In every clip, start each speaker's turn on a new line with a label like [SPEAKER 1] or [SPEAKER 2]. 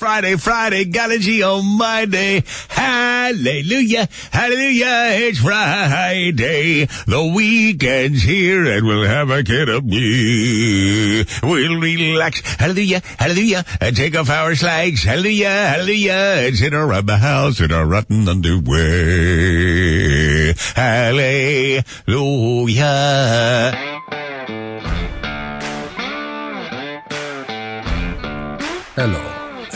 [SPEAKER 1] Friday, Friday, gotta G on my day. Hallelujah, hallelujah, it's Friday. The weekend's here and we'll have a kid of me. We'll relax, hallelujah, hallelujah, and take off our slags. Hallelujah, hallelujah, it's in our rubber house, in our rotten underwear. Hallelujah.
[SPEAKER 2] Hello,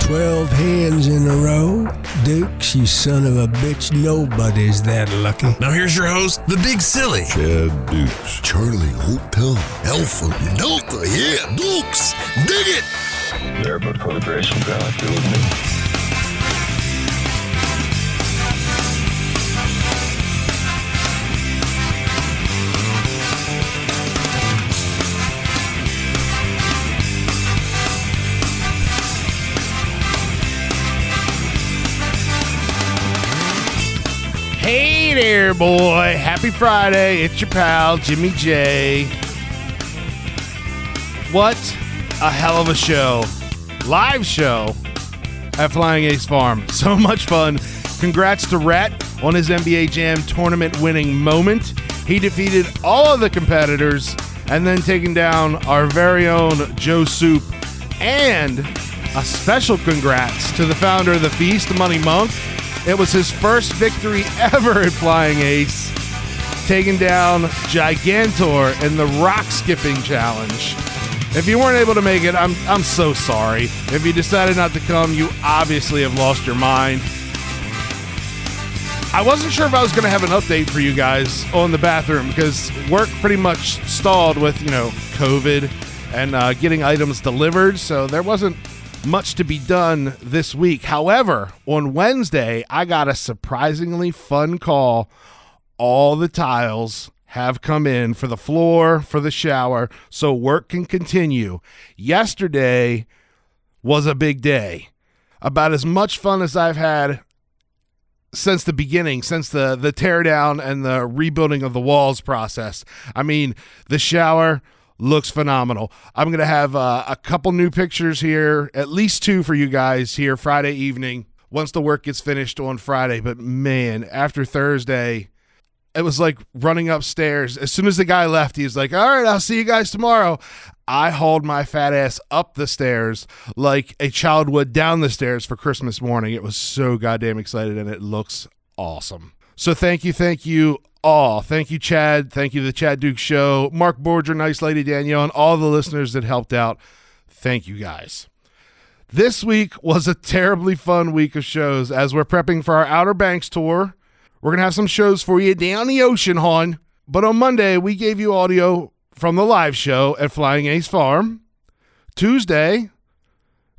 [SPEAKER 2] Twelve hands in a row? Dukes, you son of a bitch, nobody's that lucky.
[SPEAKER 3] Now here's your host, the Big Silly.
[SPEAKER 4] Chad Dukes.
[SPEAKER 3] Charlie Hotel Alpha Delta. Yeah, Dukes. Dig it.
[SPEAKER 5] There but for the grace of God, do with me.
[SPEAKER 6] Hey there, boy. Happy Friday. It's your pal, Jimmy J. What a hell of a show. Live show at Flying Ace Farm. So much fun. Congrats to Rat on his NBA Jam tournament winning moment. He defeated all of the competitors and then taking down our very own Joe Soup. And a special congrats to the founder of the feast, Money Monk. It was his first victory ever at Flying Ace, taking down Gigantor in the Rock Skipping Challenge. If you weren't able to make it, I'm I'm so sorry. If you decided not to come, you obviously have lost your mind. I wasn't sure if I was going to have an update for you guys on the bathroom because work pretty much stalled with you know COVID and uh, getting items delivered, so there wasn't much to be done this week. However, on Wednesday, I got a surprisingly fun call all the tiles have come in for the floor, for the shower, so work can continue. Yesterday was a big day. About as much fun as I've had since the beginning, since the the teardown and the rebuilding of the walls process. I mean, the shower looks phenomenal. I'm gonna have uh, a couple new pictures here, at least two for you guys here Friday evening. Once the work gets finished on Friday, but man, after Thursday, it was like running upstairs. As soon as the guy left, he was like, All right, I'll see you guys tomorrow. I hauled my fat ass up the stairs like a child would down the stairs for Christmas morning. It was so goddamn excited and it looks awesome. So thank you, thank you all. Thank you, Chad. Thank you, the Chad Duke Show, Mark Borger, Nice Lady Danielle, and all the listeners that helped out. Thank you guys. This week was a terribly fun week of shows as we're prepping for our Outer Banks tour. We're going to have some shows for you down the ocean, hon. But on Monday, we gave you audio from the live show at Flying Ace Farm. Tuesday,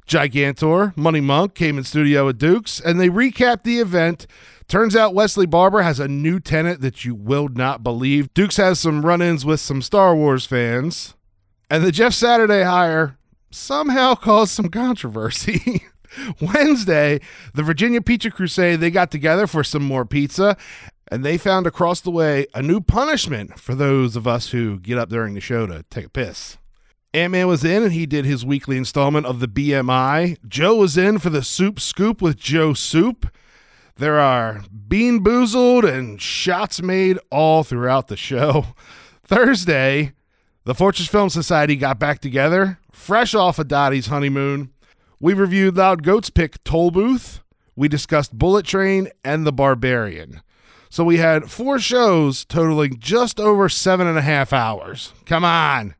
[SPEAKER 6] Gigantor, Money Monk came in studio at Duke's and they recapped the event. Turns out Wesley Barber has a new tenant that you will not believe. Duke's has some run ins with some Star Wars fans. And the Jeff Saturday hire somehow caused some controversy. Wednesday, the Virginia Pizza Crusade, they got together for some more pizza and they found across the way a new punishment for those of us who get up during the show to take a piss. Ant Man was in and he did his weekly installment of the BMI. Joe was in for the soup scoop with Joe Soup. There are bean boozled and shots made all throughout the show. Thursday, the Fortress Film Society got back together, fresh off of Dottie's honeymoon. We reviewed Loud Goat's pick Toll Booth. We discussed Bullet Train and The Barbarian. So we had four shows totaling just over seven and a half hours. Come on.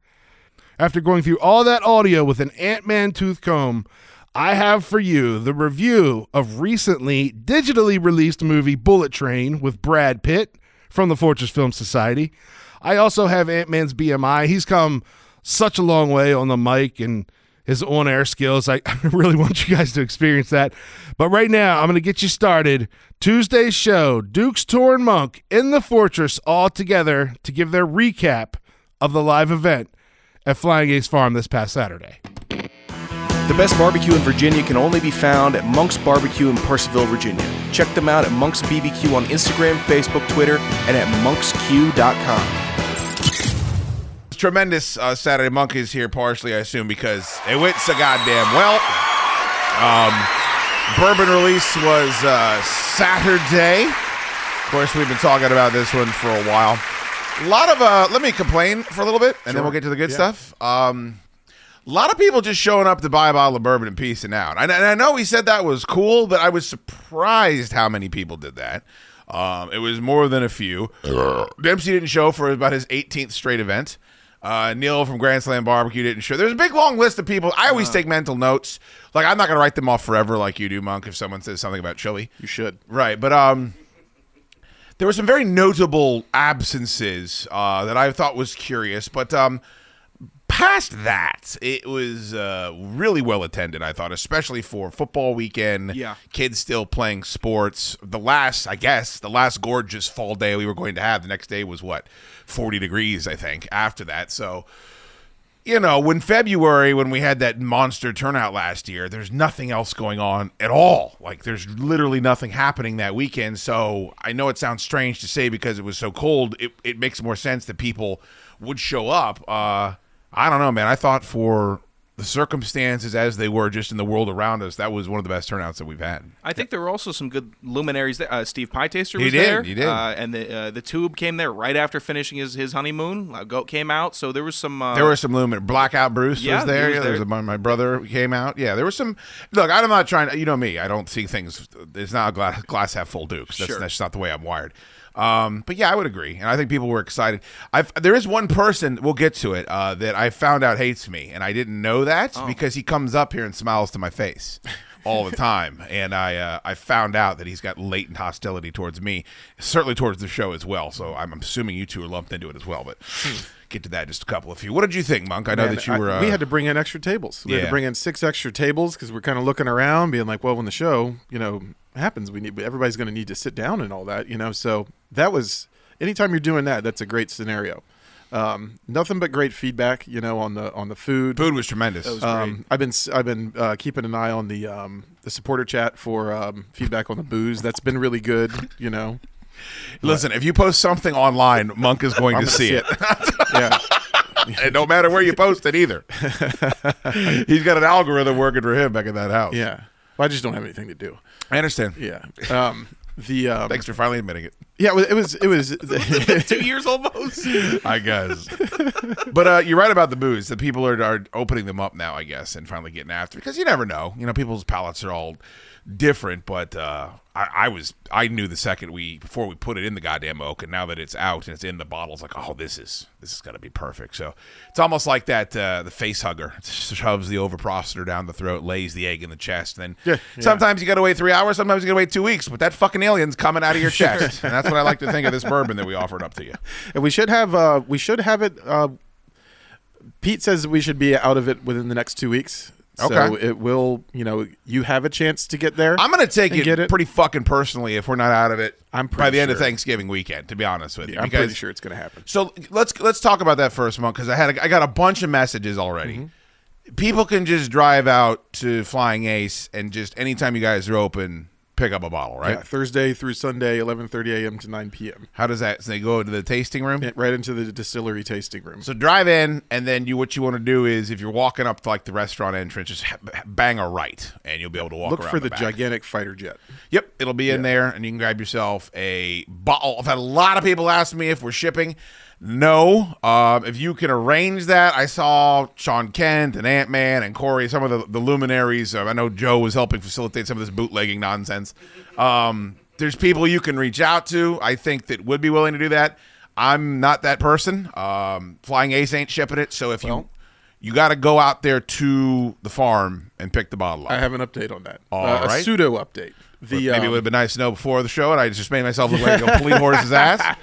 [SPEAKER 6] After going through all that audio with an Ant Man tooth comb, I have for you the review of recently digitally released movie Bullet Train with Brad Pitt from the Fortress Film Society. I also have Ant Man's BMI. He's come such a long way on the mic and his on air skills. I, I really want you guys to experience that. But right now, I'm going to get you started. Tuesday's show Duke's Tour and Monk in the Fortress all together to give their recap of the live event at Flying Ace Farm this past Saturday.
[SPEAKER 7] The best barbecue in Virginia can only be found at Monk's Barbecue in Percival, Virginia. Check them out at Monk's BBQ on Instagram, Facebook, Twitter, and at monksq.com.
[SPEAKER 8] tremendous uh, Saturday Monkeys here, partially, I assume, because it went so goddamn well. Um, bourbon release was uh, Saturday. Of course, we've been talking about this one for a while. A lot of, uh, let me complain for a little bit, and then we'll get to the good stuff. Um, a lot of people just showing up to buy a bottle of bourbon and peacing out. And, and I know he said that was cool, but I was surprised how many people did that. Um, it was more than a few. Dempsey didn't show for about his 18th straight event. Uh, Neil from Grand Slam Barbecue didn't show. There's a big long list of people. I
[SPEAKER 7] Uh.
[SPEAKER 8] always take mental notes. Like I'm not gonna write them off forever, like you do, Monk. If someone says something about chili,
[SPEAKER 7] You should.
[SPEAKER 8] Right, but um, there were some very notable absences uh, that I thought was curious. But um, past that, it was uh, really well attended. I thought, especially for football weekend.
[SPEAKER 7] Yeah.
[SPEAKER 8] kids still playing sports. The last, I guess, the last gorgeous fall day we were going to have. The next day was what, forty degrees, I think. After that, so you know, when February, when we had that monster turnout last year, there's nothing else going on at all. Like, there's literally nothing happening that weekend. So I know it sounds strange to say because it was so cold, it, it makes more sense that people would show up. Uh, I don't know, man. I thought for the circumstances as they were just in the world around us, that was one of the best turnouts that we've had.
[SPEAKER 7] I think there were also some good luminaries there. Uh, Steve Pietaster
[SPEAKER 8] He
[SPEAKER 7] was
[SPEAKER 8] did,
[SPEAKER 7] there.
[SPEAKER 8] he did.
[SPEAKER 7] Uh, and the uh, the tube came there right after finishing his, his honeymoon. Uh, goat came out, so there was some. Uh,
[SPEAKER 8] There were some lumen. Blackout Bruce
[SPEAKER 7] Yeah,
[SPEAKER 8] was
[SPEAKER 7] he
[SPEAKER 8] there.
[SPEAKER 7] was
[SPEAKER 8] yeah, there was
[SPEAKER 7] there.
[SPEAKER 8] a, my, my brother came out. Yeah, there was some. Look, I'm not trying. to- You know me. I don't see things. It's not a glass, glass half full, Dukes. That's,
[SPEAKER 7] Sure.
[SPEAKER 8] that's not the way I'm wired. Um, but yeah, I would agree, and I think people were excited. I've there is one person we'll get to it uh, that I found out hates me, and I didn't know that
[SPEAKER 9] Oh.
[SPEAKER 8] because he comes up here and smiles to my face all the time, and I uh, I found out that he's got latent hostility towards me, certainly towards the show as well. So I'm assuming you two are lumped into it as well, but. Get to that in just a couple of you. What did you think, Monk? I know
[SPEAKER 9] Hmm. Man,
[SPEAKER 8] that you
[SPEAKER 9] I-
[SPEAKER 8] were. Uh,
[SPEAKER 9] we had to bring in extra tables. We had
[SPEAKER 8] Yeah.
[SPEAKER 9] to bring in six extra tables because we're kind of looking around, being like, well, when the show, you know, happens, we need everybody's going to need to sit down and all that, you know. So that was anytime you're doing that, that's a great scenario. Um, nothing but great feedback, you know, on the on the food.
[SPEAKER 8] Food was tremendous. Uh,
[SPEAKER 9] Um, I've been I've been uh, keeping an eye on the um, the supporter chat for um, feedback on the booze. That's been really good, you know.
[SPEAKER 8] Listen, if you post something online, Monk is going to
[SPEAKER 9] gonna
[SPEAKER 8] see
[SPEAKER 9] see
[SPEAKER 8] it.
[SPEAKER 9] Yeah.
[SPEAKER 8] and no matter where you post it either. He's got an algorithm working for him back in that house.
[SPEAKER 9] Yeah. Well, I just don't have anything to do.
[SPEAKER 8] I understand.
[SPEAKER 9] Yeah. Um, the um,
[SPEAKER 8] Thanks for finally admitting it.
[SPEAKER 9] yeah, it was it was
[SPEAKER 7] two years almost.
[SPEAKER 8] I guess. but uh, you're right about the booze. The people are, are opening them up now, I guess, and finally getting after because you never know. You know, people's palates are all different. But uh, I, I was I knew the second we before we put it in the goddamn oak, and now that it's out and it's in the bottles, like oh, this is this is gonna be perfect. So it's almost like that uh, the face hugger It shoves the overprocessor down the throat, lays the egg in the chest, and then sometimes you gotta wait three hours, sometimes you gotta wait two weeks, but that fucking alien's coming out of your chest, and that's what I like to think of this bourbon that we offered up to you.
[SPEAKER 9] and we should have uh we should have it uh Pete says we should be out of it within the next 2 weeks. So
[SPEAKER 8] Okay.
[SPEAKER 9] it will, you know, you have a chance to get there.
[SPEAKER 8] I'm gonna take
[SPEAKER 9] and
[SPEAKER 8] it,
[SPEAKER 9] get it.
[SPEAKER 8] pretty fucking personally if we're not out of it.
[SPEAKER 9] I'm
[SPEAKER 8] by
[SPEAKER 9] pretty
[SPEAKER 8] the end of
[SPEAKER 9] sure.
[SPEAKER 8] Thanksgiving weekend, to be honest with you.
[SPEAKER 9] I'm
[SPEAKER 8] because-
[SPEAKER 9] pretty sure it's going to happen.
[SPEAKER 8] So let's let's talk about that first, month because I had a, I got a bunch of messages already.
[SPEAKER 9] Mm-hmm.
[SPEAKER 8] People can just drive out to Flying Ace and just anytime you guys are open, pick up a bottle, right?
[SPEAKER 9] Yeah, Thursday through Sunday 11:30 a.m. to 9 p.m.
[SPEAKER 8] How does that? So they go to the tasting room.
[SPEAKER 9] and Right into the distillery tasting room.
[SPEAKER 8] So drive in, and then you what you want to do is if you're walking up to like the restaurant entrance, just ha- bang a right, and you'll be able to walk.
[SPEAKER 9] Look
[SPEAKER 8] around
[SPEAKER 9] for the,
[SPEAKER 8] back.
[SPEAKER 9] gigantic fighter jet.
[SPEAKER 8] Yep, it'll be in there, and you can grab yourself a bottle. I've had a lot of people ask me if we're shipping. No, um, if you can arrange that, I saw Sean Kent and Ant Man and Corey, some of the, the luminaries. Uh, I know Joe was helping facilitate some of this bootlegging nonsense. Um, there's people you can reach out to. I think that would be willing to do that. I'm not that person. Um, Flying Ace ain't shipping it, so if you you got to go out there to the farm and pick the bottle up.
[SPEAKER 9] I have an update on that.
[SPEAKER 8] All
[SPEAKER 9] uh,
[SPEAKER 8] right.
[SPEAKER 9] A pseudo update. The
[SPEAKER 8] But maybe it
[SPEAKER 9] um,
[SPEAKER 8] would have been nice to know before the show, and I just made myself look like a complete horse's ass.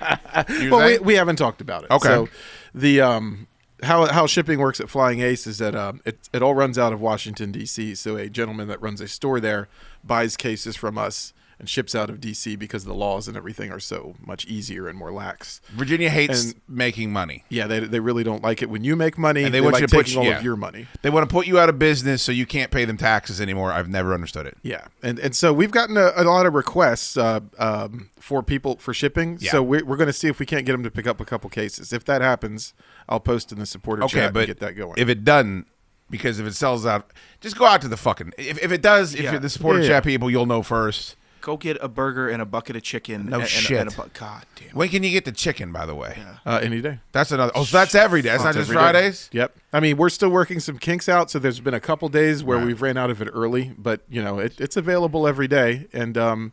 [SPEAKER 8] You
[SPEAKER 9] well, we,
[SPEAKER 8] think?
[SPEAKER 9] we haven't talked about it.
[SPEAKER 8] Okay.
[SPEAKER 9] So the um, how how shipping works at Flying Ace is that um, it it all runs out of Washington D.C. So a gentleman that runs a store there buys cases from us, and ships out of DC because the laws and everything are so much easier and more lax.
[SPEAKER 8] Virginia hates making money.
[SPEAKER 9] Yeah, they, they really don't like it when you make money.
[SPEAKER 8] And
[SPEAKER 9] they,
[SPEAKER 8] want
[SPEAKER 9] like
[SPEAKER 8] you to put
[SPEAKER 9] taking all
[SPEAKER 8] yeah.
[SPEAKER 9] of your money.
[SPEAKER 8] They want to put you out of business so you can't pay them taxes anymore. I've never understood it.
[SPEAKER 9] Yeah, and and so we've gotten a, a lot of requests uh, um, for people for shipping.
[SPEAKER 8] Yeah.
[SPEAKER 9] So we're, we're going to see if we can't get them to pick up a couple cases. If that happens, I'll post in the supporter
[SPEAKER 8] Okay,
[SPEAKER 9] chat
[SPEAKER 8] but
[SPEAKER 9] and get that going.
[SPEAKER 8] If it doesn't, because if it sells out, just go out to the fucking. If, if it does, if
[SPEAKER 9] Yeah.
[SPEAKER 8] you're the supporter
[SPEAKER 9] Yeah, yeah.
[SPEAKER 8] chat people, you'll know first.
[SPEAKER 7] Go get a burger and a bucket of chicken.
[SPEAKER 8] No
[SPEAKER 7] and,
[SPEAKER 8] shit.
[SPEAKER 7] And a, and a bu- God damn.
[SPEAKER 8] When can you get the chicken? By the way,
[SPEAKER 9] uh, any day.
[SPEAKER 8] that's another. Oh, so that's every day. That's not just
[SPEAKER 9] every day.
[SPEAKER 8] Fridays.
[SPEAKER 9] Yep. I mean, we're still working some kinks out, so there's been a couple days where we've ran out of it early, but you know, it, it's available every day. And um,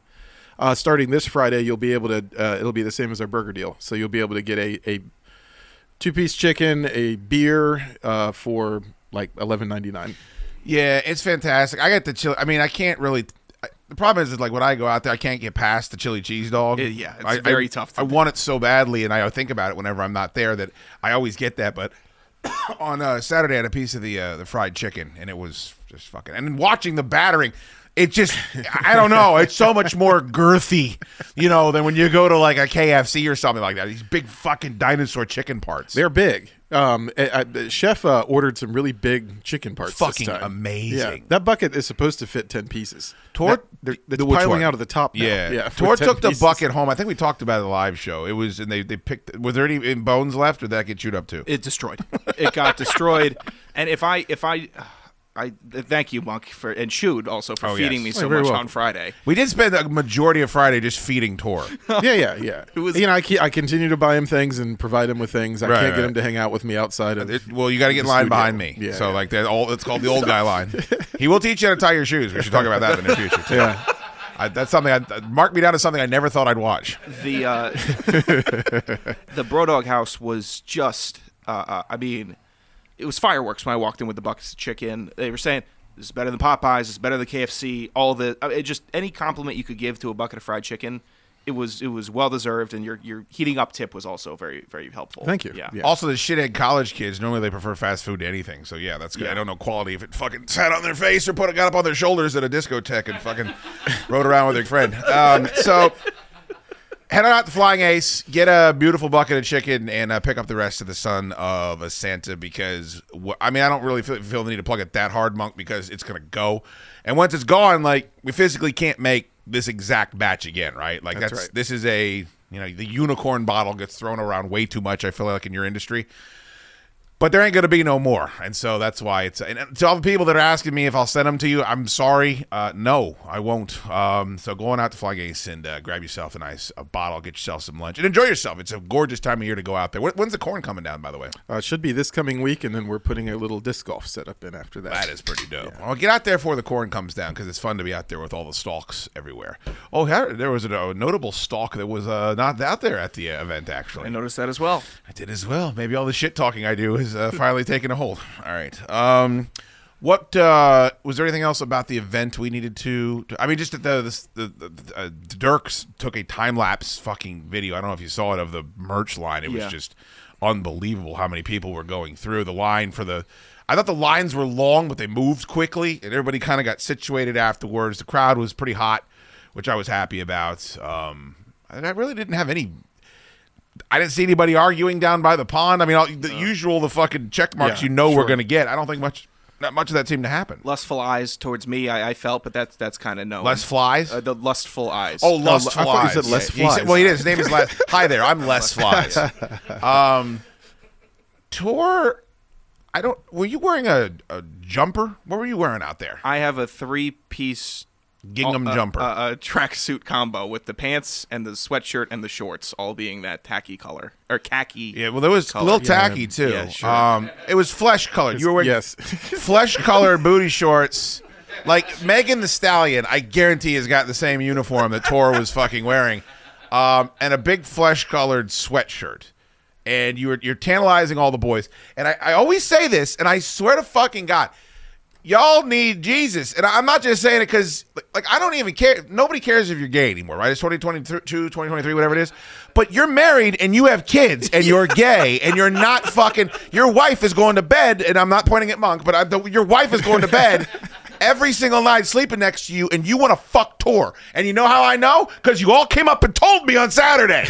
[SPEAKER 9] uh, starting this Friday, you'll be able to. Uh, it'll be the same as our burger deal, so you'll be able to get a, a two piece chicken, a beer uh, for like eleven ninety nine.
[SPEAKER 8] Yeah, it's fantastic. I got the chili. I mean, I can't really. I, the problem is, is like when I go out there, I can't get past the chili cheese dog.
[SPEAKER 7] It- yeah, it's
[SPEAKER 8] I-
[SPEAKER 7] very
[SPEAKER 8] I-
[SPEAKER 7] tough to
[SPEAKER 8] I
[SPEAKER 7] do.
[SPEAKER 8] want it so badly, and I think about it whenever I'm not there. That I always get that. But on uh, Saturday, I had a piece of the uh, the fried chicken, and it was just fucking. And then watching the battering. It just, I don't know. It's so much more girthy, you know, than when you go to like a KFC or something like that. These big fucking dinosaur chicken parts.
[SPEAKER 9] They're big. Um, I, I, the chef uh, ordered some really big chicken parts. this
[SPEAKER 8] Fucking
[SPEAKER 9] time.
[SPEAKER 8] amazing.
[SPEAKER 9] Yeah, that bucket is supposed to fit ten pieces.
[SPEAKER 8] Tor-
[SPEAKER 9] that,
[SPEAKER 8] the-
[SPEAKER 9] they're,
[SPEAKER 8] the
[SPEAKER 9] it's
[SPEAKER 8] which
[SPEAKER 9] piling
[SPEAKER 8] one?
[SPEAKER 9] out of the top. now.
[SPEAKER 8] Yeah,
[SPEAKER 9] yeah.
[SPEAKER 8] Tor
[SPEAKER 9] with 10
[SPEAKER 8] took the
[SPEAKER 9] pieces.
[SPEAKER 8] bucket home. I think we talked about it at the live show. It was, and they they picked. Were there any bones left, or did that get chewed up too?
[SPEAKER 7] it destroyed. it got destroyed. And if I if I I thank you, Monk, for and Shude also for
[SPEAKER 8] Oh,
[SPEAKER 7] feeding
[SPEAKER 8] yes.
[SPEAKER 7] me
[SPEAKER 8] Oh,
[SPEAKER 7] so
[SPEAKER 8] you're very
[SPEAKER 7] much
[SPEAKER 8] welcome.
[SPEAKER 7] on Friday.
[SPEAKER 8] we did spend a majority of Friday just feeding Tor.
[SPEAKER 9] yeah, yeah, yeah.
[SPEAKER 7] was-
[SPEAKER 9] you know, I, ke- I continue to buy him things and provide him with things. I
[SPEAKER 8] Right,
[SPEAKER 9] can't
[SPEAKER 8] right.
[SPEAKER 9] get him to hang out with me outside of.
[SPEAKER 8] It- well, you got to get in
[SPEAKER 9] The
[SPEAKER 8] line
[SPEAKER 9] studio.
[SPEAKER 8] behind me.
[SPEAKER 9] Yeah,
[SPEAKER 8] so
[SPEAKER 9] yeah.
[SPEAKER 8] like that, all it's called the old guy line. He will teach you how to tie your shoes. We should talk about that in the future. Too.
[SPEAKER 9] Yeah.
[SPEAKER 8] I, that's something. I, mark me down as something I never thought I'd watch.
[SPEAKER 7] The uh, the Brodog House was just. Uh, uh, I mean, it was fireworks when I walked in with the buckets of chicken. They were saying. This is better than Popeyes. It's better than KFC. All the I mean, it just any compliment you could give to a bucket of fried chicken, it was it was well deserved, and your your heating up tip was also very very helpful.
[SPEAKER 9] Thank you.
[SPEAKER 7] Yeah.
[SPEAKER 9] Yeah.
[SPEAKER 8] Also, the shithead college kids normally they prefer fast food to anything. So yeah, that's good. I don't know quality if it fucking sat on their face or put it got up on their shoulders at a discotheque and fucking rode around with their friend. Um, so head on out to Flying Ace, get a beautiful bucket of chicken, and uh, pick up the rest of the son of a Santa because wh- I mean I don't really feel, feel the need to plug it that hard, Monk, because it's gonna go. And once it's gone, like we physically can't make this exact batch again, right? Like that's,
[SPEAKER 9] That's right.
[SPEAKER 8] this is a you know the unicorn bottle gets thrown around way too much. I feel like in your industry. But there ain't gonna be no more, and so that's why it's. And to all the people that are asking me if I'll send them to you, I'm sorry, uh, no, I won't. Um, so go on out to Flying Ace and uh, grab yourself a nice a bottle, get yourself some lunch, and enjoy yourself. It's a gorgeous time of year to go out there. When- When's the corn coming down, by the way?
[SPEAKER 9] Uh, it should be this coming week, and then we're putting a little disc golf setup in after that.
[SPEAKER 8] That is pretty dope. Well, get out there before the corn comes down because it's fun to be out there with all the stalks everywhere. Oh, here- there was a, a notable stalk that was uh, not out there at the uh, event actually.
[SPEAKER 7] I noticed that as well.
[SPEAKER 8] I did as well. Maybe all the shit talking I do is uh, finally taking a hold. All right. Um, what uh, was there anything else about the event we needed to? I mean, just that the, this- the, the, the uh, Dirks took a time lapse fucking video. I don't know if you saw it of the merch line. It was
[SPEAKER 7] Yeah.
[SPEAKER 8] just unbelievable how many people were going through the line for the. I thought the lines were long, but they moved quickly, and everybody kind of got situated afterwards. The crowd was pretty hot, which I was happy about. Um, and I really didn't have any I didn't see anybody arguing down by the pond. I mean, all, the usual the fucking check marks
[SPEAKER 9] Uh, Yeah,
[SPEAKER 8] you know we're
[SPEAKER 9] sure.
[SPEAKER 8] going to get. I don't think much not much of that seemed to happen.
[SPEAKER 7] lustful eyes towards me. I, I felt, but that's that's kind of known.
[SPEAKER 8] Less flies.
[SPEAKER 7] uh, the lustful eyes.
[SPEAKER 8] oh, lust
[SPEAKER 9] I thought you
[SPEAKER 8] flies.
[SPEAKER 9] said less
[SPEAKER 8] Yeah, he
[SPEAKER 9] flies.
[SPEAKER 8] well, he did. His name is less. Hi there. I'm less flies. Um, Tor, I don't. Were you wearing a, a jumper? What were you wearing out there?
[SPEAKER 7] I have a three-piece
[SPEAKER 9] Oh,
[SPEAKER 8] Gingham
[SPEAKER 7] uh,
[SPEAKER 8] jumper.
[SPEAKER 7] a uh, uh, tracksuit combo with the pants and the sweatshirt and the shorts, all being that tacky color or khaki.
[SPEAKER 8] yeah, well, that was a
[SPEAKER 7] color.
[SPEAKER 8] little tacky too.
[SPEAKER 7] Yeah, sure.
[SPEAKER 8] um, it was flesh colored. You were wearing
[SPEAKER 9] Yes.
[SPEAKER 8] flesh colored booty shorts. Like Megan the Stallion, I guarantee has got the same uniform that Tora was fucking wearing, um, and a big flesh colored sweatshirt. And you're you're tantalizing all the boys. And I, I always say this, and I swear to fucking God, y'all need Jesus. And I- I'm not just saying it because like I don't even care. Nobody cares if you're gay anymore, right? It's 2022, 2023, whatever it is. But you're married and you have kids and you're gay and you're not fucking. Your wife is going to bed, and I'm not pointing at Monk, but I, the, your wife is going to bed. every single night sleeping next to you, and you want to fuck tour. And you know how I know? Because you all came up and told me on Saturday.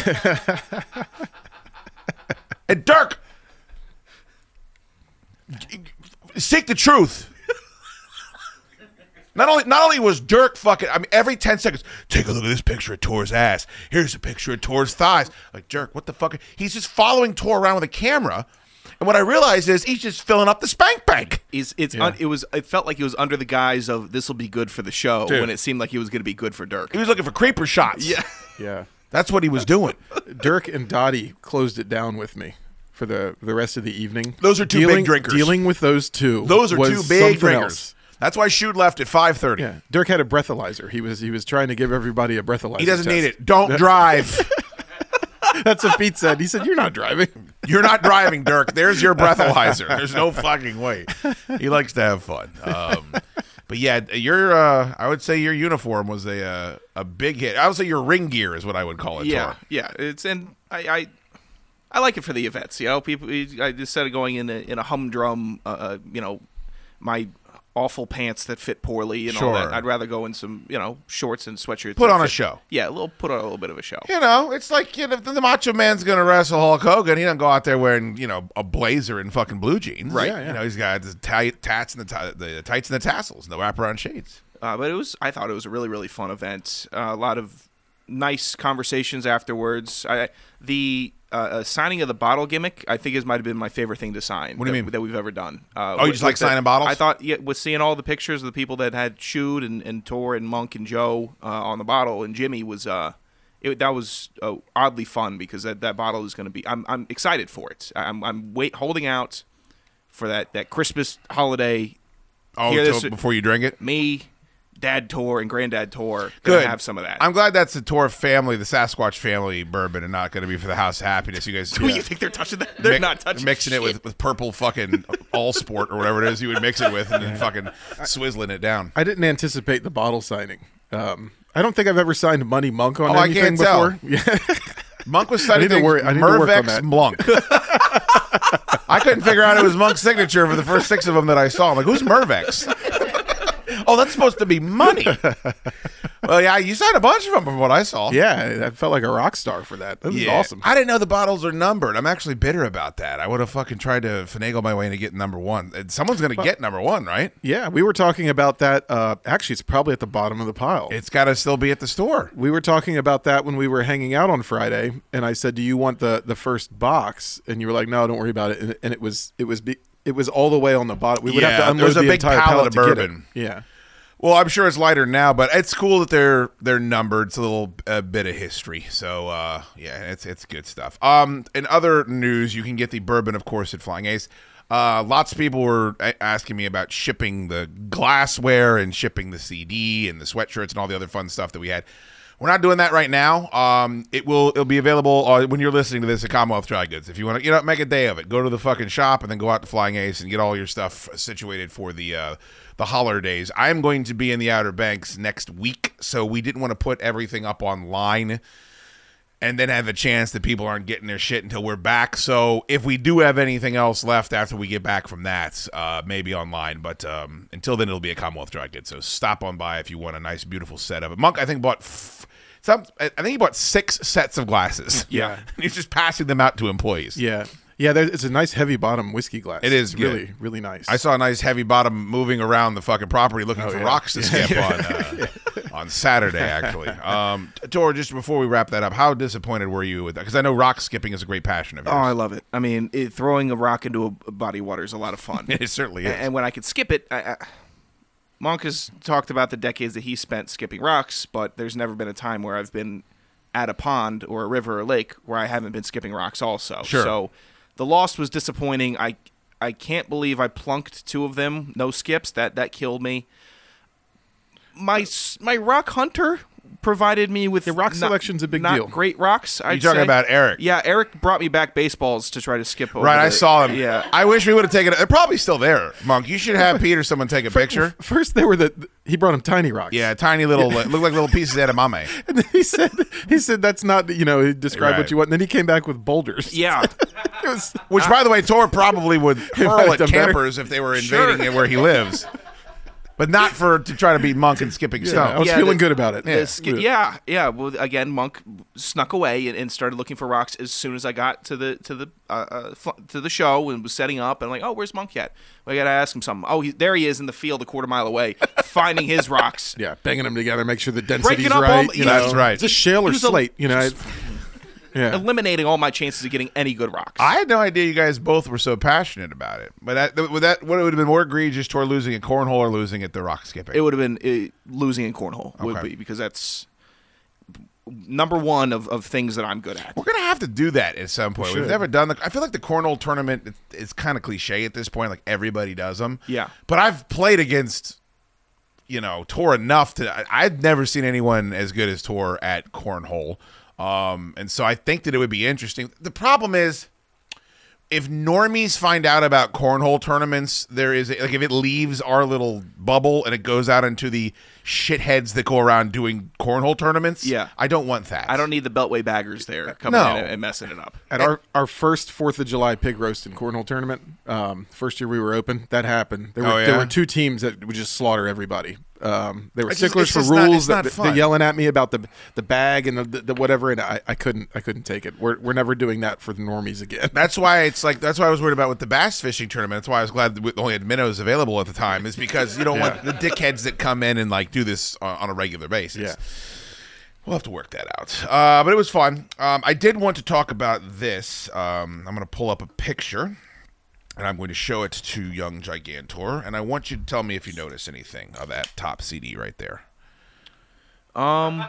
[SPEAKER 8] and Dirk, seek the truth. Not only, not only was Dirk fucking. I mean, every ten seconds, take a look at this picture of Tor's ass. Here's a picture of Tor's thighs. Like Dirk, what the fuck? He's just following Tor around with a camera, and what I realized is he's just filling up the spank bank.
[SPEAKER 7] Is it's un- it was it felt like it was under the guise of this will be good for the show
[SPEAKER 8] Dude.
[SPEAKER 7] when it seemed like it was going to be good for Dirk.
[SPEAKER 8] He was looking for creeper shots.
[SPEAKER 7] Yeah.
[SPEAKER 9] Yeah.
[SPEAKER 8] That's what he was doing.
[SPEAKER 9] Dirk and Dottie closed it down with me for the the rest of the evening.
[SPEAKER 8] Those are two big
[SPEAKER 9] dealing,
[SPEAKER 8] drinkers.
[SPEAKER 9] Dealing with those two.
[SPEAKER 8] Those are
[SPEAKER 9] was
[SPEAKER 8] two big
[SPEAKER 9] something
[SPEAKER 8] drinkers.
[SPEAKER 9] else.
[SPEAKER 8] That's why Shoot left at five thirty.
[SPEAKER 9] Yeah. Dirk had a breathalyzer. He was he was trying to give everybody a breathalyzer.
[SPEAKER 8] He doesn't need
[SPEAKER 9] test.
[SPEAKER 8] it. Don't drive.
[SPEAKER 9] That's what Pete said. He said, You're not driving.
[SPEAKER 8] You're not driving, Dirk. There's your breathalyzer. There's no fucking way. He likes to have fun. Um, but yeah, your uh, I would say your uniform was a uh, a big hit. I would say your ring gear is what I would call it.
[SPEAKER 7] yeah,
[SPEAKER 8] Tor.
[SPEAKER 7] yeah. It's and I, I I like it for the events. You know, people. I instead of going in a, in a humdrum, uh, uh, you know, my awful pants that fit poorly and all that.
[SPEAKER 8] Sure.
[SPEAKER 7] I'd rather go in some you know shorts and sweatshirts.
[SPEAKER 8] Put
[SPEAKER 7] that
[SPEAKER 8] on a
[SPEAKER 7] fit-
[SPEAKER 8] show.
[SPEAKER 7] Yeah, a little put on a little bit of a show.
[SPEAKER 8] You know, it's like you know, if the Macho Man's gonna wrestle Hulk Hogan. He doesn't go out there wearing you know a blazer and fucking blue jeans, right?
[SPEAKER 9] Yeah, yeah.
[SPEAKER 8] You know, he's got the tight tats and the, ti- the tights and the tassels, and the wraparound shades.
[SPEAKER 7] Uh, but it was. I thought it was a really really fun event. Uh, a lot of nice conversations afterwards. I, the uh, uh, signing of the bottle gimmick, I think, is might have been my favorite thing to sign.
[SPEAKER 8] What do you
[SPEAKER 7] that-
[SPEAKER 8] mean?
[SPEAKER 7] that we've ever done? Uh,
[SPEAKER 8] Oh, you
[SPEAKER 7] with-
[SPEAKER 8] just like
[SPEAKER 7] with the-
[SPEAKER 8] signing bottles?
[SPEAKER 7] I thought yeah, with seeing all the pictures of the people that had chewed and and Tor and Monk and Joe uh, on the bottle and Jimmy was. Uh, it, that was uh, oddly fun because that, that bottle is going to be. I'm, I'm excited for it. I'm, I'm wait holding out for that, that Christmas holiday
[SPEAKER 8] Oh,
[SPEAKER 7] Here,
[SPEAKER 8] so
[SPEAKER 7] this-
[SPEAKER 8] before you drink it.
[SPEAKER 7] me, Dad Tour, and Granddad Tour gonna
[SPEAKER 8] Good.
[SPEAKER 7] have some of that.
[SPEAKER 8] I'm glad that's the Tor family, the Sasquatch family bourbon, and not going to be for the House of Happiness. You guys,
[SPEAKER 7] Do you think they're touching that? They're
[SPEAKER 8] mi-
[SPEAKER 7] not touching.
[SPEAKER 8] mixing it with, with purple fucking all sport or whatever it is you would mix it with, and then fucking swizzling it down.
[SPEAKER 9] I didn't anticipate the bottle signing. Um, I don't think I've ever signed Money Monk on
[SPEAKER 8] Oh, I
[SPEAKER 9] anything
[SPEAKER 8] can't tell.
[SPEAKER 9] before. Yeah.
[SPEAKER 8] Monk was
[SPEAKER 9] I need
[SPEAKER 8] studying
[SPEAKER 9] to
[SPEAKER 8] things,
[SPEAKER 9] worry- I need to work on
[SPEAKER 8] Mervex
[SPEAKER 9] that.
[SPEAKER 8] Monk. I couldn't figure out it was Monk's signature for the first six of them that I saw. I'm like, who's Mervex? oh, that's supposed to be money. well, yeah, you signed a bunch of them from what I saw.
[SPEAKER 9] yeah, I felt like a rock star for that. That was
[SPEAKER 8] Yeah.
[SPEAKER 9] awesome.
[SPEAKER 8] I didn't know the bottles are numbered. I'm actually bitter about that. I would have fucking tried to finagle my way into getting number one. And Someone's gonna get number one, right?
[SPEAKER 9] yeah, we were talking about that. Uh, actually, it's probably at the bottom of the pile.
[SPEAKER 8] It's gotta still be at the store.
[SPEAKER 9] we were talking about that when we were hanging out on Friday, and I said, "Do you want the the first box?" And you were like, "No, don't worry about it." And, and it was it was be, it was all the way on the bottom. We would have
[SPEAKER 8] Yeah,
[SPEAKER 9] to
[SPEAKER 8] there
[SPEAKER 9] unload
[SPEAKER 8] was a
[SPEAKER 9] the
[SPEAKER 8] big
[SPEAKER 9] entire
[SPEAKER 8] pallet
[SPEAKER 9] pallet
[SPEAKER 8] of
[SPEAKER 9] to get it.
[SPEAKER 8] bourbon.
[SPEAKER 9] Yeah,
[SPEAKER 8] Well, I'm sure it's lighter now, but it's cool that they're they're numbered. It's a little a bit of history. So uh, yeah, it's it's good stuff. Um, in other news, you can get the bourbon, of course, at Flying Ace. Uh, lots of people were a- asking me about shipping the glassware and shipping the CD and the sweatshirts and all the other fun stuff that we had. We're not doing that right now. Um, it will it'll be available uh, when you're listening to this at Commonwealth Dry Goods. If you want to, you know, make a day of it. Go to the fucking shop and then go out to Flying Ace and get all your stuff situated for the uh, the holidays. I am going to be in the Outer Banks next week, so we didn't want to put everything up online and then have a chance that people aren't getting their shit until we're back. So if we do have anything else left after we get back from that, uh, maybe online. But um, until then, it'll be a Commonwealth Dry Goods. So stop on by if you want a nice, beautiful set of it. Monk, I think bought. F- some, I I think he bought six sets of glasses.
[SPEAKER 9] Yeah.
[SPEAKER 8] he's just passing them out to employees.
[SPEAKER 9] yeah, yeah. There, it's a nice heavy bottom whiskey glass.
[SPEAKER 8] It is good.
[SPEAKER 9] really really nice.
[SPEAKER 8] I saw a nice heavy bottom moving around the fucking property looking for
[SPEAKER 9] Oh, yeah.
[SPEAKER 8] rocks to skip on uh, on Saturday. Actually, um, Tor, just before we wrap that up, how disappointed were you with that? Because I know rock skipping is a great passion of yours.
[SPEAKER 7] Oh, I love it. I mean, it, throwing a rock into a, a body of water is a lot of fun.
[SPEAKER 8] It certainly
[SPEAKER 7] A-
[SPEAKER 8] is.
[SPEAKER 7] And, when I could skip it, I, I, Monk has talked about the decades that he spent skipping rocks, but there's never been a time where I've been at a pond or a river or lake where I haven't been skipping rocks. Also,
[SPEAKER 8] Sure.
[SPEAKER 7] So the loss was disappointing. I I can't believe I plunked two of them. No skips. That that killed me. My s- my rock hunter provided me with
[SPEAKER 9] rock
[SPEAKER 7] not-
[SPEAKER 9] selection's a big
[SPEAKER 7] not
[SPEAKER 9] deal.
[SPEAKER 7] Great rocks. I'd
[SPEAKER 8] talking
[SPEAKER 7] say.
[SPEAKER 8] about Eric.
[SPEAKER 7] Yeah, Eric brought me back baseballs to try to skip over.
[SPEAKER 8] Right, I
[SPEAKER 7] the-
[SPEAKER 8] saw them.
[SPEAKER 7] Yeah,
[SPEAKER 8] I wish we would have taken it. They're probably still there, Monk. You should have Pete or someone take a picture.
[SPEAKER 9] First, they were the he brought him tiny rocks.
[SPEAKER 8] Yeah, tiny little, look like little pieces of edamame.
[SPEAKER 9] And then he said he said that's not you know describe
[SPEAKER 8] Right.
[SPEAKER 9] what you want. And then he came back with boulders.
[SPEAKER 7] yeah.
[SPEAKER 9] it was
[SPEAKER 8] Which, by the way, Tor probably would
[SPEAKER 9] might
[SPEAKER 8] hurl
[SPEAKER 9] have
[SPEAKER 8] at
[SPEAKER 9] done better.
[SPEAKER 8] campers if they were invading it where he lives. but not for to try to beat Monk and Skipping
[SPEAKER 7] the-
[SPEAKER 8] Stone.
[SPEAKER 7] the ski- yeah. yeah, Well, again, Monk snuck away and, and started looking for rocks as soon as I got to the to the uh, uh, fl- to the show and was setting up. And I'm like, oh, where's Monk yet? Well, I gotta ask him something. Oh, he, there he is in the field a quarter mile away, finding his rocks.
[SPEAKER 9] Yeah, banging them together, make sure the density's
[SPEAKER 7] Breaking up all-
[SPEAKER 9] right. you
[SPEAKER 7] yeah.
[SPEAKER 9] know.
[SPEAKER 7] That's right.
[SPEAKER 9] It's a shale or
[SPEAKER 7] Use a-
[SPEAKER 9] slate, you know.
[SPEAKER 8] Yeah.
[SPEAKER 7] Eliminating all my chances of getting any good rocks.
[SPEAKER 8] I had no idea you guys both were so passionate about it. But that, th- would that what would have been more egregious toward losing at cornhole or losing at the rock skipping?
[SPEAKER 7] It would have been uh, losing in cornhole would
[SPEAKER 8] Okay.
[SPEAKER 7] be because that's number one of, of things that I'm good at.
[SPEAKER 8] We're gonna have to do that at some point. We've
[SPEAKER 7] should.
[SPEAKER 8] never done the. I feel like the cornhole tournament is- is kind of cliche at this point. Like everybody does them.
[SPEAKER 7] Yeah.
[SPEAKER 8] But I've played against, you know, Tor enough to. I, I've never seen anyone as good as Tor at cornhole. Um, and so I think that it would be interesting. The problem is, if normies find out about cornhole tournaments, there is like if it leaves our little bubble and it goes out into the shitheads that go around doing cornhole tournaments.
[SPEAKER 7] Yeah.
[SPEAKER 8] I don't want that.
[SPEAKER 7] I don't need the Beltway baggers there coming
[SPEAKER 8] No.
[SPEAKER 7] in and- and messing it up.
[SPEAKER 9] At our, our first Fourth of July pig roast and cornhole tournament, um, first year we were open, that happened. There were
[SPEAKER 8] Oh, yeah?
[SPEAKER 9] there were two teams that would just slaughter everybody. Um, they were
[SPEAKER 8] It's just-
[SPEAKER 9] sticklers
[SPEAKER 8] it's
[SPEAKER 9] for
[SPEAKER 8] just not-
[SPEAKER 9] rules.
[SPEAKER 8] it's not
[SPEAKER 9] that,
[SPEAKER 8] fun.
[SPEAKER 9] They're yelling at me about the the bag and the, the, the whatever, and I, I couldn't I couldn't take it. We're, we're never doing that for the normies again.
[SPEAKER 8] That's why it's like that's why I was worried about with the bass fishing tournament. That's why I was glad that we only had minnows available at the time. Is because you don't want the dickheads that come in and like do this on, on a regular basis.
[SPEAKER 9] Yeah.
[SPEAKER 8] We'll have to work that out. Uh, but it was fun. Um, I did want to talk about this. Um, I'm going to pull up a picture and I'm going to show it to young Gigantor. And I want you to tell me if you notice anything of that top CD right there.
[SPEAKER 7] Um.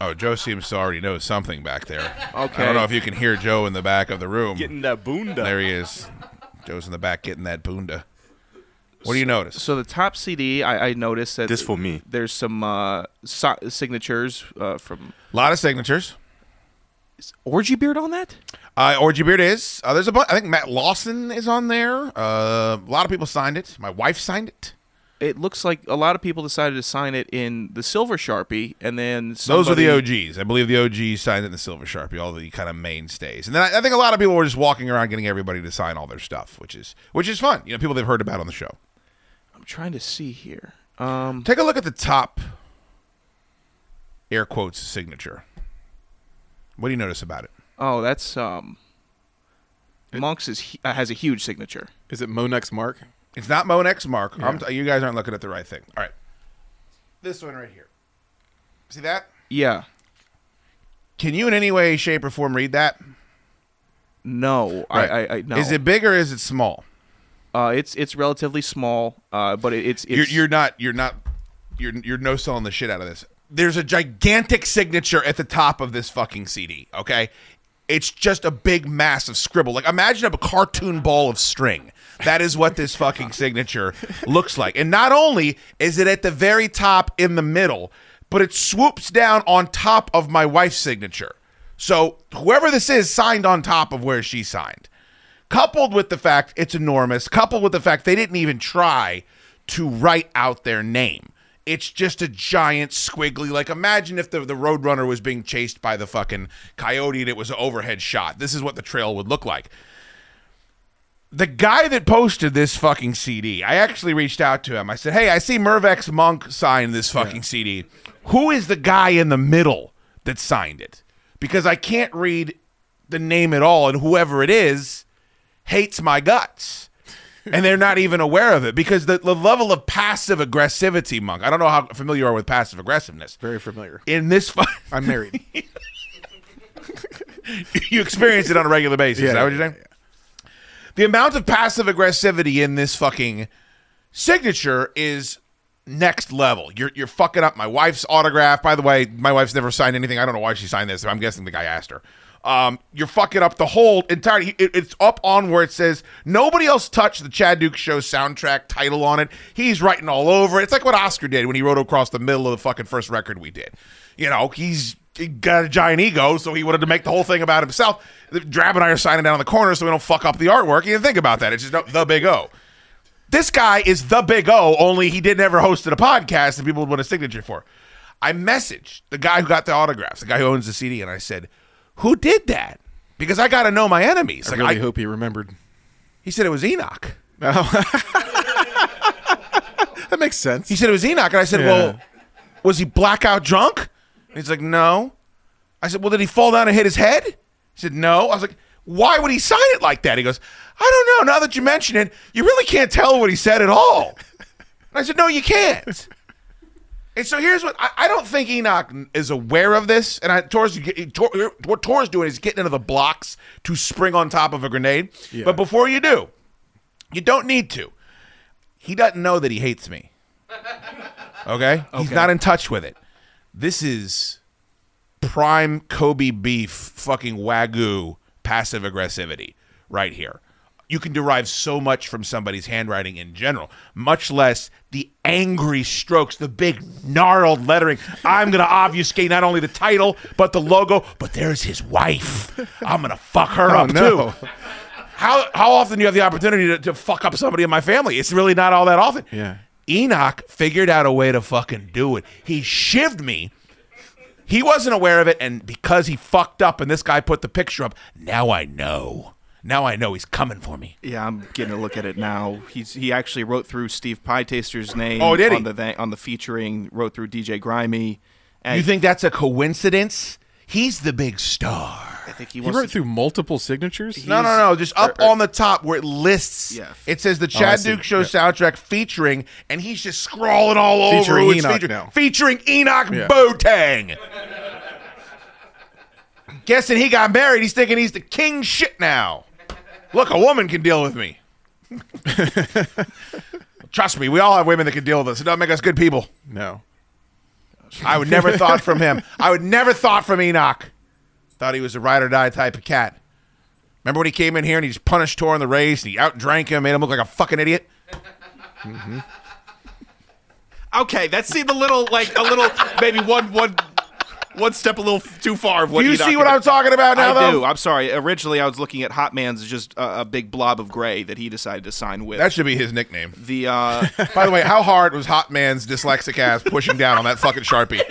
[SPEAKER 8] Oh, Joe seems to already know something back there. I
[SPEAKER 10] Okay.
[SPEAKER 8] don't know if you can hear Joe in the back of the room.
[SPEAKER 10] Getting that boonda.
[SPEAKER 8] There he is. Joe's in the back getting that boonda. What do you notice?
[SPEAKER 7] So the top CD, I, I noticed that
[SPEAKER 8] This for
[SPEAKER 7] me. There's some uh, si- signatures uh, from
[SPEAKER 8] A lot of signatures.
[SPEAKER 7] Is Orgy Beard on that?
[SPEAKER 8] Uh, Orgy Beard is. Uh, there's a bunch. I think Matt Lawson is on there. Uh, a lot of people signed it. My wife signed it.
[SPEAKER 7] It looks like a lot of people decided to sign it in the silver sharpie, and then
[SPEAKER 8] Those are
[SPEAKER 7] somebody-
[SPEAKER 8] the OGs. I believe the OGs signed it in the Silver Sharpie, all the kind of mainstays. And then I, I think a lot of people were just walking around getting everybody to sign all their stuff, which is which is fun. You know, people they've heard about on the show.
[SPEAKER 7] I'm trying to see here. Um,
[SPEAKER 8] Take a look at the top air quotes signature. What do you notice about it?
[SPEAKER 7] Oh, that's um. Monks is hu- uh, has a huge signature.
[SPEAKER 9] Is it Monex Mark?
[SPEAKER 8] It's not Monex Mark. I'm t- you guys aren't looking at the right thing. All right. This one right here. See that?
[SPEAKER 7] Yeah.
[SPEAKER 8] Can you in any way, shape, or form read that?
[SPEAKER 7] No,
[SPEAKER 8] Right.
[SPEAKER 7] I, I, I no.
[SPEAKER 8] Is it big or is it small?
[SPEAKER 7] Uh, it's it's relatively small, uh, but it, it's, it's
[SPEAKER 8] You're, you're not. You're not. You're you're no selling the shit out of this. There's a gigantic signature at the top of this fucking CD. Okay, it's just a big mass of scribble. Like imagine a cartoon ball of string. That is what this fucking signature looks like. And not only is it at the very top in the middle, but it swoops down on top of my wife's signature. So whoever this is signed on top of where she signed coupled with the fact it's enormous, coupled with the fact they didn't even try to write out their name. It's just a giant squiggly. Like, imagine if the, the Roadrunner was being chased by the fucking coyote and it was an overhead shot. This is what the trail would look like. The guy that posted this fucking CD, I actually reached out to him. I said, Hey, I see Mervex Monk signed this fucking CD. Who is the guy in the middle that signed it? Because I can't read the name at all, and whoever it is, hates my guts. And they're not even aware of it because the, the level of passive aggressivity, Monk. I don't know how familiar you are with passive aggressiveness.
[SPEAKER 9] Very familiar.
[SPEAKER 8] In this, fu-
[SPEAKER 9] I'm married.
[SPEAKER 8] you experience it on a regular basis.
[SPEAKER 9] Yeah,
[SPEAKER 8] is that what you're saying? The amount of passive aggressivity in this fucking signature is next level. You're you're fucking up my wife's autograph. By the way, my wife's never signed anything. I don't know why she signed this. I'm guessing the guy asked her. Um, you're fucking up the whole entire. It, it's up on where it says nobody else touched the Chad Duke Show soundtrack title on it. He's writing all over. it. It's like what Oscar did when he wrote across the middle of the fucking first record we did. You know, he's he got a giant ego, so he wanted to make the whole thing about himself. Drab and I are signing down in the corner so we don't fuck up the artwork. You didn't think about that. It's just the big O. This guy is the big O, only he didn't ever hosted a podcast that people would want a signature for. I messaged the guy who got the autographs, the guy who owns the CD, and I said, Who did that? Because I got to know my enemies.
[SPEAKER 9] I
[SPEAKER 8] Like,
[SPEAKER 9] really
[SPEAKER 8] I-
[SPEAKER 9] hope he remembered.
[SPEAKER 8] he said it was Enoch. makes sense. He said it was Enoch, and I said,
[SPEAKER 9] Yeah.
[SPEAKER 8] well, was he blackout drunk? And he's like, no. I said, well, did he fall down and hit his head? He said, no. I was like, why would he sign it like that? He goes, I don't know. Now that you mention it, you really can't tell what he said at all. And I said, no, you can't. And so here's what I, I don't think Enoch is aware of this, and I, Torres, Tor, what Torres doing is getting into the blocks to spring on top of a grenade. But before you do, you don't need to. He doesn't know that he hates me. Okay? He's not in touch with it. This is prime Kobe beef fucking wagyu passive aggressivity right here. You can derive so much from somebody's handwriting in general, much less the angry strokes, the big gnarled lettering. I'm going to obfuscate not only the title, but the logo, but there's his wife. I'm going to fuck her
[SPEAKER 9] Oh,
[SPEAKER 8] up
[SPEAKER 9] no.
[SPEAKER 8] too. How, how often do you have the opportunity to, to fuck up somebody in my family? It's really not all that often.
[SPEAKER 9] Yeah.
[SPEAKER 8] Enoch figured out a way to fucking do it. He shivved me. He wasn't aware of it, and because he fucked up and this guy put the picture up, now I know. Now I know he's coming for me.
[SPEAKER 7] Yeah, I'm getting a look at it now. He's he actually wrote through Steve Pie Taster's name.
[SPEAKER 8] Oh, did he?
[SPEAKER 7] on the thing, on the featuring? Wrote through DJ Grimy. And
[SPEAKER 8] You think that's a coincidence? He's the big star.
[SPEAKER 7] I think he
[SPEAKER 9] He
[SPEAKER 7] wants.
[SPEAKER 9] wrote
[SPEAKER 7] to,
[SPEAKER 9] through multiple signatures.
[SPEAKER 8] No, no, no. Just up on the top where it lists.
[SPEAKER 7] Yeah.
[SPEAKER 8] It says the
[SPEAKER 9] Oh, I
[SPEAKER 8] Chad
[SPEAKER 9] see.
[SPEAKER 8] Duke Show
[SPEAKER 9] Yeah.
[SPEAKER 8] soundtrack featuring, and he's just scrawling all
[SPEAKER 9] Featuring
[SPEAKER 8] over. who it's
[SPEAKER 9] Enoch
[SPEAKER 8] featuring,
[SPEAKER 9] now.
[SPEAKER 8] featuring Enoch
[SPEAKER 9] Yeah.
[SPEAKER 8] Boateng. Guessing he got married. He's thinking he's the king shit now. Look, a woman can deal with me. Trust me, we all have women that can deal with us. It doesn't make us good people.
[SPEAKER 9] No.
[SPEAKER 8] I would never thought from him. I would never thought from Enoch. Thought he was a ride or die type of cat. Remember when he came in here and he just punished Tor in the race and he outdrank him, made him look like a fucking idiot?
[SPEAKER 7] okay, that seemed a little like a little maybe one one one step a little too far of what
[SPEAKER 8] Do you
[SPEAKER 7] Enoch
[SPEAKER 8] see
[SPEAKER 7] had
[SPEAKER 8] what
[SPEAKER 7] done.
[SPEAKER 8] I'm talking about now,
[SPEAKER 7] I
[SPEAKER 8] though?
[SPEAKER 7] do. I'm sorry. Originally, I was looking at Hot Man's just a, a big blob of gray that he decided to sign with.
[SPEAKER 8] That should be his nickname.
[SPEAKER 7] the uh,
[SPEAKER 8] By the way, how hard was Hot Man's dyslexic ass pushing down on that fucking Sharpie?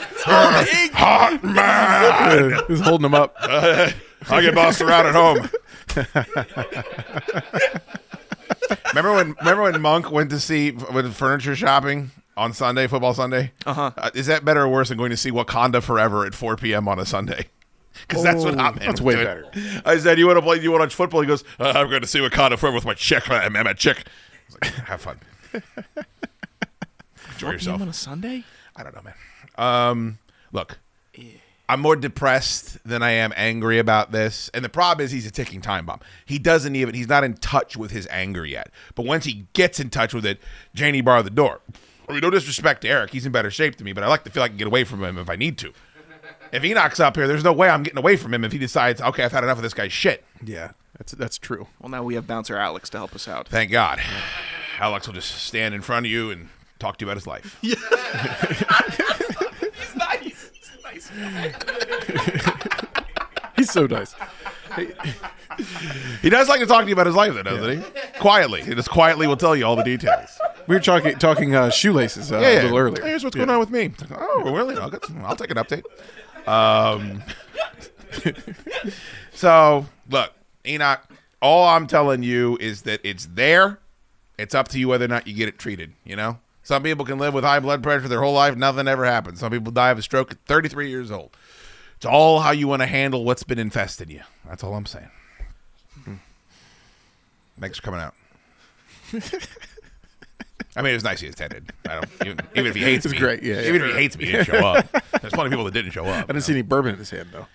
[SPEAKER 8] Hot Man!
[SPEAKER 9] He's holding him up.
[SPEAKER 8] I get bossed around at home. remember when? Remember when Monk went to see went furniture shopping on Sunday, football Sunday? Uh-huh. Is that better or worse than going to see Wakanda Forever at 4 p.m. on a Sunday? Because that's what Hotman.
[SPEAKER 9] that's
[SPEAKER 8] was
[SPEAKER 9] way
[SPEAKER 8] doing.
[SPEAKER 9] better.
[SPEAKER 8] I said, "You want to play? You want to watch football?" He goes, uh, "I'm going to see Wakanda Forever with my chick. I'm, I'm a chick." I was like, Have fun. Enjoy yourself.
[SPEAKER 7] on a Sunday.
[SPEAKER 8] I don't know, man. Um, look, I'm more depressed than I am angry about this. And the problem is he's a ticking time bomb. He doesn't even, he's not in touch with his anger yet. But once he gets in touch with it, Janie barred the door. I mean, no disrespect to Eric. He's in better shape than me, but I like to feel I can get away from him if I need to. If Enoch's up here, there's no way I'm getting away from him if he decides, okay, I've had enough of this guy's shit.
[SPEAKER 9] Yeah, that's that's true.
[SPEAKER 7] Well, now we have bouncer Alex to help us out.
[SPEAKER 8] Thank God. Alex will just stand in front of you and talk to you about his life.
[SPEAKER 7] nice. Nice.
[SPEAKER 9] He's so nice.
[SPEAKER 8] He does like to talk to you about his life, though, doesn't he? Quietly. He just quietly will tell you all the details.
[SPEAKER 9] We were talking talking uh, shoelaces uh,
[SPEAKER 8] Yeah, yeah.
[SPEAKER 9] a little earlier.
[SPEAKER 8] Here's what's
[SPEAKER 9] Yeah.
[SPEAKER 8] going on with me. Oh, really? I'll, get, I'll take an update. Um, so, look, Enoch, all I'm telling you is that it's there. It's up to you whether or not you get it treated, you know? Some people can live with high blood pressure their whole life, nothing ever happens. Some people die of a stroke at 33 years old. It's all how you want to handle what's been infested you. That's all I'm saying. Thanks for coming out. I mean, it was nice he attended. I don't, even, even if he hates
[SPEAKER 9] It's
[SPEAKER 8] me,
[SPEAKER 9] great, yeah,
[SPEAKER 8] Even if he hates me, he didn't show up. There's plenty of people that didn't show up.
[SPEAKER 9] I didn't see any bourbon in his hand though.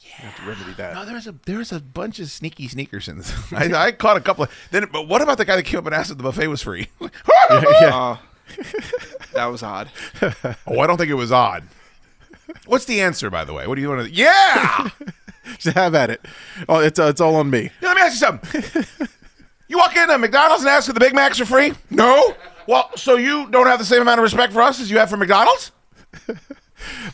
[SPEAKER 9] Yeah. Have to remedy that.
[SPEAKER 8] No, there's a there's a bunch of sneaky sneakersons. I, I caught a couple. Of, then, but what about the guy that came up and asked if the buffet was free?
[SPEAKER 7] Uh, that was odd.
[SPEAKER 8] oh, I don't think it was odd. What's the answer, by the way? What do you want to? Yeah.
[SPEAKER 9] Just have at it. Oh, it's uh, it's all on me.
[SPEAKER 8] Now, let me ask you something. you walk into McDonald's and ask if the Big Macs are free? No. Well, so you don't have the same amount of respect for us as you have for McDonald's?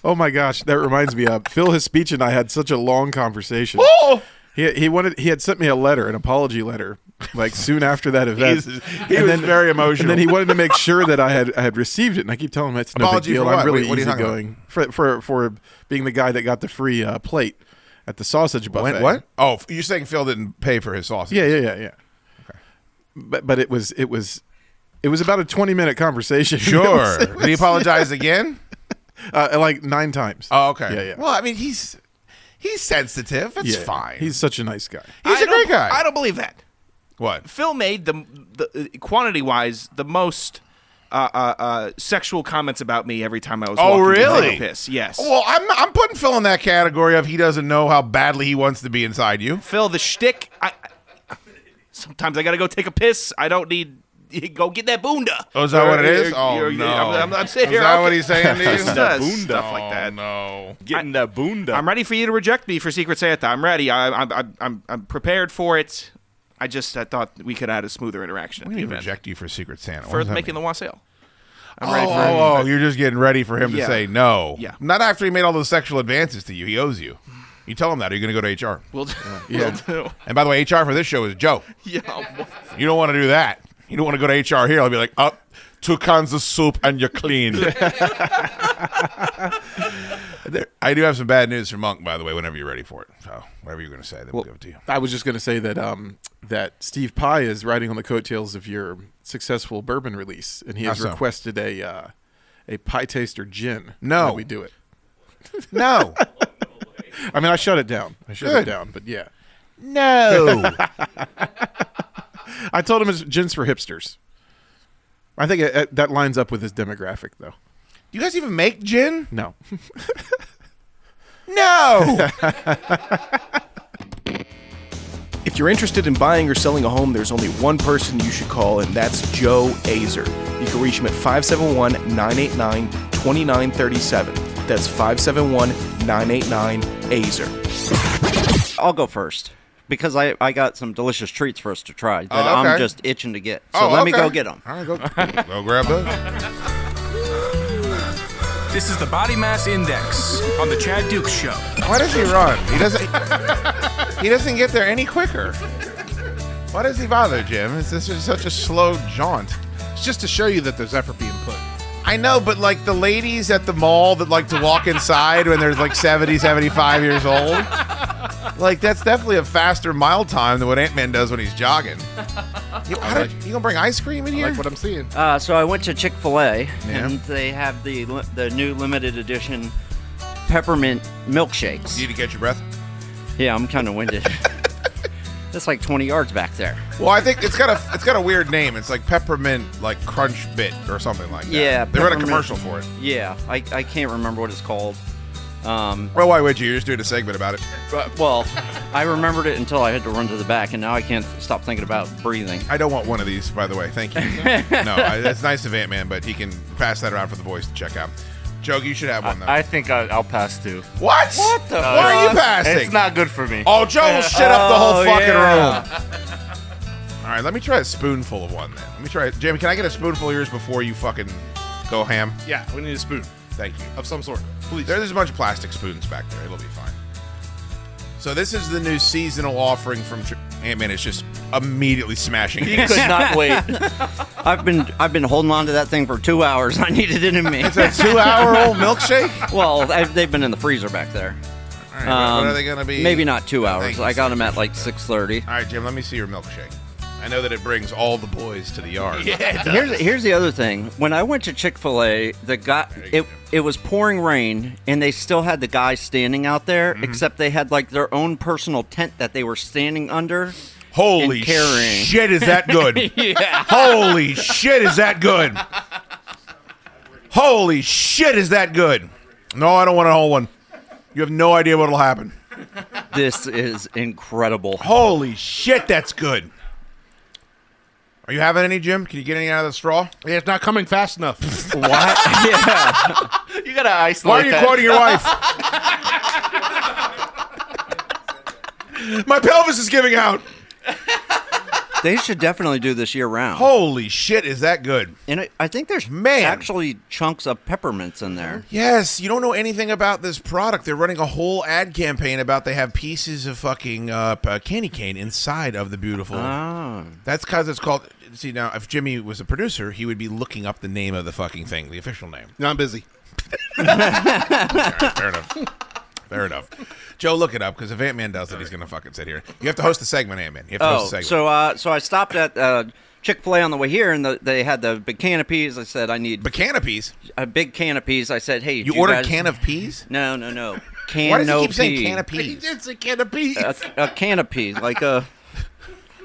[SPEAKER 9] Oh my gosh, that reminds me. Uh, Phil, his speech and I had such a long conversation.
[SPEAKER 8] Oh.
[SPEAKER 9] He, he wanted he had sent me a letter, an apology letter, like soon after that event.
[SPEAKER 8] Jesus. He was very
[SPEAKER 9] And
[SPEAKER 8] emotional.
[SPEAKER 9] then he wanted to make sure that I had I had received it, and I keep telling him it's no
[SPEAKER 8] Apology
[SPEAKER 9] big deal.
[SPEAKER 8] for what?
[SPEAKER 9] I'm really
[SPEAKER 8] What- what are you talking
[SPEAKER 9] easygoing for for for being the guy that got the free uh, plate at the sausage buffet.
[SPEAKER 8] Oh, f- you're saying Phil didn't pay for his sausage?
[SPEAKER 9] Yeah, yeah, yeah, yeah. But but it was it was It was about a 20 minute conversation.
[SPEAKER 8] Sure. Did he apologize again?
[SPEAKER 9] Uh, like nine times.
[SPEAKER 8] Oh, okay.
[SPEAKER 9] Yeah, yeah.
[SPEAKER 8] Well, I mean, he's he's sensitive. It's
[SPEAKER 9] Yeah.
[SPEAKER 8] fine.
[SPEAKER 9] He's such a nice guy.
[SPEAKER 8] He's
[SPEAKER 7] I
[SPEAKER 8] a great
[SPEAKER 7] don't-
[SPEAKER 8] guy.
[SPEAKER 7] I don't believe that.
[SPEAKER 8] What?
[SPEAKER 7] Phil made the, the quantity wise the most uh, uh, uh, sexual comments about me every time I was.
[SPEAKER 8] Oh,
[SPEAKER 7] walking to take a
[SPEAKER 8] really?
[SPEAKER 7] piss. Yes.
[SPEAKER 8] Well, I'm I'm putting Phil in that category of he doesn't know how badly he wants to be inside you.
[SPEAKER 7] Phil, the shtick. I, I- sometimes I gotta go take a piss. I don't need. Go get that boonda.
[SPEAKER 8] Oh, is that what it
[SPEAKER 7] You're-
[SPEAKER 8] is?
[SPEAKER 7] you're-
[SPEAKER 8] Oh,
[SPEAKER 7] you're-
[SPEAKER 8] no.
[SPEAKER 7] I'm, I'm, I'm sitting
[SPEAKER 8] Is
[SPEAKER 7] here.
[SPEAKER 8] that
[SPEAKER 7] I'll
[SPEAKER 8] what
[SPEAKER 7] get-
[SPEAKER 8] he's saying to you?
[SPEAKER 7] He does stuff
[SPEAKER 8] Oh,
[SPEAKER 7] like that.
[SPEAKER 8] No.
[SPEAKER 10] Getting that boonda.
[SPEAKER 7] I'm ready for you to reject me for Secret Santa. I'm ready. I, I'm, I'm, I'm, I'm prepared for it. I just I thought we could add a smoother interaction at
[SPEAKER 8] We
[SPEAKER 7] the
[SPEAKER 8] didn't
[SPEAKER 7] event
[SPEAKER 8] reject you for Secret Santa. What
[SPEAKER 7] for
[SPEAKER 8] does that
[SPEAKER 7] making
[SPEAKER 8] mean?
[SPEAKER 7] the wassail. I'm
[SPEAKER 8] oh,
[SPEAKER 7] ready for
[SPEAKER 8] oh, oh, you're just getting ready for him
[SPEAKER 7] Yeah.
[SPEAKER 8] to say no.
[SPEAKER 7] Yeah.
[SPEAKER 8] Not after he made all those sexual advances to you. He owes you. You tell him that, or you're going to go to HR.
[SPEAKER 7] We'll do.
[SPEAKER 9] Yeah.
[SPEAKER 7] We'll do.
[SPEAKER 8] And by the way, HR for this show is Joe.
[SPEAKER 7] Yeah.
[SPEAKER 8] You don't want to do that. You don't want to go to HR here. I'll be like, up, two cans of soup and you're clean. There- I do have some bad news for Monk, by the way, whenever you're ready for it. So, whatever you're going to say, then we'll, give it to you.
[SPEAKER 9] I was just going to say that um, that Steve Pye is riding on the coattails of your successful bourbon release, and he has
[SPEAKER 8] How so?
[SPEAKER 9] requested a uh, a pie taster gin.
[SPEAKER 8] No.
[SPEAKER 9] that we do it.
[SPEAKER 8] No.
[SPEAKER 9] I mean, I shut it down. I shut
[SPEAKER 8] Good.
[SPEAKER 9] it down. But yeah,
[SPEAKER 8] No.
[SPEAKER 9] I told him it's gins for hipsters. I think it, it- that lines up with his demographic, though.
[SPEAKER 8] Do you guys even make gin?
[SPEAKER 9] No,
[SPEAKER 8] No.
[SPEAKER 10] If you're interested in buying or selling a home, there's only one person you should call, and that's Joe Azer. You can reach him at 571 989 2937. That's 571 989 Azer.
[SPEAKER 11] I'll go first because I, I got some delicious treats for us to try that
[SPEAKER 8] Oh, okay. Oh,
[SPEAKER 11] I'm just itching to get. So let me go get them.
[SPEAKER 8] All right, go, go grab those.
[SPEAKER 10] This is the Body Mass Index on The Chad Duke Show.
[SPEAKER 8] Why does he run? He doesn't. he doesn't get there any quicker. Why does he bother, Jim? It's, this is such a slow jaunt.
[SPEAKER 6] It's just to show you that there's effort being put.
[SPEAKER 8] I know, but like the ladies at the mall that like to walk inside when they're like 70, 75 years old, like that's definitely a faster mile time than what Ant Man does when he's jogging. You, how did- you gonna bring ice cream in here?
[SPEAKER 6] Like what I'm seeing.
[SPEAKER 11] Uh, so I went to Chick Fil A and they have the li- the new limited edition peppermint milkshakes.
[SPEAKER 8] you need to catch your breath.
[SPEAKER 11] Yeah, I'm kind of winded. That's like 20 yards back there.
[SPEAKER 8] Well, I think it's got a it's got a weird name. It's like peppermint like crunch bit or something like that.
[SPEAKER 11] Yeah,
[SPEAKER 8] they run a
[SPEAKER 11] peppermint.
[SPEAKER 8] commercial for it.
[SPEAKER 11] Yeah, I, I can't remember what it's called. Um,
[SPEAKER 8] Well, Oh, why would you? You're just doing a segment about it.
[SPEAKER 11] but- well, I remembered it until I had to run to the back, and now I can't stop thinking about breathing.
[SPEAKER 8] I don't want one of these, by the way. Thank you. no, I, that's nice of Ant Man, but he can pass that around for the boys to check out. Joke, you should have one though.
[SPEAKER 10] I think I, I'll pass too.
[SPEAKER 8] what? What the? Why are you passing?
[SPEAKER 10] It's not good for me.
[SPEAKER 8] Oh, Joe will shit up the whole
[SPEAKER 11] Oh,
[SPEAKER 8] fucking
[SPEAKER 11] yeah.
[SPEAKER 8] room. All right, let me try a spoonful of one then. Let me try it. Jamie, can I get a spoonful of yours before you fucking go ham?
[SPEAKER 6] Yeah, we need a spoon
[SPEAKER 8] Thank you.
[SPEAKER 6] of some sort. Please.
[SPEAKER 8] There- There's a bunch of plastic spoons back there. It'll be fine. So this is the new seasonal offering from Tr- Ant-Man. It's just immediately smashing.
[SPEAKER 10] You could not wait.
[SPEAKER 11] I've been I've been holding on to that thing for two hours. I needed it in me.
[SPEAKER 8] a two-hour-old milkshake.
[SPEAKER 11] well, I, they've been in the freezer back there.
[SPEAKER 8] All right, what- what are
[SPEAKER 11] Um,
[SPEAKER 8] they gonna be?
[SPEAKER 11] Maybe not two
[SPEAKER 8] Thank
[SPEAKER 11] hours.
[SPEAKER 8] you,
[SPEAKER 11] I got
[SPEAKER 8] sir.
[SPEAKER 11] them at like 6:30.
[SPEAKER 8] All right, Jim. Let me see your milkshake. I know that it brings all the boys to the yard.
[SPEAKER 11] Here's here's the other thing. When I went to Chick Fil A, the guy it it was pouring rain, and they still had the guy standing out there,
[SPEAKER 10] Mm-hmm.
[SPEAKER 11] except they had like their own personal tent that they were standing under.
[SPEAKER 8] Holy
[SPEAKER 11] And carrying.
[SPEAKER 8] shit, is that good? Holy shit, is that good? Holy shit, is that good? No, I don't want a whole one. You have no idea what'll happen.
[SPEAKER 11] This is incredible.
[SPEAKER 8] Holy shit, that's good. Are you having any, Jim? Can you get any out of the straw?
[SPEAKER 6] Yeah, it's not coming fast enough.
[SPEAKER 11] What? yeah.
[SPEAKER 10] you gotta isolate
[SPEAKER 8] Why are you
[SPEAKER 10] that.
[SPEAKER 8] quoting your wife? My pelvis is giving out.
[SPEAKER 11] They should definitely do this year round.
[SPEAKER 8] Holy shit, is that good?
[SPEAKER 11] And I, I think there's
[SPEAKER 8] Man.
[SPEAKER 11] actually chunks of peppermints in there.
[SPEAKER 8] Yes, you don't know anything about this product. They're running a whole ad campaign about they have pieces of fucking uh, p- uh, candy cane inside of the beautiful.
[SPEAKER 11] Oh.
[SPEAKER 8] That's because it's called. See now, if Jimmy was a producer, he would be looking up the name of the fucking thing, the official name.
[SPEAKER 6] No, I'm busy.
[SPEAKER 8] Fair enough. Fair enough. Joe, look it up because if Ant Man does it, he's gonna fucking sit here. You have to host the segment, Ant Man. You have to
[SPEAKER 11] Oh,
[SPEAKER 8] host the segment.
[SPEAKER 11] so uh, so I stopped at uh, Chick Fil A on the way here, and the, they had the big canopies. I said, I need
[SPEAKER 8] canopies.
[SPEAKER 11] A big canopies. I said, hey,
[SPEAKER 8] You
[SPEAKER 11] do
[SPEAKER 8] ordered
[SPEAKER 11] guys-
[SPEAKER 8] can of peas?
[SPEAKER 11] No, no, no. Can
[SPEAKER 8] Why does he keep saying
[SPEAKER 11] canopies?
[SPEAKER 8] It's a canopy.
[SPEAKER 11] a, a canopy, like a,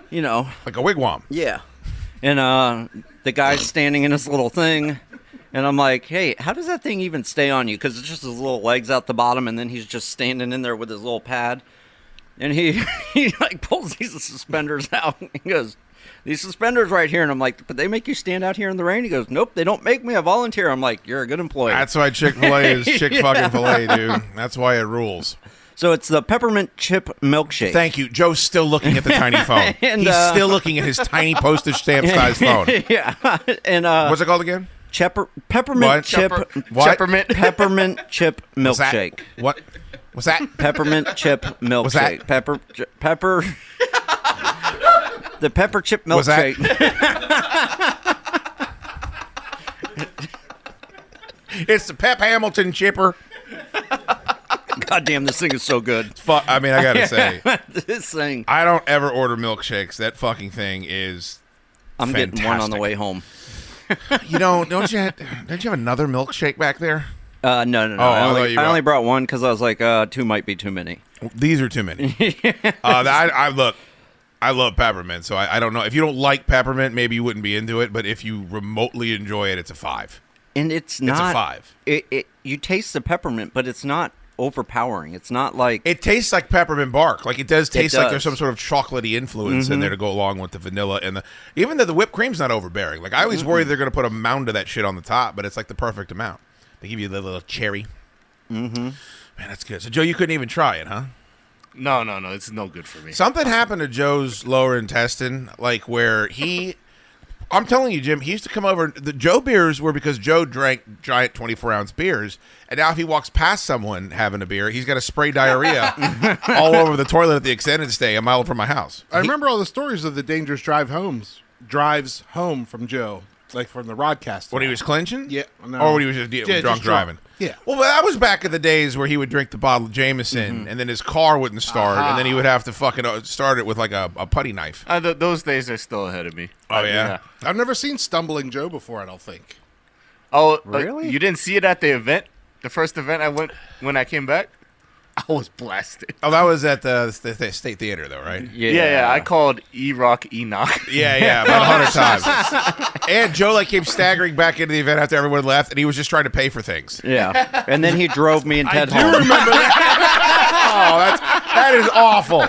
[SPEAKER 11] you know,
[SPEAKER 8] like a wigwam.
[SPEAKER 11] Yeah. And uh, the guy's standing in his little thing, and I'm like, hey, how does that thing even stay on you? Because it's just his little legs out the bottom, and then he's just standing in there with his little pad, and he he like pulls these suspenders out and he goes. These suspenders right here, and I'm like, but they make you stand out here in the rain. He goes, nope, they don't make me a volunteer. I'm like, you're a good employee.
[SPEAKER 8] That's why Chick Fil A is Chick fucking Filet, dude. That's why it rules.
[SPEAKER 11] So it's the peppermint chip milkshake.
[SPEAKER 8] Thank you. Joe's still looking at the tiny phone.
[SPEAKER 11] And,
[SPEAKER 8] He's
[SPEAKER 11] uh,
[SPEAKER 8] still looking at his tiny postage stamp sized phone.
[SPEAKER 11] yeah, and uh,
[SPEAKER 8] What's it called again?
[SPEAKER 11] Chepper, peppermint
[SPEAKER 8] What?
[SPEAKER 11] chip
[SPEAKER 8] Chepper- what?
[SPEAKER 11] peppermint peppermint chip
[SPEAKER 8] What's that?
[SPEAKER 11] milkshake.
[SPEAKER 8] What? What's that?
[SPEAKER 11] Peppermint chip milkshake.
[SPEAKER 8] that?
[SPEAKER 11] Pepper ch- pepper. the pepper chip
[SPEAKER 8] What's that?
[SPEAKER 11] milkshake.
[SPEAKER 8] It's the Pep Hamilton chipper.
[SPEAKER 11] God damn, this thing is so good.
[SPEAKER 8] Fuck. I mean, I gotta say,
[SPEAKER 11] this thing.
[SPEAKER 8] I don't ever order milkshakes. That fucking thing is.
[SPEAKER 11] I'm getting one on the
[SPEAKER 8] fantastic.
[SPEAKER 11] way home.
[SPEAKER 8] You know, don't you? Don't you have another milkshake back there?
[SPEAKER 11] Uh, no, no, no.
[SPEAKER 8] Oh,
[SPEAKER 11] I
[SPEAKER 8] I
[SPEAKER 11] only,
[SPEAKER 8] thought you
[SPEAKER 11] I
[SPEAKER 8] were-
[SPEAKER 11] only brought one because I was like, uh, two might be too many.
[SPEAKER 8] These are too many. uh, I, I look. I love peppermint, so I, I don't know. If you don't like peppermint, maybe you wouldn't be into it. But if you remotely enjoy it, it's a five.
[SPEAKER 11] And it's not.
[SPEAKER 8] five.
[SPEAKER 11] It, it, you taste the peppermint, but it's not overpowering. It's not like.
[SPEAKER 8] It tastes like peppermint bark. Like it does Mm-hmm.
[SPEAKER 11] It
[SPEAKER 8] taste like
[SPEAKER 11] does.
[SPEAKER 8] there's some sort of chocolatey influence in
[SPEAKER 11] Mhm.
[SPEAKER 8] there to go along with the vanilla and the even though the whipped cream's not overbearing. Like I always worry they're gonna put a mound of that shit on the top, but it's like the perfect amount. They give you the little cherry. Mm-hmm. Man, that's good. So Joe, you couldn't even try it, huh?
[SPEAKER 12] No, no, no. It's no good for me.
[SPEAKER 8] Something happened to Joe's lower intestine, like where he. I'm telling you, Jim, he used to come over. The Joe beers were because Joe drank giant 24 ounce beers. And now, if he walks past someone having a beer, he's got to spray diarrhea all over the toilet at the extended stay a mile from my house.
[SPEAKER 12] I remember all the stories of the dangerous drive homes, drives home from Joe, like from the Rodcast.
[SPEAKER 8] When he was clinching?
[SPEAKER 12] Yeah. no.
[SPEAKER 8] Or when he was just
[SPEAKER 12] Yeah,
[SPEAKER 8] drunk driving.
[SPEAKER 12] Yeah.
[SPEAKER 8] Well, that was back in the days where he would drink the bottle of Jameson
[SPEAKER 12] Mm-hmm.
[SPEAKER 8] and then his car wouldn't start. And
[SPEAKER 12] Ah.
[SPEAKER 8] then he would have to fucking uh, start it with like a, a putty knife.
[SPEAKER 12] Uh, th- those days are still ahead of me.
[SPEAKER 8] Oh, yeah.
[SPEAKER 12] I've never seen Stumbling Joe before, I don't think.
[SPEAKER 13] Oh,
[SPEAKER 12] Really?
[SPEAKER 13] really? You didn't see it at the event, the first event I went when I came back. I was blasted.
[SPEAKER 8] Oh, that was at the, the, the State Theater, though, right?
[SPEAKER 13] Yeah, yeah. I called E Rock Enoch.
[SPEAKER 8] Yeah, yeah, about a hundred times. And Joe like came staggering back into the event after everyone left, and he was just trying to pay for things.
[SPEAKER 11] Yeah. And then he drove me and Ted home.
[SPEAKER 8] oh, that's that is awful.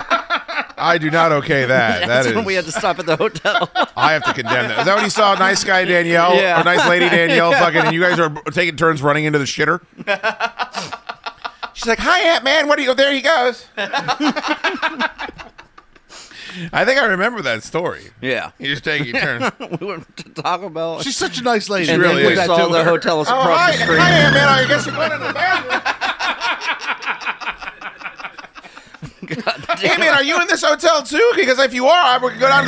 [SPEAKER 8] I do not okay that.
[SPEAKER 11] That's
[SPEAKER 8] that is.
[SPEAKER 11] when we had to stop at the hotel.
[SPEAKER 8] I have to condemn that. Is that when you saw nice guy Danielle
[SPEAKER 11] Yeah.
[SPEAKER 8] or nice lady Danielle fucking, and you guys are taking turns running into the shitter? She's like, "Hi, Aunt Man. What do you? There he goes." I think I remember that story.
[SPEAKER 11] Yeah.
[SPEAKER 8] You just take your turn.
[SPEAKER 11] we went to Taco Bell.
[SPEAKER 12] She's such a nice lady.
[SPEAKER 11] And then we saw Oh, the hotel is across the street.
[SPEAKER 8] man. I guess you're going to the bathroom. Hey man, are you in this hotel too? Because if you are, I would go down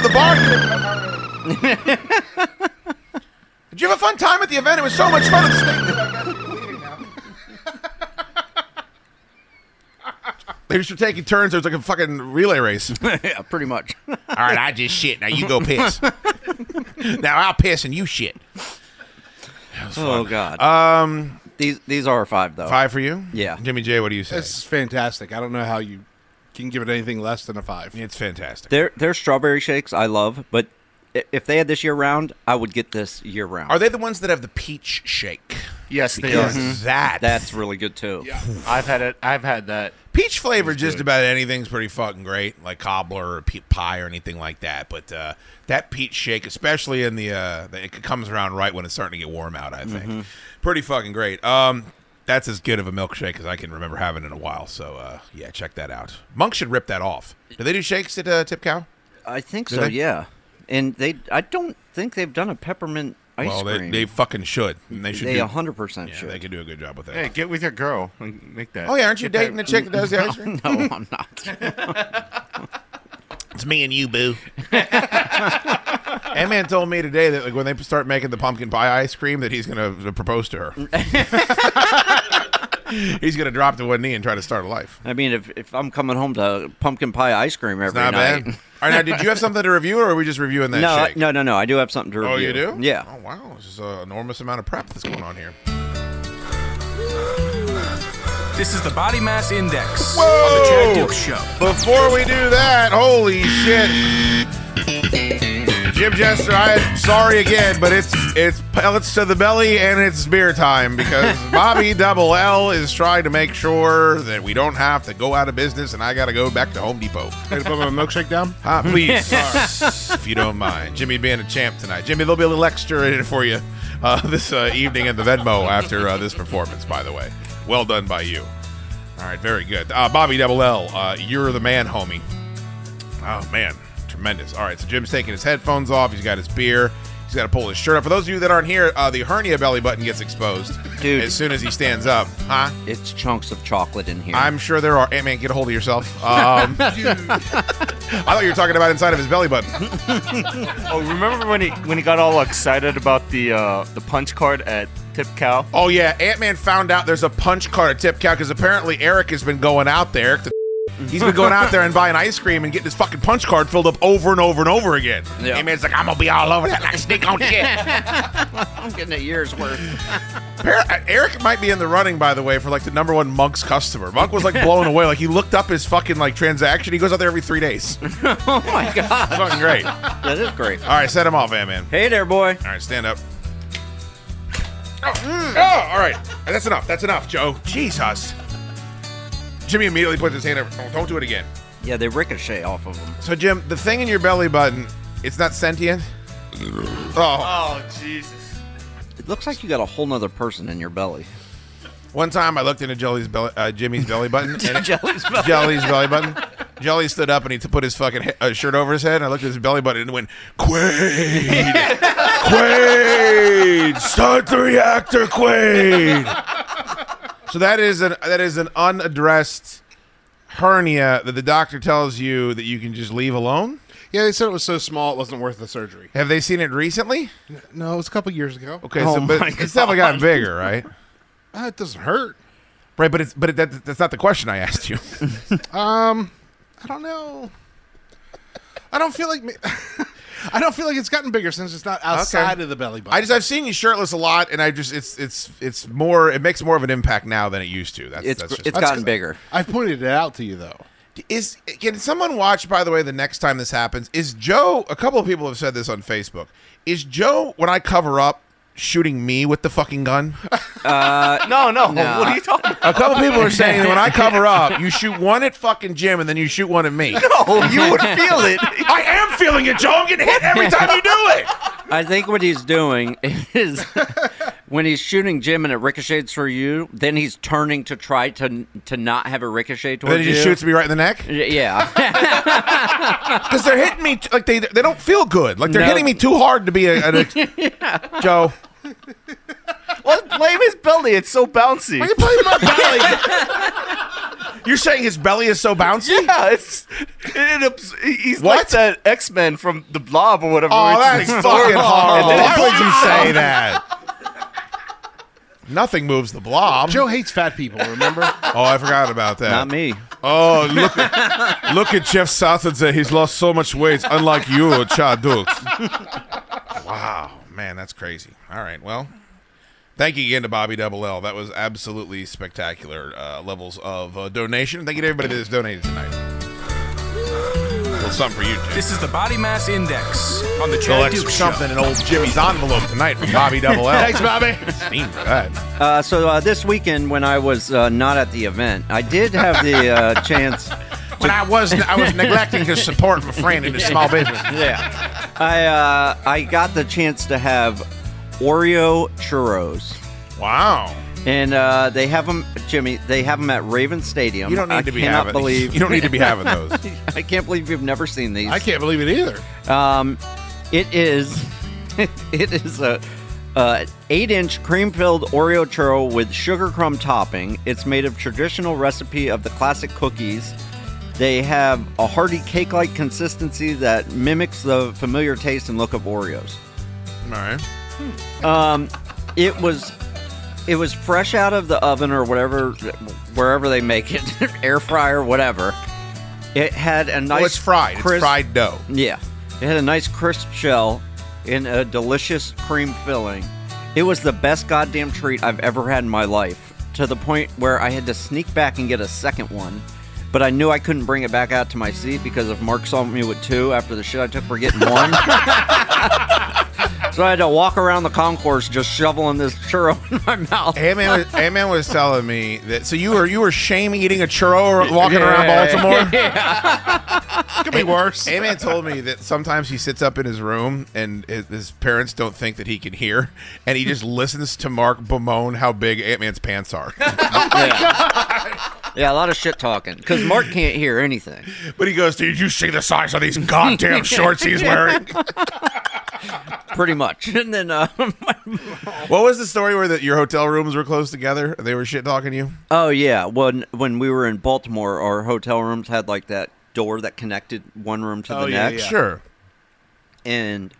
[SPEAKER 8] to the bar. Did you have a fun time at the event? It was so much fun. At the state. They just were taking turns. It was like a fucking relay race.
[SPEAKER 11] yeah, pretty much. All
[SPEAKER 8] right, I just shit. Now you go piss. now I'll piss and you shit.
[SPEAKER 11] Oh God.
[SPEAKER 8] Um,
[SPEAKER 11] these these are five though.
[SPEAKER 8] Five for you?
[SPEAKER 11] Yeah.
[SPEAKER 8] Jimmy J, what do you say?
[SPEAKER 12] This is fantastic. I don't know how you can give it anything less than a five.
[SPEAKER 8] It's fantastic.
[SPEAKER 11] Their their strawberry shakes I love, but i- if they had this year round, I would get this year round.
[SPEAKER 8] Are they the ones that have the peach shake?
[SPEAKER 13] Yes, they
[SPEAKER 8] Because
[SPEAKER 13] are.
[SPEAKER 8] That
[SPEAKER 11] That's really good too.
[SPEAKER 13] I've had it. I've had that.
[SPEAKER 8] peach flavor, just about anything's pretty fucking great, like cobbler or pe- pie or anything like that. But uh, that peach shake, especially in the, uh, the- it comes around right when it's starting to get warm out. I think pretty fucking great. Um, that's as good of a milkshake as I can remember having in a while. So uh, yeah, check that out. Monk should rip that off. Do they do shakes at uh, Tip Cow?
[SPEAKER 11] I think
[SPEAKER 8] Do
[SPEAKER 11] so.
[SPEAKER 8] they?
[SPEAKER 11] Yeah. And they I don't think they've done a peppermint ice
[SPEAKER 8] well,
[SPEAKER 11] cream.
[SPEAKER 8] They, they fucking should. And they should.
[SPEAKER 11] They
[SPEAKER 8] do-
[SPEAKER 11] 100%
[SPEAKER 8] yeah,
[SPEAKER 11] should.
[SPEAKER 8] They could do a good job with that.
[SPEAKER 13] Hey, get with your girl and make that.
[SPEAKER 8] Oh yeah, aren't you
[SPEAKER 13] get that-
[SPEAKER 8] dating the chick that does the ice cream?
[SPEAKER 11] No, I'm not.
[SPEAKER 8] it's me and you, boo. Ant Man told me today that like when they uh, start making the pumpkin pie ice cream, that he's gonna propose to her. He's gonna drop to one knee and try to start a life.
[SPEAKER 11] I mean, if, if I'm coming home to pumpkin pie ice cream every
[SPEAKER 8] not
[SPEAKER 11] night.
[SPEAKER 8] bad. All right, now did you have something to review, or are we just reviewing that?
[SPEAKER 11] no, I-
[SPEAKER 8] shake?
[SPEAKER 11] no, no, no. I do have something to review.
[SPEAKER 8] Oh, you do?
[SPEAKER 11] Yeah.
[SPEAKER 8] Oh wow, this is an enormous amount of prep that's going on here.
[SPEAKER 14] This is the Body Mass Index on the
[SPEAKER 8] Whoa!
[SPEAKER 14] Chad Duke Show.
[SPEAKER 8] Before we do that, holy shit! Jim Jester, I'm sorry again, but it's it's pellets to the belly and it's beer time because Bobby Double L is trying to make sure that we don't have to go out of business, and I got to go back to Home Depot.
[SPEAKER 12] Can I put my milkshake down?
[SPEAKER 8] Ah, please, if you don't mind. Jimmy being a champ tonight. Jimmy, there'll be a little extra in it for you uh, this uh, evening at the Venmo after uh, this performance, by the way. Well done by you. All right, very good. Uh, Bobby Double L, uh, you're the man, homie. Oh, man. Tremendous. All right, so Jim's taking his headphones off. He's got his beer. He's got to pull his shirt up. For those of you that aren't here, uh, the hernia belly button gets exposed as soon as he stands up. Huh?
[SPEAKER 11] It's chunks of chocolate in here.
[SPEAKER 8] I'm sure there are. Hey, man, get a hold of yourself. Um, I thought you were talking about inside of his belly button.
[SPEAKER 13] oh, remember when he when he got all excited about the uh, the punch card at Tip Cow?
[SPEAKER 8] Oh yeah, Ant Man found out there's a punch card at Tip Cow because apparently Eric has been going out there. Eric the He's been going out there and buying ice cream and getting his fucking punch card filled up over and over and over again. Ant Man's like, I'm gonna be all over that like snake on shit.
[SPEAKER 11] I'm getting a year's worth.
[SPEAKER 8] Par- uh, Eric might be in the running, by the way, for like the number one Monk's customer. Monk was like blown away. Like he looked up his fucking like transaction. He goes out there every three days.
[SPEAKER 11] oh my god,
[SPEAKER 8] fucking great.
[SPEAKER 11] That is great.
[SPEAKER 8] All right, set him off, Ant Man.
[SPEAKER 11] Hey there, boy. All
[SPEAKER 8] right, stand up. Oh, all right. That's enough. That's enough, Joe. Jesus. Jimmy immediately puts his hand over. Oh, don't do it again.
[SPEAKER 11] Yeah, they ricochet off of them.
[SPEAKER 8] So, Jim, the thing in your belly button, it's not sentient? Oh.
[SPEAKER 13] Jesus.
[SPEAKER 11] It looks like you got a whole nother person in your belly.
[SPEAKER 8] One time I looked into Jelly's belly, uh, Jimmy's belly button. And it-
[SPEAKER 11] Jelly's belly-
[SPEAKER 8] Jelly's belly button. Jelly stood up and he t- put his fucking he- uh, shirt over his head. And I looked at his belly button and went, Quaid! Quaid! Start the reactor, Quaid! So that is an that is an unaddressed hernia that the doctor tells you that you can just leave alone.
[SPEAKER 12] Yeah, they said it was so small it wasn't worth the surgery.
[SPEAKER 8] Have they seen it recently?
[SPEAKER 12] No, it was a couple years ago.
[SPEAKER 8] Okay, so but it's definitely gotten bigger, right?
[SPEAKER 12] Uh, it doesn't hurt.
[SPEAKER 8] Right, but it's but it, that, that's not the question I asked you.
[SPEAKER 12] Um, I don't know. I don't feel like me- I don't feel like it's gotten bigger since it's not outside
[SPEAKER 8] Okay.
[SPEAKER 12] of the belly button.
[SPEAKER 8] I just I've seen you shirtless a lot, and I just it's it's it's more it makes more of an impact now than it used to. That's
[SPEAKER 12] It's-
[SPEAKER 8] that's just,
[SPEAKER 12] it's
[SPEAKER 8] that's
[SPEAKER 12] gotten bigger. I've pointed it out to you though.
[SPEAKER 8] Is can someone watch? By the way, the next time this happens, is Joe? A couple of people have said this on Facebook. Is Joe when I cover up shooting me with the fucking gun?
[SPEAKER 11] Uh,
[SPEAKER 13] no, no.
[SPEAKER 8] no.
[SPEAKER 13] What are you talking
[SPEAKER 8] A
[SPEAKER 13] about?
[SPEAKER 8] couple people are saying that when I cover up, you shoot one at fucking Jim and then you shoot one at me.
[SPEAKER 13] No, you would feel it.
[SPEAKER 8] I am feeling it, Joe. I'm getting hit every time you do it.
[SPEAKER 11] I think what he's doing is when he's shooting Jim and it ricochets for you, then he's turning to try to to not have it ricochet towards
[SPEAKER 8] Then he
[SPEAKER 11] you.
[SPEAKER 8] just shoots me right in the neck.
[SPEAKER 11] Y- Yeah.
[SPEAKER 8] Because they're hitting me t- like they they don't feel good. Like they're
[SPEAKER 11] No.
[SPEAKER 8] hitting me too hard to be a, an ex- Joe.
[SPEAKER 13] Let's blame his belly. It's so bouncy.
[SPEAKER 8] Why are you blaming my belly? You're saying his belly is so bouncy?
[SPEAKER 13] Yeah, it's it, it, he's like that X Men from the Blob or whatever.
[SPEAKER 8] Oh,
[SPEAKER 13] where it's
[SPEAKER 8] that's
[SPEAKER 13] just-
[SPEAKER 8] fucking
[SPEAKER 13] And
[SPEAKER 8] horrible.
[SPEAKER 13] then
[SPEAKER 8] Why
[SPEAKER 13] it-
[SPEAKER 8] would you say that? Nothing moves the blob. Joe
[SPEAKER 12] hates fat people. Remember?
[SPEAKER 8] oh, I forgot about that. Not
[SPEAKER 11] me.
[SPEAKER 8] Oh, look at look at Jeff Saturday. He's lost so much weight. It's Unlike you, Chad Dukes. Wow, man, that's crazy. All right, well, thank you again to Bobby Double L. That was absolutely spectacular uh, levels of uh, donation. Thank you to everybody that's donated tonight. Well, something for you. Jim.
[SPEAKER 14] This is the Body Mass Index on the
[SPEAKER 8] Little
[SPEAKER 14] Chad
[SPEAKER 8] extra
[SPEAKER 14] Duke
[SPEAKER 8] something
[SPEAKER 14] Show.
[SPEAKER 8] in old Jimmy's envelope tonight from Bobby Double L.
[SPEAKER 14] Thanks, Bobby.
[SPEAKER 8] Steam for that.
[SPEAKER 11] Uh, so uh, this weekend, when I was uh, not at the event, I did have the uh, chance.
[SPEAKER 8] When I was I was neglecting to support my friend in his small business.
[SPEAKER 11] Yeah, I uh, I got the chance to have Oreo churros.
[SPEAKER 8] Wow.
[SPEAKER 11] And uh, they have them, Jimmy. They have them at Raven Stadium.
[SPEAKER 8] You don't need
[SPEAKER 11] I
[SPEAKER 8] to be
[SPEAKER 11] cannot
[SPEAKER 8] having-
[SPEAKER 11] believe
[SPEAKER 8] you don't need to be having those.
[SPEAKER 11] I can't believe you've never seen these.
[SPEAKER 12] I can't believe it either.
[SPEAKER 11] Um, it is, it is a, uh eight-inch cream-filled Oreo churro with sugar crumb topping. It's made of traditional recipe of the classic cookies. They have a hearty cake-like consistency that mimics the familiar taste and look of Oreos.
[SPEAKER 8] All right.
[SPEAKER 11] Um, it was it was fresh out of the oven or whatever, wherever they make it, air fryer, whatever. It had a nice.
[SPEAKER 8] it's fried. It's fried dough.
[SPEAKER 11] Yeah, it had a nice crisp shell in a delicious cream filling. It was the best goddamn treat I've ever had in my life. To the point where I had to sneak back and get a second one, but I knew I couldn't bring it back out to my seat because if Mark saw me with two after the shit I took for getting one. So I had to walk around the concourse just shoveling this churro in my mouth.
[SPEAKER 8] Ant Man was, Ant-Man was telling me that. So you were you were shaming eating a churro or walking
[SPEAKER 11] Yeah.
[SPEAKER 8] around Baltimore.
[SPEAKER 11] Could be
[SPEAKER 8] worse. Ant Man told me that sometimes he sits up in his room and his, his parents don't think that he can hear, and he just listens to Mark bemoan how big Ant Man's pants are.
[SPEAKER 11] Yeah, a lot of shit talking because Mark can't hear anything.
[SPEAKER 8] But he goes, "Did you see the size of these goddamn shorts he's wearing?"
[SPEAKER 11] Pretty much. And then, uh,
[SPEAKER 8] what was the story where that your hotel rooms were close together? and They were shit talking you.
[SPEAKER 11] oh yeah, when when we were in Baltimore, our hotel rooms had like that door that connected one room to the
[SPEAKER 8] Oh, yeah,
[SPEAKER 11] next.
[SPEAKER 8] yeah. Sure.
[SPEAKER 11] And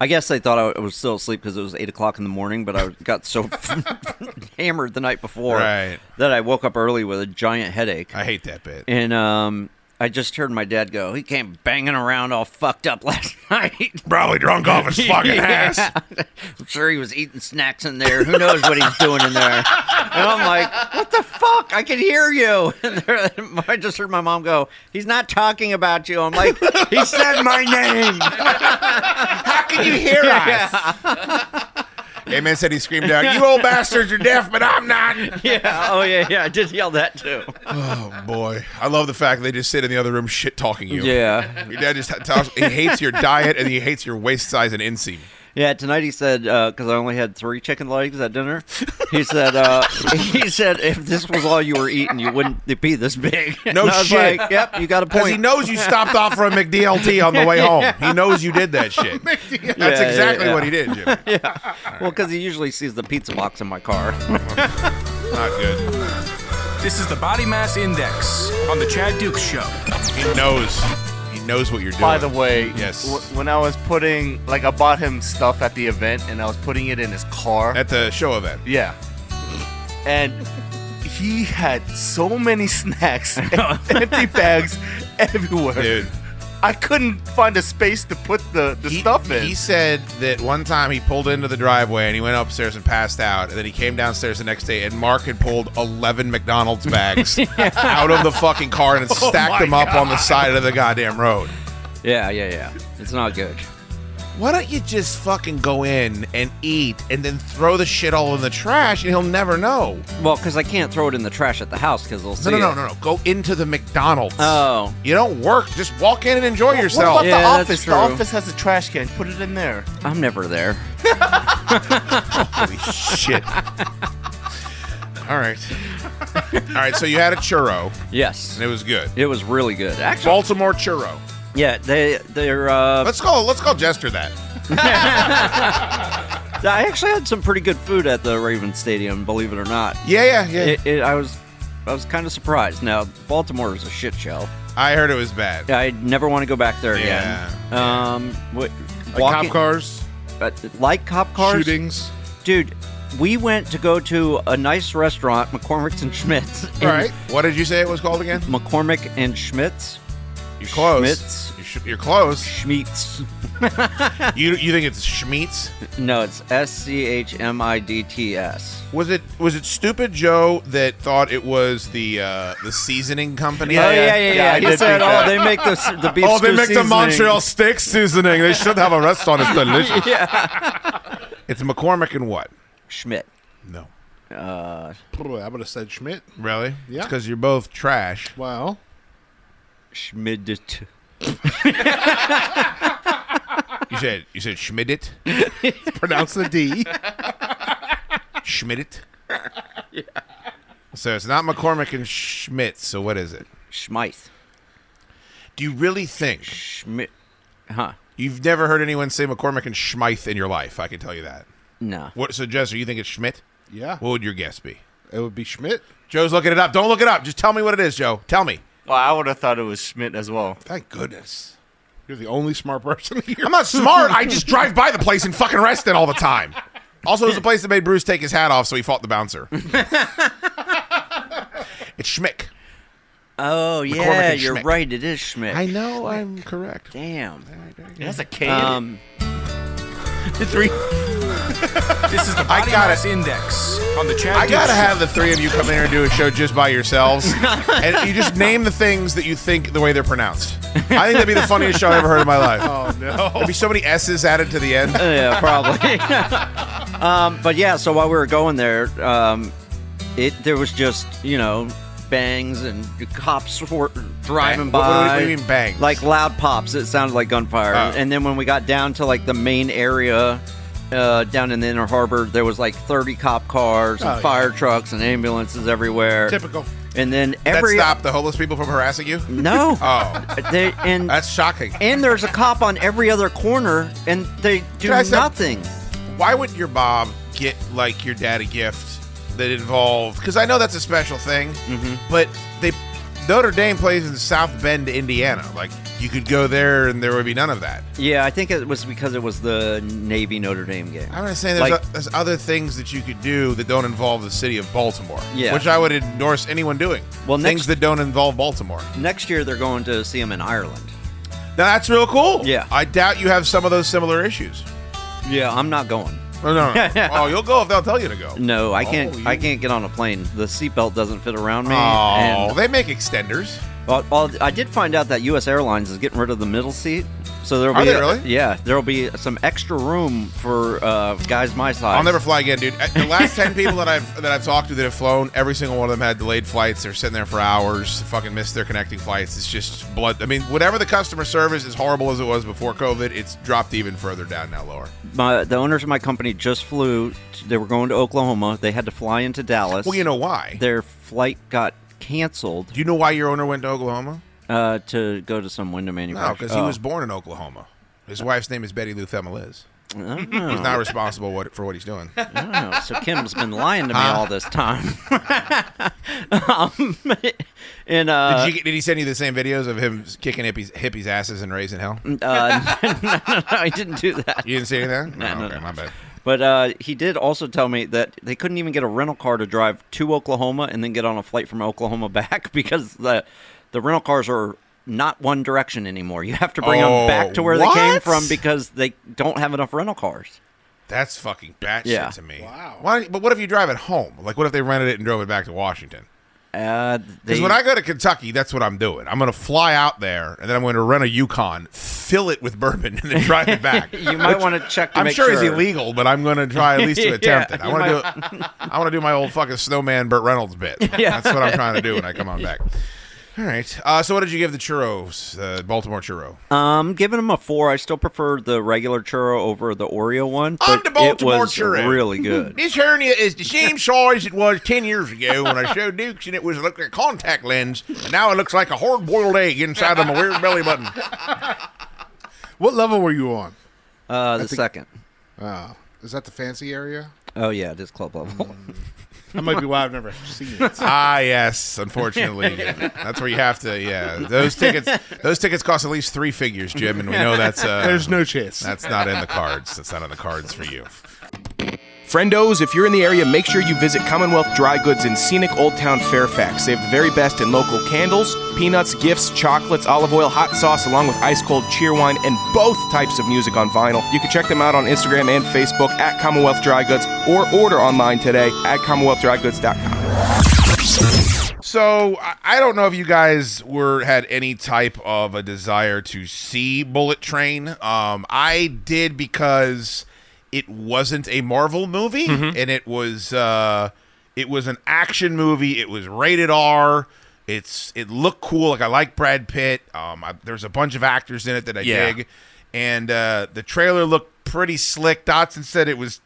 [SPEAKER 11] I guess they thought I was still asleep because it was eight o'clock in the morning, but I got so hammered the night before
[SPEAKER 8] Right.
[SPEAKER 11] that I woke up early with a giant headache.
[SPEAKER 8] I hate that bit.
[SPEAKER 11] And um, I just heard my dad go, he came banging around all fucked up last night.
[SPEAKER 8] Probably drunk off his Oh, fucking ass.
[SPEAKER 11] I'm sure he was eating snacks in there. Who knows what he's doing in there? And I'm like, what the fuck? I can hear you. And there, I just heard my mom go, he's not talking about you. I'm like, he said my name.
[SPEAKER 8] How can you hear us? Ant Man said he screamed out, "You old bastards are deaf, but I'm not."
[SPEAKER 11] Yeah. Oh yeah. Yeah. I did yell that too.
[SPEAKER 8] Oh boy, I love the fact they just sit in the other room shit talking you.
[SPEAKER 11] Yeah.
[SPEAKER 8] your dad just tells he hates your diet and he hates your waist size and inseam.
[SPEAKER 11] Yeah, tonight he said because I only had three chicken legs at dinner. He said uh, he said if this was all you were eating, you wouldn't be this big. And
[SPEAKER 8] No
[SPEAKER 11] I was
[SPEAKER 8] shit.
[SPEAKER 11] like, yep, you got a point.
[SPEAKER 8] Because he knows you stopped off for a McDLT on the way home. He knows you did that shit.
[SPEAKER 11] Yeah,
[SPEAKER 8] That's
[SPEAKER 11] yeah,
[SPEAKER 8] exactly
[SPEAKER 11] yeah.
[SPEAKER 8] what he did, Jimmy.
[SPEAKER 11] yeah. Well, because he usually sees the pizza box in my car.
[SPEAKER 8] Not good.
[SPEAKER 14] This is the Body Mass Index on The Chad Dukes Show.
[SPEAKER 8] He knows. He knows what you're doing.
[SPEAKER 13] By the way,
[SPEAKER 8] yes.
[SPEAKER 13] w- when I was putting, like, I bought him stuff at the event, and I was putting it in his car.
[SPEAKER 8] At the show event.
[SPEAKER 13] Yeah. And he had so many snacks, and empty bags everywhere.
[SPEAKER 8] Dude.
[SPEAKER 13] I couldn't find a space to put the, the stuff in.
[SPEAKER 8] He said that one time he pulled into the driveway and he went upstairs and passed out, and then he came downstairs the next day and Mark had pulled eleven McDonald's bags out of the fucking car and
[SPEAKER 13] Oh
[SPEAKER 8] stacked
[SPEAKER 13] my
[SPEAKER 8] them up on the side of the goddamn road.
[SPEAKER 11] Yeah, yeah, yeah. It's not good.
[SPEAKER 8] Why don't you just fucking go in and eat and then throw the shit all in the trash and he'll never know?
[SPEAKER 11] Well, because I can't throw it in the trash at the house because they'll see
[SPEAKER 8] No, no, no,
[SPEAKER 11] it.
[SPEAKER 8] no, no. Go into the McDonald's.
[SPEAKER 11] Oh.
[SPEAKER 8] You don't work. Just walk in and enjoy yourself.
[SPEAKER 13] What about the office? The office has a trash can. Put it in there.
[SPEAKER 11] I'm never there.
[SPEAKER 8] Holy shit. All right. All right, so you had a churro.
[SPEAKER 11] Yes.
[SPEAKER 8] And it was good.
[SPEAKER 11] It was really good. Actually,
[SPEAKER 8] Baltimore churro.
[SPEAKER 11] Yeah, they they're. Uh,
[SPEAKER 8] Let's call let's call Jester that.
[SPEAKER 11] I actually had some pretty good food at the Raven Stadium, believe it or not.
[SPEAKER 8] Yeah, yeah, yeah.
[SPEAKER 11] It, it, I was, I was kind of surprised. Now Baltimore is a shit show.
[SPEAKER 8] I heard it was bad.
[SPEAKER 11] I never want to go back there
[SPEAKER 8] Yeah,
[SPEAKER 11] again. Um, what,
[SPEAKER 6] Like cop cars?
[SPEAKER 11] but like cop cars,
[SPEAKER 6] Shootings.
[SPEAKER 11] dude. We went to go to a nice restaurant, McCormick's and Schmidt's.
[SPEAKER 8] All
[SPEAKER 11] in
[SPEAKER 8] right. What did you say it was called again?
[SPEAKER 11] McCormick and Schmidt's.
[SPEAKER 8] You're close.
[SPEAKER 11] Schmitz.
[SPEAKER 8] You're, sh- you're close.
[SPEAKER 11] Schmitz.
[SPEAKER 8] you you think it's Schmitz?
[SPEAKER 11] No, it's S C H M I D T S.
[SPEAKER 8] Was it was it stupid Joe that thought it was the uh, the seasoning company?
[SPEAKER 11] Oh, yeah, yeah, yeah. Yeah, I He did said, think "Oh, that." they make the s- the beef
[SPEAKER 8] Oh, they
[SPEAKER 11] stew
[SPEAKER 8] make the
[SPEAKER 11] seasoning."
[SPEAKER 8] Montreal steak seasoning. They should have a restaurant. It's delicious. It's McCormick and what?
[SPEAKER 11] Schmidt.
[SPEAKER 8] No.
[SPEAKER 11] Uh,
[SPEAKER 12] I would have said Schmidt.
[SPEAKER 8] Really?
[SPEAKER 12] Yeah.
[SPEAKER 8] Because you're both trash.
[SPEAKER 12] Well,
[SPEAKER 11] Schmidt.
[SPEAKER 8] You said you said Schmidt.
[SPEAKER 12] pronounce the D.
[SPEAKER 8] Schmidt. So it's not McCormick and Schmidt. So what is it?
[SPEAKER 11] Schmith.
[SPEAKER 8] Do you really think
[SPEAKER 11] Schmidt? Huh?
[SPEAKER 8] You've never heard anyone say McCormick and Schmith in your life. I can tell you that.
[SPEAKER 11] No.
[SPEAKER 8] What? So Jester, you think it's Schmidt?
[SPEAKER 12] Yeah.
[SPEAKER 8] What would your guess be?
[SPEAKER 12] It would be Schmidt.
[SPEAKER 8] Joe's looking it up. Don't look it up. Just tell me what it is, Joe. Tell me.
[SPEAKER 13] Well, I would have thought it was Schmidt as well.
[SPEAKER 12] Thank goodness. You're the only smart person here.
[SPEAKER 8] I'm not smart. I just drive by the place and fucking rest it all the time. Also, it was the place that made Bruce take his hat off, so he fought the bouncer. it's Schmick.
[SPEAKER 11] Oh yeah,
[SPEAKER 8] McCormick and
[SPEAKER 11] you're
[SPEAKER 8] Schmick.
[SPEAKER 11] right. It is Schmidt.
[SPEAKER 8] I know I'm correct.
[SPEAKER 11] Damn,
[SPEAKER 13] That's a can.
[SPEAKER 11] Um, three.
[SPEAKER 14] This is the
[SPEAKER 8] I
[SPEAKER 14] body
[SPEAKER 8] gotta-
[SPEAKER 14] mass index on the Chad
[SPEAKER 8] I gotta
[SPEAKER 14] Dukes
[SPEAKER 8] have
[SPEAKER 14] show.
[SPEAKER 8] the three of you come in here and do a show just by yourselves, and you just name the things that you think the way they're pronounced. I think that'd be the funniest show I've ever heard in my life.
[SPEAKER 11] Oh, no.
[SPEAKER 8] There'd be so many S's added to the end.
[SPEAKER 11] yeah, probably. um, but yeah, so while we were going there, um, it there was just you know bangs and the cops were driving
[SPEAKER 8] Bang- what-
[SPEAKER 11] by.
[SPEAKER 8] what- what do you mean bangs?
[SPEAKER 11] Like loud pops. It sounded like gunfire.
[SPEAKER 8] Oh.
[SPEAKER 11] And then when we got down to like the main area. Uh, down in the inner harbor, there was like 30 cop cars and
[SPEAKER 8] Oh, yeah.
[SPEAKER 11] fire trucks and ambulances everywhere.
[SPEAKER 8] Typical.
[SPEAKER 11] And then
[SPEAKER 8] That
[SPEAKER 11] every
[SPEAKER 8] stopped the homeless people from harassing you?
[SPEAKER 11] No.
[SPEAKER 8] Oh.
[SPEAKER 11] They, and
[SPEAKER 8] That's shocking.
[SPEAKER 11] and there's a cop on every other corner, and they do
[SPEAKER 8] Can I ask that-
[SPEAKER 11] nothing.
[SPEAKER 8] Why would your mom get like your dad a gift that involved? Because I know that's a special thing, but they Notre Dame plays in South Bend, Indiana. Like you could go there and there would be none of that.
[SPEAKER 11] Yeah, I think it was because it was the Navy Notre Dame game.
[SPEAKER 8] I'm gonna say there's,
[SPEAKER 11] Like-
[SPEAKER 8] o- there's other things that you could do that don't involve the city of Baltimore.
[SPEAKER 11] Yeah.
[SPEAKER 8] which I would endorse anyone doing.
[SPEAKER 11] Well,
[SPEAKER 8] things
[SPEAKER 11] next-
[SPEAKER 8] that don't involve Baltimore.
[SPEAKER 11] Next year they're going to see him in Ireland.
[SPEAKER 8] Now that's real cool.
[SPEAKER 11] Yeah.
[SPEAKER 8] I doubt you have some of those similar issues.
[SPEAKER 11] Yeah, I'm not going.
[SPEAKER 8] Oh, no, no, no. oh, you'll go if they'll tell you to go.
[SPEAKER 11] No, I
[SPEAKER 8] Oh,
[SPEAKER 11] can't.
[SPEAKER 8] you-
[SPEAKER 11] I can't get on a plane. The seatbelt doesn't fit around me.
[SPEAKER 8] Oh,
[SPEAKER 11] and-
[SPEAKER 8] they make extenders.
[SPEAKER 11] Well, well, I did find out that U.S. Airlines is getting rid of the middle seat, so there'll
[SPEAKER 8] Are
[SPEAKER 11] be
[SPEAKER 8] they really?
[SPEAKER 11] yeah, there'll be some extra room for uh, guys my size.
[SPEAKER 8] I'll never fly again, dude. Uh, The last ten people that I've that I've talked to that have flown, every single one of them had delayed flights. They're sitting there for hours, fucking missed their connecting flights. It's just blood. I mean, whatever the customer service, as horrible as it was before COVID, it's dropped even further down now, lower.
[SPEAKER 11] My, the owners of my company just flew. t- They were going to Oklahoma. They had to fly into Dallas.
[SPEAKER 8] Well, you know why?
[SPEAKER 11] Their flight got canceled. Do
[SPEAKER 8] you know why your owner went to Oklahoma? uh,
[SPEAKER 11] Uh, to go to some window manufacturer.
[SPEAKER 8] No, because he
[SPEAKER 11] Oh.
[SPEAKER 8] was born in Oklahoma. His wife's name is Betty Lou Thelma Liz.
[SPEAKER 11] Oh.
[SPEAKER 8] He's not responsible what, for what he's doing.
[SPEAKER 11] Oh, so Kim's been lying to me
[SPEAKER 8] Huh?
[SPEAKER 11] all this time. um, and uh,
[SPEAKER 8] did, you, get- did he send you the same videos of him kicking hippies, hippies' asses and raising hell?
[SPEAKER 11] uh, no, no, no, I didn't do that.
[SPEAKER 8] You didn't see anything?
[SPEAKER 11] No,
[SPEAKER 8] Oh,
[SPEAKER 11] no,
[SPEAKER 8] okay, my bad.
[SPEAKER 11] But uh, he did also tell me that they couldn't even get a rental car to drive to Oklahoma and then get on a flight from Oklahoma back because the the rental cars are not one direction anymore. You have to bring
[SPEAKER 8] Oh,
[SPEAKER 11] them back to where they came
[SPEAKER 8] what?
[SPEAKER 11] from because they don't have enough rental cars.
[SPEAKER 8] That's fucking batshit
[SPEAKER 11] Yeah.
[SPEAKER 8] to me. Wow. Why, but what if you drive it home? Like, what if they rented it and drove it back to Washington?
[SPEAKER 11] Because Uh, they-
[SPEAKER 8] when I go to Kentucky, that's what I'm doing. I'm going to fly out there, and then I'm going to rent a Yukon, fill it with bourbon, and then drive it back.
[SPEAKER 11] You might wanna check to
[SPEAKER 8] I'm
[SPEAKER 11] make
[SPEAKER 8] sure, it's
[SPEAKER 11] sure.
[SPEAKER 8] illegal, but I'm going to try at least to
[SPEAKER 11] Yeah,
[SPEAKER 8] attempt it. I
[SPEAKER 11] you
[SPEAKER 8] want
[SPEAKER 11] might-
[SPEAKER 8] to do. it- I want to do my old fucking snowman Burt Reynolds bit.
[SPEAKER 11] Yeah.
[SPEAKER 8] That's what I'm trying to do when I come on back. All right. Uh, so, what did you give the churros? Uh, Baltimore churro.
[SPEAKER 11] Um, giving them a four. I still prefer the regular churro over the Oreo one. But
[SPEAKER 8] I'm the Baltimore
[SPEAKER 11] it was
[SPEAKER 8] churro.
[SPEAKER 11] really good.
[SPEAKER 8] This hernia is the same size it was 10 years ago when I showed Dukes, and it was looked like a contact lens, and now it looks like a hard boiled egg inside of my weird belly button.
[SPEAKER 9] What level were you on?
[SPEAKER 11] Uh, the
[SPEAKER 9] I think-
[SPEAKER 11] second.
[SPEAKER 9] Oh.
[SPEAKER 12] Is that the fancy area?
[SPEAKER 11] Oh yeah, it is club level.
[SPEAKER 12] That might be why I've never seen it.
[SPEAKER 8] ah, yes, unfortunately. That's where you have to, yeah. Those tickets those tickets cost at least three figures, Jim, and we know that's. Uh,
[SPEAKER 12] There's no chance.
[SPEAKER 8] That's not in the cards. That's not in the cards for you.
[SPEAKER 10] Friendos, if you're in the area, make sure you visit Commonwealth Dry Goods in scenic Old Town Fairfax. They have the very best in local candles, peanuts, gifts, chocolates, olive oil, hot sauce, along with ice cold cheer wine and both types of music on vinyl. You can check them out on Instagram and Facebook at Commonwealth Dry Goods or order online today at CommonwealthDryGoods.com.
[SPEAKER 8] So I- I don't know if you guys were had any type of a desire to see Bullet Train. Um, I did because it wasn't a Marvel movie, and it was uh, it was an action movie. It was rated R. It's it looked cool. Like I like Brad Pitt. Um, I, there's a bunch of actors in it that I
[SPEAKER 10] Yeah.
[SPEAKER 8] dig, and uh, the trailer looked pretty slick. Dotson said it was.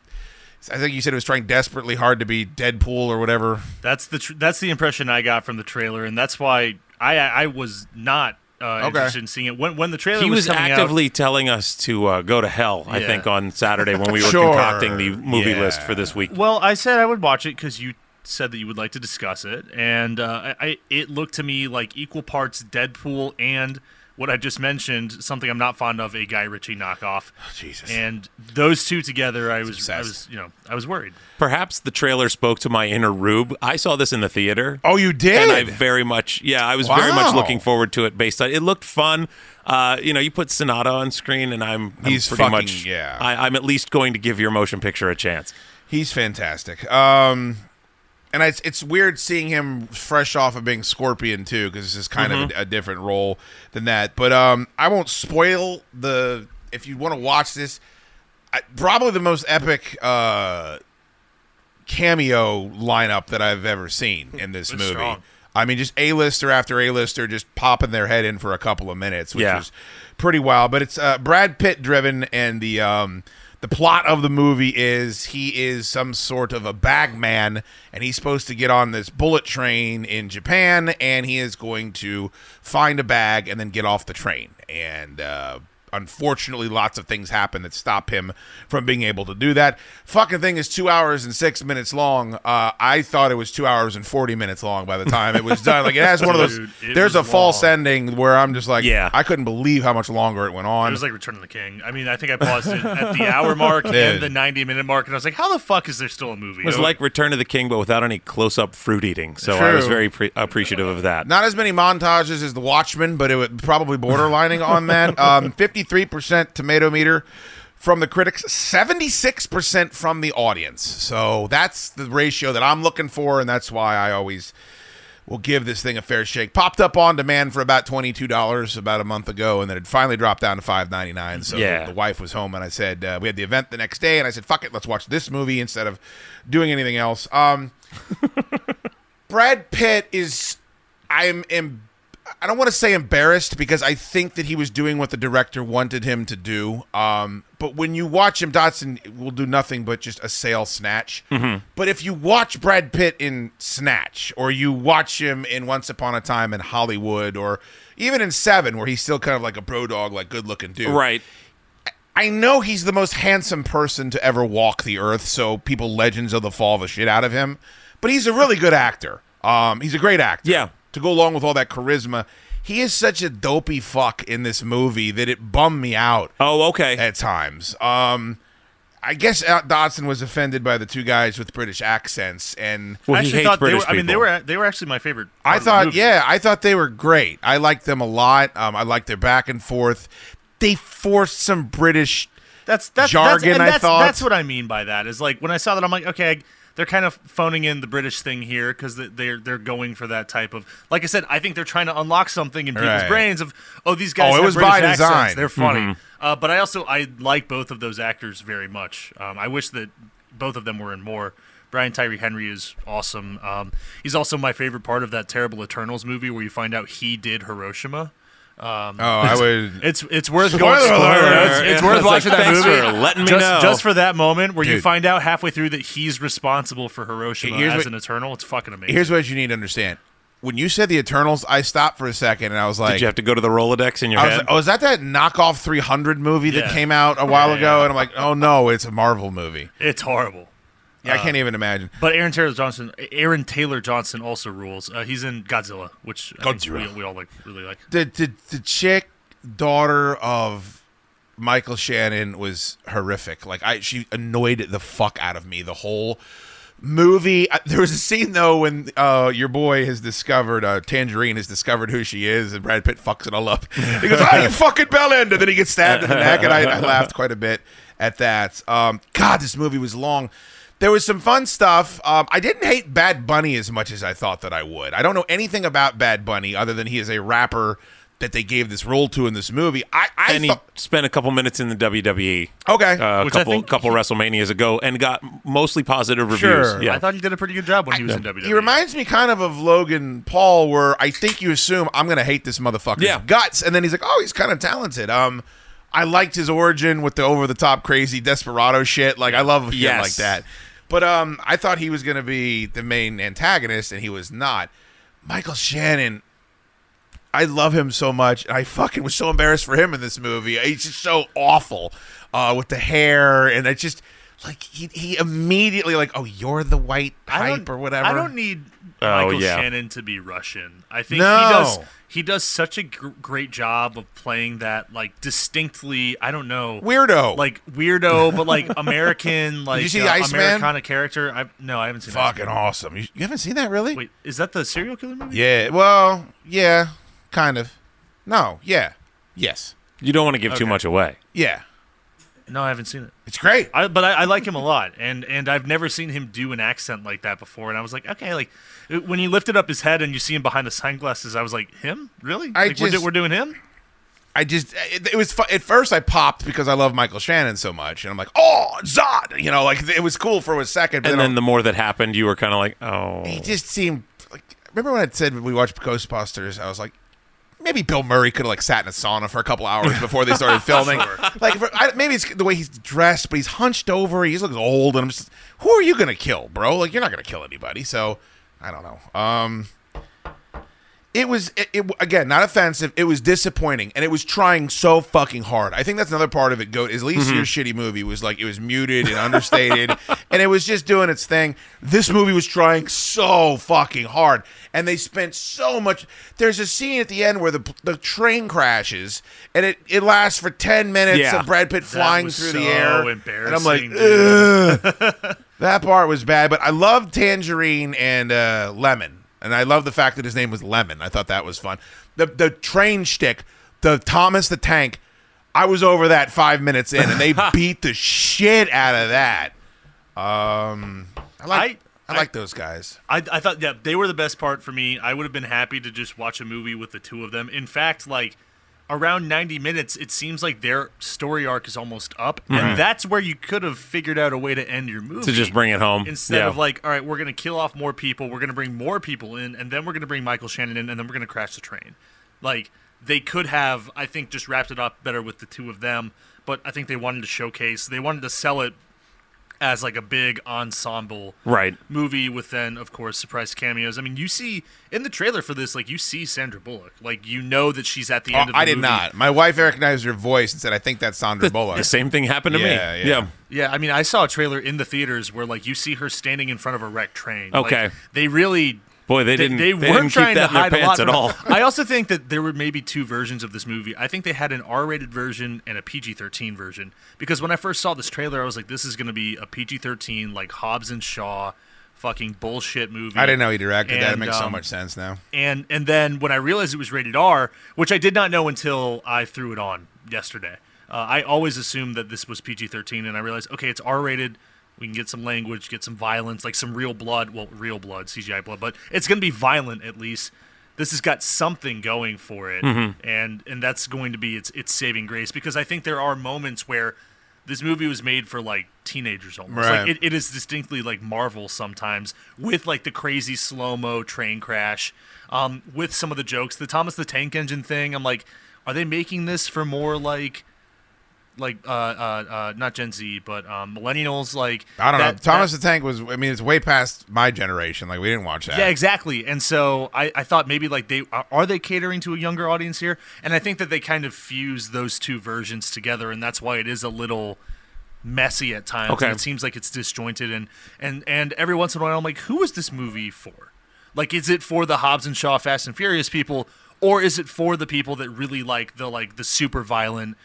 [SPEAKER 8] I think you said it was trying desperately hard to be Deadpool or whatever.
[SPEAKER 15] That's the tr- that's the impression I got from the trailer, and that's why I I I was not uh,
[SPEAKER 8] Okay.
[SPEAKER 15] interested in seeing it when when the trailer
[SPEAKER 16] he was,
[SPEAKER 15] coming
[SPEAKER 16] actively
[SPEAKER 15] out.
[SPEAKER 16] telling us to uh, go to hell. I
[SPEAKER 15] Yeah.
[SPEAKER 16] think on Saturday when we were
[SPEAKER 15] Sure.
[SPEAKER 16] concocting the movie
[SPEAKER 15] Yeah.
[SPEAKER 16] list for this week.
[SPEAKER 15] Well, I said I would watch it because you said that you would like to discuss it, and uh, I, I it looked to me like equal parts Deadpool and what I just mentioned, something I'm not fond of, a Guy Ritchie knockoff.
[SPEAKER 8] Oh,
[SPEAKER 16] Jesus.
[SPEAKER 15] And those two together, I was, I was, you know, I was worried.
[SPEAKER 16] Perhaps the trailer spoke to my inner Rube. I saw this in the theater.
[SPEAKER 8] Oh, you did?
[SPEAKER 16] And I very much, yeah, I was very much
[SPEAKER 8] Wow.
[SPEAKER 16] looking forward to it. Based on it looked fun. Uh, you know, you put Sonata on screen, and I'm, I'm
[SPEAKER 8] He's
[SPEAKER 16] pretty
[SPEAKER 8] fucking-
[SPEAKER 16] much,
[SPEAKER 8] yeah.
[SPEAKER 16] I, I'm at least going to give your motion picture a chance.
[SPEAKER 8] He's fantastic. Um, and it's it's weird seeing him fresh off of being Scorpion too, because this is kind of
[SPEAKER 16] Mhm.
[SPEAKER 8] a, a different role than that. But um, I won't spoil the. If you want to watch this, I, probably the most epic uh, cameo lineup that I've ever seen in this
[SPEAKER 16] It's
[SPEAKER 8] movie.
[SPEAKER 16] Hmm. strong.
[SPEAKER 8] I mean, just a lister after a lister, just popping their head in for a couple of minutes, which
[SPEAKER 16] Yeah.
[SPEAKER 8] was pretty wild. But it's uh, Brad Pitt driven, and the um, the plot of the movie is he is some sort of a bag man, and he's supposed to get on this bullet train in Japan, and he is going to find a bag and then get off the train. And uh, unfortunately, lots of things happen that stop him from being able to do that. Fucking thing is two hours and six minutes long. Uh, I thought it was two hours and forty minutes long by the time it was done. Like it has one of those.
[SPEAKER 15] Dude, it
[SPEAKER 8] there's a
[SPEAKER 15] was
[SPEAKER 8] false ending where I'm just like,
[SPEAKER 16] Yeah.
[SPEAKER 8] I couldn't believe how much longer it went on.
[SPEAKER 15] It was like Return of the King. I mean, I think I paused it at the hour mark
[SPEAKER 8] Dude.
[SPEAKER 15] and the 90 minute mark, and I was like, how the fuck is there still a movie?
[SPEAKER 16] It was
[SPEAKER 15] Oh,
[SPEAKER 16] like Return of the King, but without any close-up fruit eating. So I was
[SPEAKER 8] True.
[SPEAKER 16] very pre- appreciative of that.
[SPEAKER 8] Not as many montages as The Watchmen, but it would probably borderlining on that. Um, 53% tomato meter from the critics, 76% from the audience. So that's the ratio that I'm looking for, and that's why I always will give this thing a fair shake. Popped up on demand for about $22 about a month ago, and then it finally dropped down to $5.99. So
[SPEAKER 16] Yeah.
[SPEAKER 8] the wife was home, and I said, uh, we had the event the next day, and I said, fuck it, let's watch this movie instead of doing anything else. Um, Brad Pitt is I'm em- I don't want to say embarrassed because I think that he was doing what the director wanted him to do. Um, but when you watch him, Dotson will do nothing but just a sale snatch.
[SPEAKER 16] Mhm.
[SPEAKER 8] But if you watch Brad Pitt in Snatch, or you watch him in Once Upon a Time in Hollywood, or even in Seven, where he's still kind of like a bro dog, like good looking dude,
[SPEAKER 16] Right.
[SPEAKER 8] I know he's the most handsome person to ever walk the earth, so people legends of the fall the shit out of him. But he's a really good actor. Um, he's a great actor. Yeah. To go along with all that charisma, he is such a dopey fuck in this movie that it bummed me out.
[SPEAKER 16] Oh, okay.
[SPEAKER 8] At times, um, I guess uh, Dodson was offended by the two guys with British accents, and
[SPEAKER 15] I actually thought they were, I mean, they were they were actually my favorite.
[SPEAKER 8] I
[SPEAKER 15] part of the
[SPEAKER 8] thought,
[SPEAKER 15] movie.
[SPEAKER 8] yeah, I thought they were great. I liked them a lot. Um, I liked their back and forth. They forced some British
[SPEAKER 15] that's that's that's,
[SPEAKER 8] jargon.
[SPEAKER 15] and
[SPEAKER 8] I
[SPEAKER 15] that's,
[SPEAKER 8] thought
[SPEAKER 15] that's what I mean by that. Is like when I saw that, I'm like, okay, they're kind of phoning in the British thing here because they're they're going for that type of. Like I said, I think they're trying to unlock something in people's
[SPEAKER 8] Right.
[SPEAKER 15] brains of, oh, these guys.
[SPEAKER 8] Oh, it
[SPEAKER 15] have
[SPEAKER 8] was
[SPEAKER 15] British
[SPEAKER 8] by
[SPEAKER 15] accents.
[SPEAKER 8] design.
[SPEAKER 15] They're funny.
[SPEAKER 8] Mhm.
[SPEAKER 15] Uh, but I also I like both of those actors very much. Um, I wish that both of them were in more. Brian Tyree Henry is awesome. Um, he's also my favorite part of that terrible Eternals movie where you find out he did Hiroshima. Um,
[SPEAKER 8] Oh, I
[SPEAKER 15] it's-
[SPEAKER 8] would-
[SPEAKER 15] It's it's worth
[SPEAKER 8] Spoiler
[SPEAKER 15] going.
[SPEAKER 8] alert.
[SPEAKER 15] It's, it's
[SPEAKER 8] Yeah.
[SPEAKER 15] worth
[SPEAKER 8] It's like,
[SPEAKER 15] watching that
[SPEAKER 8] thanks
[SPEAKER 15] movie.
[SPEAKER 8] for letting me
[SPEAKER 15] just,
[SPEAKER 8] know.
[SPEAKER 15] just for that moment where you
[SPEAKER 8] Dude.
[SPEAKER 15] find out halfway through that he's responsible for Hiroshima
[SPEAKER 8] Here's
[SPEAKER 15] as
[SPEAKER 8] what-
[SPEAKER 15] an Eternal. It's fucking amazing.
[SPEAKER 8] Here's what you need to understand. When you said the Eternals, I stopped for a second and I was like,
[SPEAKER 16] Did you have to go to the Rolodex in your
[SPEAKER 8] I was
[SPEAKER 16] head?
[SPEAKER 8] like, oh, is that that knockoff 300 movie that
[SPEAKER 16] Yeah.
[SPEAKER 8] came out a while
[SPEAKER 15] Yeah,
[SPEAKER 8] ago?
[SPEAKER 15] yeah.
[SPEAKER 8] And I'm like, oh no, it's a Marvel movie.
[SPEAKER 15] it's horrible.
[SPEAKER 8] Yeah, I
[SPEAKER 15] Uh,
[SPEAKER 8] can't even imagine.
[SPEAKER 15] But Aaron Taylor Johnson, Aaron Taylor Johnson also rules. Uh, he's in Godzilla, which I think
[SPEAKER 8] Godzilla.
[SPEAKER 15] we, we all like really like.
[SPEAKER 8] The, the the chick daughter of Michael Shannon was horrific. Like I, she annoyed the fuck out of me the whole movie. I, there was a scene though when uh, your boy has discovered uh, Tangerine has discovered who she is, and Brad Pitt fucks it all up. He goes, "Oh, you fucking bellend!" And then he gets stabbed in the neck, and I, I laughed quite a bit at that. Um, God, this movie was long. There was some fun stuff. Um, I didn't hate Bad Bunny as much as I thought that I would. I don't know anything about Bad Bunny other than he is a rapper that they gave this role to in this movie. I, I
[SPEAKER 16] and he
[SPEAKER 8] thought-
[SPEAKER 16] spent a couple minutes in the WWE.
[SPEAKER 8] Okay,
[SPEAKER 16] uh, a
[SPEAKER 8] Which I
[SPEAKER 16] couple
[SPEAKER 8] think
[SPEAKER 16] couple WrestleManias ago, and got mostly positive reviews. Yeah,
[SPEAKER 15] I thought he did a pretty good job when he was in WWE.
[SPEAKER 8] He reminds me kind of of Logan Paul, where I think you assume I'm going to hate this motherfucker's guts, and then he's like, "Oh, he's kind of talented." Um, I liked his origin with the over the top crazy desperado shit. Like I love shit
[SPEAKER 16] Yes.
[SPEAKER 8] like that. But um, I thought he was going to be the main antagonist, and he was not. Michael Shannon. I love him so much. and I fucking was so embarrassed for him in this movie. He's just so awful uh, with the hair, and it just like he, he immediately like, oh, you're the white
[SPEAKER 15] I
[SPEAKER 8] hype
[SPEAKER 15] don't-
[SPEAKER 8] or whatever.
[SPEAKER 15] I don't need
[SPEAKER 16] Oh,
[SPEAKER 15] Michael
[SPEAKER 16] yeah.
[SPEAKER 15] Shannon to be Russian. I think
[SPEAKER 16] No.
[SPEAKER 15] he does. He does such a gr- great job of playing that like distinctly. I don't know
[SPEAKER 8] Weirdo.
[SPEAKER 15] like weirdo, but like American, like
[SPEAKER 8] you see
[SPEAKER 15] uh,
[SPEAKER 8] Iceman?
[SPEAKER 15] Americana character. I no, I haven't seen.
[SPEAKER 8] Fucking
[SPEAKER 15] Iceman.
[SPEAKER 8] awesome. You, you haven't seen that really?
[SPEAKER 15] Wait, is that the serial killer movie?
[SPEAKER 8] Yeah. Well, yeah, kind of. No, yeah, yes.
[SPEAKER 16] You don't want to give
[SPEAKER 15] E.
[SPEAKER 16] too
[SPEAKER 15] Okay.
[SPEAKER 16] much away.
[SPEAKER 8] Yeah.
[SPEAKER 15] No, I haven't seen it.
[SPEAKER 8] It's great.
[SPEAKER 15] I, but I, I like him a lot, and and I've never seen him do an accent like that before. And I was like, okay, like it- when he lifted up his head and you see him behind the sunglasses, I was like, him really?
[SPEAKER 8] I
[SPEAKER 15] like, we're, do-
[SPEAKER 8] just-
[SPEAKER 15] we're doing him.
[SPEAKER 8] I just it, it was fu- at first I popped because I love Michael Shannon so much, and I'm like, oh Zod, you know, like it was cool for a second, but
[SPEAKER 16] And
[SPEAKER 8] then,
[SPEAKER 16] then the more that happened, you were kind of like, oh.
[SPEAKER 8] he just seemed like. Remember when I said when we watched Ghostbusters, I was like, maybe Bill Murray could have like sat in a sauna for a couple hours before they started filming.
[SPEAKER 16] Sure.
[SPEAKER 8] Like for, I, maybe it's the way he's dressed, but he's hunched over, he's looking old, and I'm just, who are you gonna kill, bro? Like you're not gonna kill anybody, so I don't know. Um, it was it, it again not offensive. It was disappointing, and it was trying so fucking hard. I think that's another part of it. Go is least
[SPEAKER 16] Mhm.
[SPEAKER 8] your shitty movie was like it was muted and understated, and it was just doing its thing. This movie was trying so fucking hard, and they spent so much. There's a scene at the end where the the train crashes, and it it lasts for ten minutes
[SPEAKER 16] Yeah.
[SPEAKER 8] of Brad Pitt
[SPEAKER 16] That
[SPEAKER 8] flying
[SPEAKER 16] was
[SPEAKER 8] through
[SPEAKER 16] so
[SPEAKER 8] the air, and I'm like,
[SPEAKER 16] embarrassing, dude.
[SPEAKER 8] "Ugh." that part was bad. But I love Tangerine and uh, Lemon, and I love the fact that his name was Lemon. I thought that was fun. The the train shtick, the Thomas the Tank. I was over that five minutes in, and they beat the shit out of that. Um, I like I, like those guys.
[SPEAKER 15] I, I thought yeah, they were the best part for me. I would have been happy to just watch a movie with the two of them. In fact, like around 90 minutes, it seems like their story arc is almost up,
[SPEAKER 16] Right.
[SPEAKER 15] and that's where you could have figured out a way to end your movie
[SPEAKER 16] To just bring it
[SPEAKER 8] Um,
[SPEAKER 16] home.
[SPEAKER 15] instead
[SPEAKER 16] Yeah.
[SPEAKER 15] of like, all right, we're gonna kill off more people, we're gonna bring more people in, and then we're gonna bring Michael Shannon in, and then we're gonna crash the train. Like they could have, I think, just wrapped it up better with the two of them. But I think they wanted to showcase, they wanted to sell it as like a big ensemble
[SPEAKER 16] Right.
[SPEAKER 15] movie with then of course surprise cameos i mean you see in the trailer for this like you see sandra bullock like you know that she's at the
[SPEAKER 8] Oh,
[SPEAKER 15] end of the
[SPEAKER 8] I did
[SPEAKER 15] movie.
[SPEAKER 8] not. My wife recognized her voice and said, "I think that's Sandra Bullock."
[SPEAKER 16] the same thing happened to me.
[SPEAKER 8] Yeah, yeah.
[SPEAKER 16] Yeah.
[SPEAKER 15] yeah i mean i saw a trailer in the theaters where like you see her standing in front of a wrecked train Like,
[SPEAKER 16] Okay.
[SPEAKER 15] they really
[SPEAKER 16] Boy, they didn't- they
[SPEAKER 15] weren't
[SPEAKER 16] didn't keep
[SPEAKER 15] trying to
[SPEAKER 16] that in their
[SPEAKER 15] hide
[SPEAKER 16] pants
[SPEAKER 15] a
[SPEAKER 16] at
[SPEAKER 15] lot
[SPEAKER 16] all.
[SPEAKER 15] from- i also think that there were maybe two versions of this movie i think they had an r-rated version and a pg-13 version because when i first saw this trailer i was like this is going to be a pg-13 like hobbs and shaw fucking bullshit movie
[SPEAKER 8] I didn't know he directed that. It
[SPEAKER 15] And,
[SPEAKER 8] makes so
[SPEAKER 15] um,
[SPEAKER 8] much sense now.
[SPEAKER 15] and and then when I realized it was rated R, which I did not know until I threw it on yesterday. Uh, I always assumed that this was PG thirteen, and I realized okay, it's R rated. We can get some language, get some violence, like some real blood. Well, real blood, CGI blood, but it's going to be violent at least. This has got something going for it,
[SPEAKER 16] Mhm.
[SPEAKER 15] and and that's going to be its its saving grace because I think there are moments where this movie was made for like teenagers almost.
[SPEAKER 8] Right.
[SPEAKER 15] Like it, it is distinctly like Marvel sometimes with like the crazy slow mo train crash, um, with some of the jokes. The Thomas the Tank Engine thing. I'm like, are they making this for more like, like uh, uh, uh not Gen Z but um, millennials? Like
[SPEAKER 8] I don't know.
[SPEAKER 15] that-
[SPEAKER 8] Thomas
[SPEAKER 15] that-
[SPEAKER 8] the Tank was. I mean, it's way past my generation. Like we didn't watch that.
[SPEAKER 15] yeah, exactly. And so I, I thought maybe like they are- are they catering to a younger audience here, and I think that they kind of fuse those two versions together, and that's why it is a little messy at times.
[SPEAKER 16] Okay.
[SPEAKER 15] And it seems like it's disjointed, and and and every once in a while I'm like, who is this movie for? Like, is it for the Hobbs and Shaw Fast and Furious people, or is it for the people that really like the like the super violent?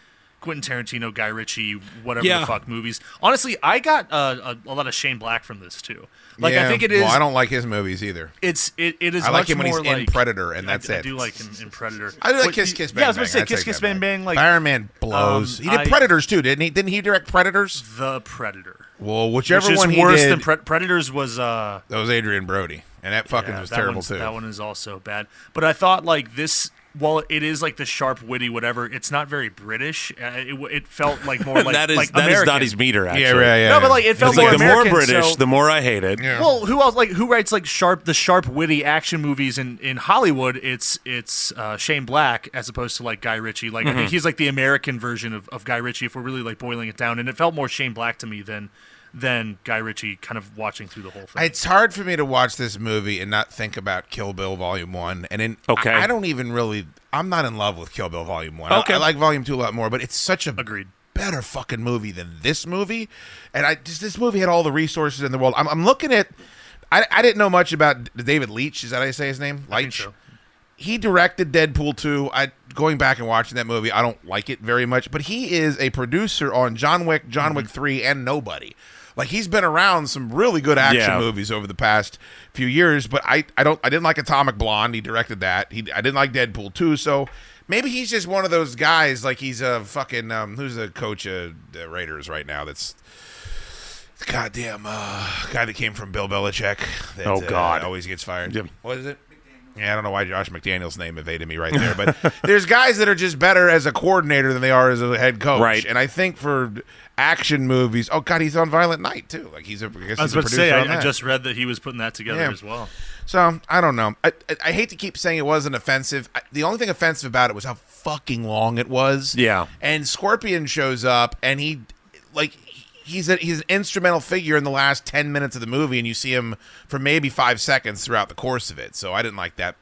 [SPEAKER 15] Quentin Tarantino, Guy Ritchie, whatever
[SPEAKER 16] Yeah.
[SPEAKER 15] the fuck movies. Honestly, I got uh, a, a lot of Shane Black from this too. Like, I
[SPEAKER 8] Yeah,
[SPEAKER 15] think it is.
[SPEAKER 8] Well, I don't like his movies either.
[SPEAKER 15] It's it, it is.
[SPEAKER 8] I like
[SPEAKER 15] much
[SPEAKER 8] him when he's
[SPEAKER 15] more
[SPEAKER 8] in
[SPEAKER 15] like-
[SPEAKER 8] Predator, and that's
[SPEAKER 15] I,
[SPEAKER 8] it.
[SPEAKER 15] I do like him in Predator.
[SPEAKER 8] I do like
[SPEAKER 15] What
[SPEAKER 8] Kiss
[SPEAKER 15] you-
[SPEAKER 8] Kiss Bang.
[SPEAKER 15] Yeah, I was
[SPEAKER 8] Bang.
[SPEAKER 15] gonna say
[SPEAKER 8] I'd
[SPEAKER 15] Kiss
[SPEAKER 8] take
[SPEAKER 15] Kiss
[SPEAKER 8] that
[SPEAKER 15] Bang Bang. Like
[SPEAKER 8] Iron Man blows.
[SPEAKER 15] um,
[SPEAKER 8] he did
[SPEAKER 15] I-
[SPEAKER 8] Predators too, didn't he? Didn't he direct Predators?
[SPEAKER 15] The Predator.
[SPEAKER 8] Well, whichever
[SPEAKER 15] Which is
[SPEAKER 8] one he
[SPEAKER 15] worse
[SPEAKER 8] did,
[SPEAKER 15] than Pre- Predators was. Uh,
[SPEAKER 8] that was Adrian Brody, and that fucking
[SPEAKER 15] yeah,
[SPEAKER 8] was
[SPEAKER 15] that
[SPEAKER 8] terrible
[SPEAKER 15] one's-
[SPEAKER 8] too.
[SPEAKER 15] That one is also bad. But I thought like this. While it is like the sharp, witty, whatever, it's not very British. Uh, it, w- it felt like more like
[SPEAKER 16] that is
[SPEAKER 15] like
[SPEAKER 16] that is
[SPEAKER 15] American.
[SPEAKER 16] Dottie's meter. Actually.
[SPEAKER 15] No, but like it felt
[SPEAKER 16] It's like
[SPEAKER 15] more
[SPEAKER 16] the
[SPEAKER 15] American,
[SPEAKER 16] more British,
[SPEAKER 15] so-
[SPEAKER 16] the more I hate it.
[SPEAKER 15] Well, who else? Like, who writes like sharp, the sharp, witty action movies in in Hollywood? It's it's uh, Shane Black as opposed to like Guy Ritchie. Like, I
[SPEAKER 16] Mhm.
[SPEAKER 15] think he's like the American version of, of Guy Ritchie. If we're really like boiling it down, and it felt more Shane Black to me than than Guy Ritchie. Kind of watching through the whole thing.
[SPEAKER 8] It's hard for me to watch this movie and not think about Kill Bill Volume One, and then
[SPEAKER 16] Okay.
[SPEAKER 8] I, I don't even really. I'm not in love with Kill Bill Volume One. I-
[SPEAKER 16] Okay.
[SPEAKER 8] I, like Volume Two a lot more, but it's such a
[SPEAKER 15] agreed
[SPEAKER 8] better fucking movie than this movie, and I just this movie had all the resources in the world. I'm, I'm looking at I, I didn't know much about D- David Leitch. Is that how you say his name? Leitch. He directed Deadpool 2. I going back and watching that movie. I don't like it very much, but he is a producer on John Wick, John Wick 3 and Nobody. Like he's been around some really good action
[SPEAKER 16] Yeah.
[SPEAKER 8] movies over the past few years, but I, I don't I didn't like Atomic Blonde. He directed that. He I didn't like Deadpool 2, so maybe he's just one of those guys like he's a fucking um, who's the coach of the Raiders right now that's goddamn uh, guy that came from Bill Belichick. That,
[SPEAKER 16] Oh,
[SPEAKER 8] uh,
[SPEAKER 16] God.
[SPEAKER 8] always gets fired.
[SPEAKER 16] Yep.
[SPEAKER 8] What is it? Yeah, I don't know why Josh McDaniel's name evaded me right there, but there's guys that are just better as a coordinator than they are as a head coach.
[SPEAKER 16] Right.
[SPEAKER 8] And I think for action movies, oh god, he's on Violent Night too. Like he's a I, guess
[SPEAKER 15] I was
[SPEAKER 8] he's a
[SPEAKER 15] about to say,
[SPEAKER 8] producer on
[SPEAKER 15] I, I
[SPEAKER 8] that.
[SPEAKER 15] just read that he was putting that together
[SPEAKER 8] Yeah.
[SPEAKER 15] as well.
[SPEAKER 8] So I don't know. I, I, I hate to keep saying it wasn't offensive. I, the only thing offensive about it was how fucking long it was.
[SPEAKER 16] Yeah.
[SPEAKER 8] And Scorpion shows up, and he, like, he's a, he's an instrumental figure in the last ten minutes of the movie, and you see him for maybe five seconds throughout the course of it. So I didn't like that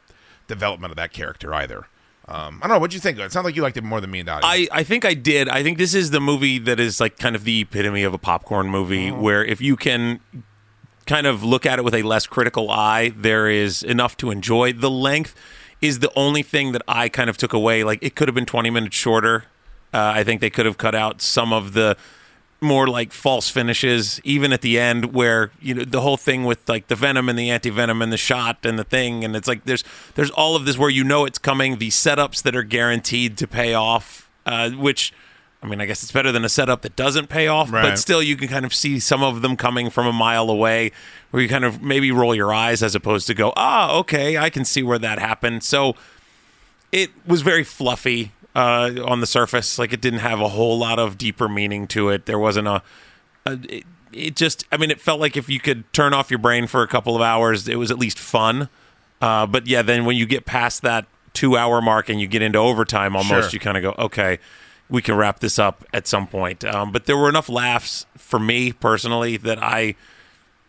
[SPEAKER 8] development of that character either. Um, I don't know. What'd you think? It sounds like you liked it more than me and Dottie.
[SPEAKER 16] I, I think I did. I think this is the movie that is like kind of the epitome of a popcorn movie where if you can kind of look at it with a less critical eye, there is enough to enjoy. The length is the only thing that I kind of took away. Like it could have been 20 minutes shorter. Uh, I think they could have cut out some of the more like false finishes, even at the end where you know the whole thing with like the venom and the anti-venom and the shot and the thing, and it's like there's there's all of this where you know it's coming. The setups that are guaranteed to pay off, uh, which I mean, I guess it's better than a setup that doesn't pay off, but
[SPEAKER 8] Right.
[SPEAKER 16] still you can kind of see some of them coming from a mile away, where you kind of maybe roll your eyes as opposed to go, ah, okay, I can see where that happened. So it was very fluffy uh, on the surface. Like it didn't have a whole lot of deeper meaning to it. There wasn't a. a it, it just. I mean, it felt like if you could turn off your brain for a couple of hours, it was at least fun. Uh, but yeah, then when you get past that two-hour mark and you get into overtime, almost
[SPEAKER 8] Sure.
[SPEAKER 16] you kind of go, okay. We can wrap this up at some point, um, but there were enough laughs for me personally that I,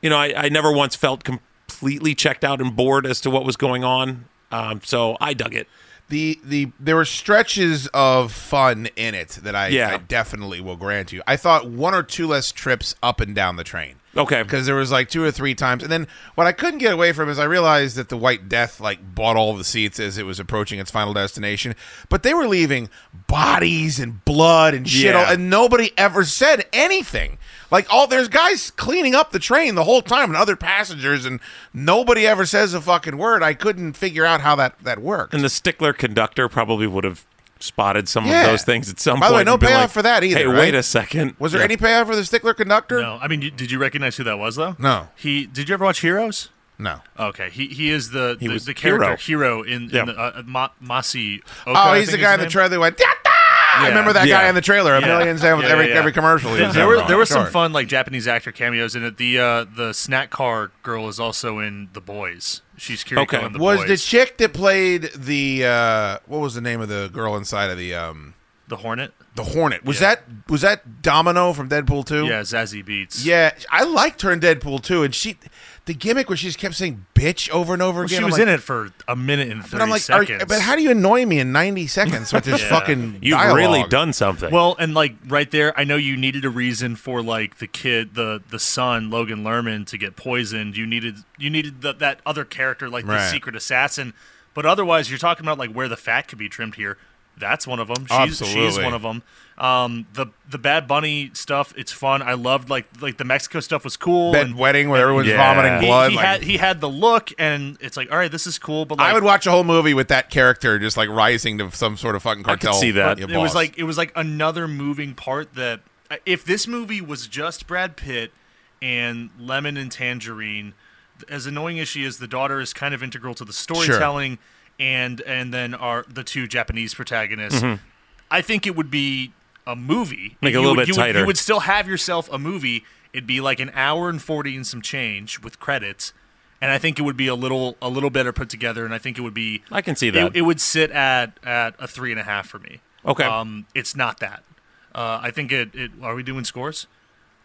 [SPEAKER 16] you know, I, I never once felt completely checked out and bored as to what was going on. Um, so I dug it.
[SPEAKER 8] the the there were stretches of fun in it that I,
[SPEAKER 16] Yeah.
[SPEAKER 8] I definitely will grant you. I thought one or two less trips up and down the train.
[SPEAKER 16] Okay.
[SPEAKER 8] Because there was like two or three times, and then what I couldn't get away from is I realized that the White Death like bought all of the seats as it was approaching its final destination, but they were leaving bodies and blood and shit,
[SPEAKER 16] Yeah.
[SPEAKER 8] all, and nobody ever said anything. Like all there's guys cleaning up the train the whole time and other passengers, and nobody ever says a fucking word. I couldn't figure out how that that worked.
[SPEAKER 16] And the stickler conductor probably would have spotted some
[SPEAKER 8] Yeah.
[SPEAKER 16] of those things at some
[SPEAKER 8] By the way,
[SPEAKER 16] point
[SPEAKER 8] no
[SPEAKER 16] and been
[SPEAKER 8] payoff
[SPEAKER 16] like,
[SPEAKER 8] for that either,
[SPEAKER 16] Hey,
[SPEAKER 8] right?
[SPEAKER 16] wait a second.
[SPEAKER 8] Was there
[SPEAKER 16] Yeah.
[SPEAKER 8] any payoff for the stickler conductor?
[SPEAKER 15] No, I mean, you, did you recognize who that was though?
[SPEAKER 8] No.
[SPEAKER 15] He did you ever watch Heroes?
[SPEAKER 8] No.
[SPEAKER 15] Okay, he he is the
[SPEAKER 8] He
[SPEAKER 15] the,
[SPEAKER 8] was
[SPEAKER 15] the character hero,
[SPEAKER 8] Hero.
[SPEAKER 15] in, in
[SPEAKER 8] Yeah.
[SPEAKER 15] the uh, Ma- Masi. Oka,
[SPEAKER 8] oh,
[SPEAKER 15] I
[SPEAKER 8] he's
[SPEAKER 15] think
[SPEAKER 8] the
[SPEAKER 15] is
[SPEAKER 8] guy in
[SPEAKER 15] his
[SPEAKER 8] the
[SPEAKER 15] name.
[SPEAKER 8] trailer that went. "Yata!" I
[SPEAKER 15] Yeah.
[SPEAKER 8] remember that guy
[SPEAKER 15] Yeah.
[SPEAKER 8] in the trailer a
[SPEAKER 15] Yeah.
[SPEAKER 8] million times with
[SPEAKER 15] Yeah,
[SPEAKER 8] every
[SPEAKER 15] yeah, yeah.
[SPEAKER 8] every commercial.
[SPEAKER 15] There, there were there were some fun like Japanese actor cameos in it. The uh, the snack car girl is also in The Boys. She's Kiriko
[SPEAKER 8] Okay.
[SPEAKER 15] in The
[SPEAKER 8] Was
[SPEAKER 15] Boys.
[SPEAKER 8] the chick that played the uh, what was the name of the girl inside of the um
[SPEAKER 15] the Hornet?
[SPEAKER 8] The Hornet was that was that Domino from Deadpool two?
[SPEAKER 15] yeah, Zazie Beats.
[SPEAKER 8] Yeah, I liked her in Deadpool two, and she the gimmick where she just kept saying bitch over and over
[SPEAKER 15] Well,
[SPEAKER 8] again.
[SPEAKER 15] she
[SPEAKER 8] I'm
[SPEAKER 15] was
[SPEAKER 8] like,
[SPEAKER 15] in it for a minute and thirty
[SPEAKER 8] But I'm like, are-
[SPEAKER 15] seconds.
[SPEAKER 8] but how do you annoy me in 90 seconds with this
[SPEAKER 15] Yeah.
[SPEAKER 8] fucking?
[SPEAKER 16] You've
[SPEAKER 8] dialogue?
[SPEAKER 16] really done something.
[SPEAKER 15] Well, and like right there, I know you needed a reason for like the kid, the the son, Logan Lerman, to get poisoned. You needed you needed the, that other character, like the
[SPEAKER 8] Right.
[SPEAKER 15] secret assassin. But otherwise, you're talking about like where the fat could be trimmed here. That's one of them. She's she's
[SPEAKER 8] Absolutely.
[SPEAKER 15] one of them. Um, the the Bad Bunny stuff, it's fun. I loved like like the Mexico stuff was cool.
[SPEAKER 8] That
[SPEAKER 15] and
[SPEAKER 8] wedding where everyone's
[SPEAKER 15] Yeah.
[SPEAKER 8] vomiting
[SPEAKER 15] He-
[SPEAKER 8] blood.
[SPEAKER 15] He,
[SPEAKER 8] like-
[SPEAKER 15] had he had the look, and it's like all right, this is cool. But like,
[SPEAKER 8] I would watch a whole movie with that character just like rising to some sort of fucking cartel.
[SPEAKER 15] But
[SPEAKER 8] yeah,
[SPEAKER 15] It was
[SPEAKER 8] boss.
[SPEAKER 15] like it was like another moving part that if this movie was just Brad Pitt and Lemon and Tangerine, as annoying as she is, the daughter is kind of integral to the storytelling, and and then are the two Japanese protagonists.
[SPEAKER 16] Mhm.
[SPEAKER 15] I think it would be a movie.
[SPEAKER 16] Make it
[SPEAKER 15] You
[SPEAKER 16] a little
[SPEAKER 15] would-
[SPEAKER 16] bit
[SPEAKER 15] you Would,
[SPEAKER 16] tighter.
[SPEAKER 15] you would still have yourself a movie. It'd be like an hour and forty and some change with credits. And I think it would be a little a little better put together, and I think it would be
[SPEAKER 16] I can see
[SPEAKER 15] it-
[SPEAKER 16] that.
[SPEAKER 15] It, would sit at at a three and a half for me.
[SPEAKER 16] Okay.
[SPEAKER 15] Um, it's not that. Uh, I think it, it. Are we doing scores?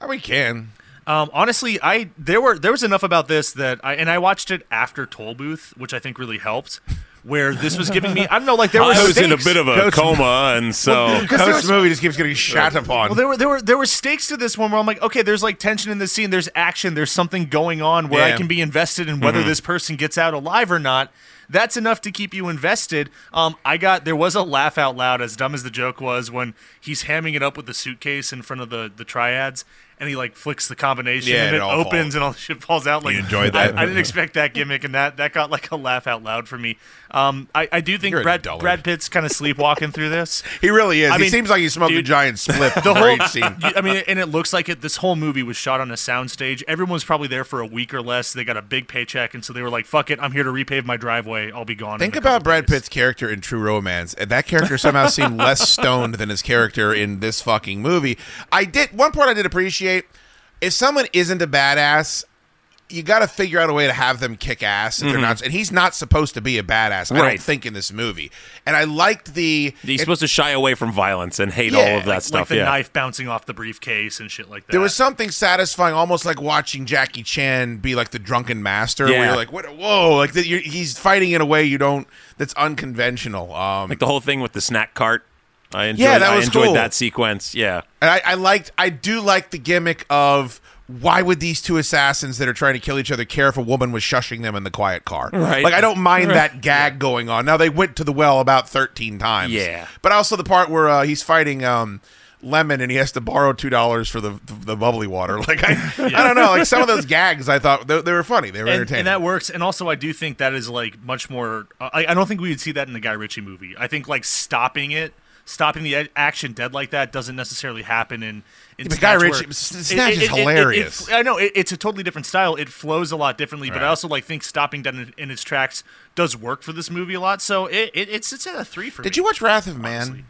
[SPEAKER 8] Oh, We can.
[SPEAKER 15] Um, honestly, I there were there was enough about this that I and I watched it after Toll Booth, which I think really helped. where this was giving me I don't know like there
[SPEAKER 16] I
[SPEAKER 15] were
[SPEAKER 16] was in a
[SPEAKER 15] stakes.
[SPEAKER 16] bit of a
[SPEAKER 15] Coach-
[SPEAKER 16] coma, and so
[SPEAKER 8] Oh. this movie just keeps getting shat upon.
[SPEAKER 15] Well, there were there were there were stakes to this one where I'm like, okay, there's like tension in this scene, there's action, there's something going on where
[SPEAKER 8] Yeah.
[SPEAKER 15] I can be invested in whether
[SPEAKER 8] Mhm.
[SPEAKER 15] this person gets out alive or not. That's enough to keep you invested. Um, I got there was a laugh out loud as dumb as the joke was when he's hamming it up with the suitcase in front of the the triads. And he like flicks the combination,
[SPEAKER 8] Yeah,
[SPEAKER 15] and
[SPEAKER 8] it
[SPEAKER 15] it,
[SPEAKER 8] all
[SPEAKER 15] opens, and all the shit falls out. Like
[SPEAKER 8] enjoyed that?
[SPEAKER 15] I, I didn't expect that gimmick, and that that got like a laugh out loud for me. Um, I, I do think
[SPEAKER 8] You're a
[SPEAKER 15] Brad
[SPEAKER 8] dullard.
[SPEAKER 15] Brad Pitt's kind of sleepwalking through this.
[SPEAKER 8] He really is.
[SPEAKER 15] I
[SPEAKER 8] he
[SPEAKER 15] mean,
[SPEAKER 8] seems like he smoked a
[SPEAKER 15] dude,
[SPEAKER 8] giant split
[SPEAKER 15] the whole
[SPEAKER 8] each scene.
[SPEAKER 15] I mean, and it looks like it. This whole movie was shot on a soundstage. Everyone was probably there for a week or less. They got a big paycheck, and so they were like, "Fuck it, I'm here to repave my driveway. I'll be gone."
[SPEAKER 8] Think about Brad Pitt's character in True Romance. and That character somehow seemed less stoned than his character in this fucking movie. I did one part I did appreciate. If someone isn't a badass, you got to figure out a way to have them kick ass. If
[SPEAKER 16] Mhm.
[SPEAKER 8] they're not, and he's not supposed to be a badass. I
[SPEAKER 16] Right.
[SPEAKER 8] don't think in this movie. And I liked the
[SPEAKER 16] he's
[SPEAKER 8] it-
[SPEAKER 16] supposed to shy away from violence and hate all of that
[SPEAKER 15] like,
[SPEAKER 16] stuff.
[SPEAKER 15] like the
[SPEAKER 16] yeah,
[SPEAKER 15] knife bouncing off the briefcase and shit like that.
[SPEAKER 8] There was something satisfying, almost like watching Jackie Chan be like the drunken master. Where
[SPEAKER 16] Yeah.
[SPEAKER 8] you're like, what, whoa, like that you're, he's fighting in a way you don't. That's unconventional. Um,
[SPEAKER 16] like the whole thing with the snack cart. I enjoyed.
[SPEAKER 8] Yeah, that
[SPEAKER 16] I
[SPEAKER 8] was
[SPEAKER 16] enjoyed
[SPEAKER 8] cool.
[SPEAKER 16] that sequence. Yeah,
[SPEAKER 8] And I, I liked, I do like the gimmick of why would these two assassins that are trying to kill each other care if a woman was shushing them in the quiet car?
[SPEAKER 16] Right.
[SPEAKER 8] Like I don't mind
[SPEAKER 16] Right.
[SPEAKER 8] that gag going on. Now they went to the well about thirteen times.
[SPEAKER 16] Yeah.
[SPEAKER 8] But also the part where uh, he's fighting um, Lemon and he has to borrow two dollars for the the bubbly water. Like I, I don't know. Like some of those gags, I thought they, they were funny. They were
[SPEAKER 15] and,
[SPEAKER 8] entertaining.
[SPEAKER 15] and that works. And also, I do think that is like much more. I, I don't think we would see that in the Guy Ritchie movie. I think like stopping it, stopping the a- action dead like that doesn't necessarily happen in. in
[SPEAKER 8] Yeah, but Guy
[SPEAKER 15] Snatch where-
[SPEAKER 8] Ritchie- S-
[SPEAKER 15] It-
[SPEAKER 8] Snatch
[SPEAKER 15] it-
[SPEAKER 8] is
[SPEAKER 15] it- it- it-
[SPEAKER 8] hilarious.
[SPEAKER 15] it- I know it, it's a totally different style. It flows a lot differently, but I also like think stopping dead in, in its tracks does work for this movie a lot. So it, it it's it's at a three for me.
[SPEAKER 8] Did you watch Wrath of Man?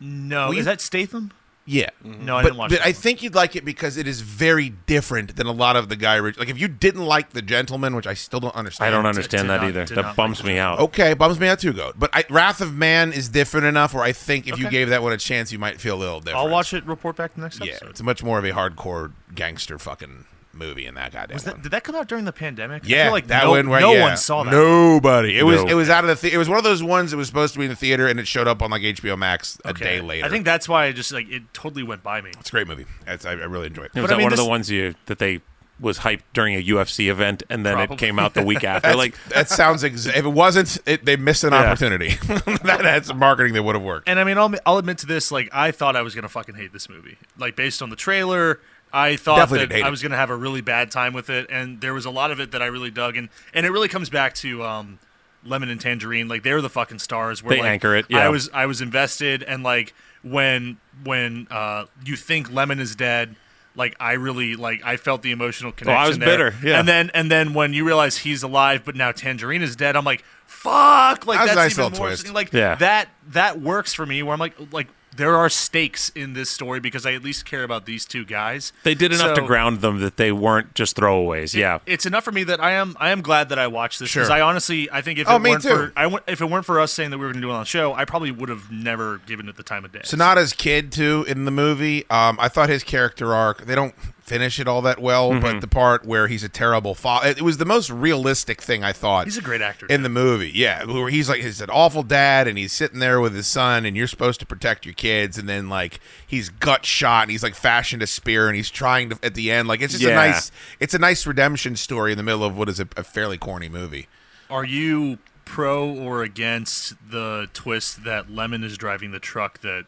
[SPEAKER 15] No,
[SPEAKER 8] Will
[SPEAKER 15] is
[SPEAKER 8] you-
[SPEAKER 15] that Statham?
[SPEAKER 8] Yeah.
[SPEAKER 16] Mm-hmm.
[SPEAKER 15] No, I
[SPEAKER 8] but,
[SPEAKER 15] didn't watch
[SPEAKER 8] But
[SPEAKER 15] that
[SPEAKER 8] I think you'd like it because it is very different than a lot of the Guy Ritchie. Like if you didn't like The Gentleman, which I still don't understand.
[SPEAKER 16] I don't understand that either. That bumps me out.
[SPEAKER 8] Okay, bums me out too, Goat. But I, Wrath of Man is different enough where I think if you gave that one a chance, you might feel a little different.
[SPEAKER 15] I'll watch it. Report back the next
[SPEAKER 8] yeah,
[SPEAKER 15] episode.
[SPEAKER 8] it's much more of a hardcore gangster fucking movie in that goddamn
[SPEAKER 15] Was
[SPEAKER 8] one.
[SPEAKER 15] that, did that come out during the pandemic? I
[SPEAKER 8] Yeah,
[SPEAKER 15] feel like
[SPEAKER 8] that
[SPEAKER 15] no,
[SPEAKER 8] one where
[SPEAKER 15] no
[SPEAKER 8] yeah.
[SPEAKER 15] one saw that.
[SPEAKER 8] Nobody. It was
[SPEAKER 15] No.
[SPEAKER 8] it was out of the. The- it was one of those ones that was supposed to be in the theater and it showed up on like HBO Max a
[SPEAKER 15] Okay.
[SPEAKER 8] day later.
[SPEAKER 15] I think that's why I just like it totally went by me.
[SPEAKER 8] it's a great movie. It's, I, I really enjoy it.
[SPEAKER 16] was that one of the ones you that they was hyped during a UFC event and then
[SPEAKER 8] Probably.
[SPEAKER 16] it came out the week after?
[SPEAKER 8] That's-
[SPEAKER 16] like
[SPEAKER 8] that sounds. Ex- if it wasn't, it, they missed an
[SPEAKER 16] Yeah.
[SPEAKER 8] opportunity. that, that's marketing that would have worked.
[SPEAKER 15] And I mean, I'll, I'll admit to this, like I thought I was gonna fucking hate this movie. Like based on the trailer, I thought
[SPEAKER 8] Definitely didn't
[SPEAKER 15] that
[SPEAKER 8] hate
[SPEAKER 15] I
[SPEAKER 8] it.
[SPEAKER 15] was gonna have a really bad time with it, and there was a lot of it that I really dug, and and it really comes back to um, Lemon and Tangerine. Like they're the fucking stars. Where
[SPEAKER 16] They
[SPEAKER 15] like,
[SPEAKER 16] anchor it,
[SPEAKER 15] I
[SPEAKER 16] yeah.
[SPEAKER 15] was I was invested, and like when when uh, you think Lemon is dead. Like I really like I felt the emotional
[SPEAKER 16] Oh,
[SPEAKER 15] connection.
[SPEAKER 16] I was
[SPEAKER 15] there.
[SPEAKER 16] bitter, yeah.
[SPEAKER 15] And then and then when you realize he's alive, but now Tangerine is dead, I'm like, fuck! Like
[SPEAKER 8] That was
[SPEAKER 15] that's
[SPEAKER 8] a nice
[SPEAKER 15] even
[SPEAKER 8] little
[SPEAKER 15] more
[SPEAKER 8] twist.
[SPEAKER 15] like
[SPEAKER 16] Yeah.
[SPEAKER 15] that that works for me where I'm like like there are stakes in this story because I at least care about these two guys.
[SPEAKER 16] they did enough
[SPEAKER 15] So
[SPEAKER 16] to ground them that they weren't just throwaways. yeah,
[SPEAKER 15] It's enough for me that I am I am glad that I watched this because
[SPEAKER 16] Sure.
[SPEAKER 15] I honestly I think if
[SPEAKER 8] Oh,
[SPEAKER 15] it
[SPEAKER 8] me
[SPEAKER 15] weren't
[SPEAKER 8] too.
[SPEAKER 15] for I w- if it weren't for us saying that we were going to do it on the show, I probably would have never given it the time of day.
[SPEAKER 8] Sonata's kid too in the movie. Um, I thought his character arc. They don't finish it all that well, but
[SPEAKER 15] Mhm.
[SPEAKER 8] the part where he's a terrible father. It was the most realistic thing I thought.
[SPEAKER 15] He's a great actor,
[SPEAKER 8] in the movie. Yeah, where he's like he's an awful dad, and he's sitting there with his son, and you're supposed to protect your kids, and then like he's gut shot, and he's like fashioned a spear, and he's trying to at the end. Like it's just a
[SPEAKER 16] Yeah.
[SPEAKER 8] nice, it's a nice redemption story in the middle of what is a, a fairly corny movie.
[SPEAKER 15] Are you pro or against the twist that Lemon is driving the truck that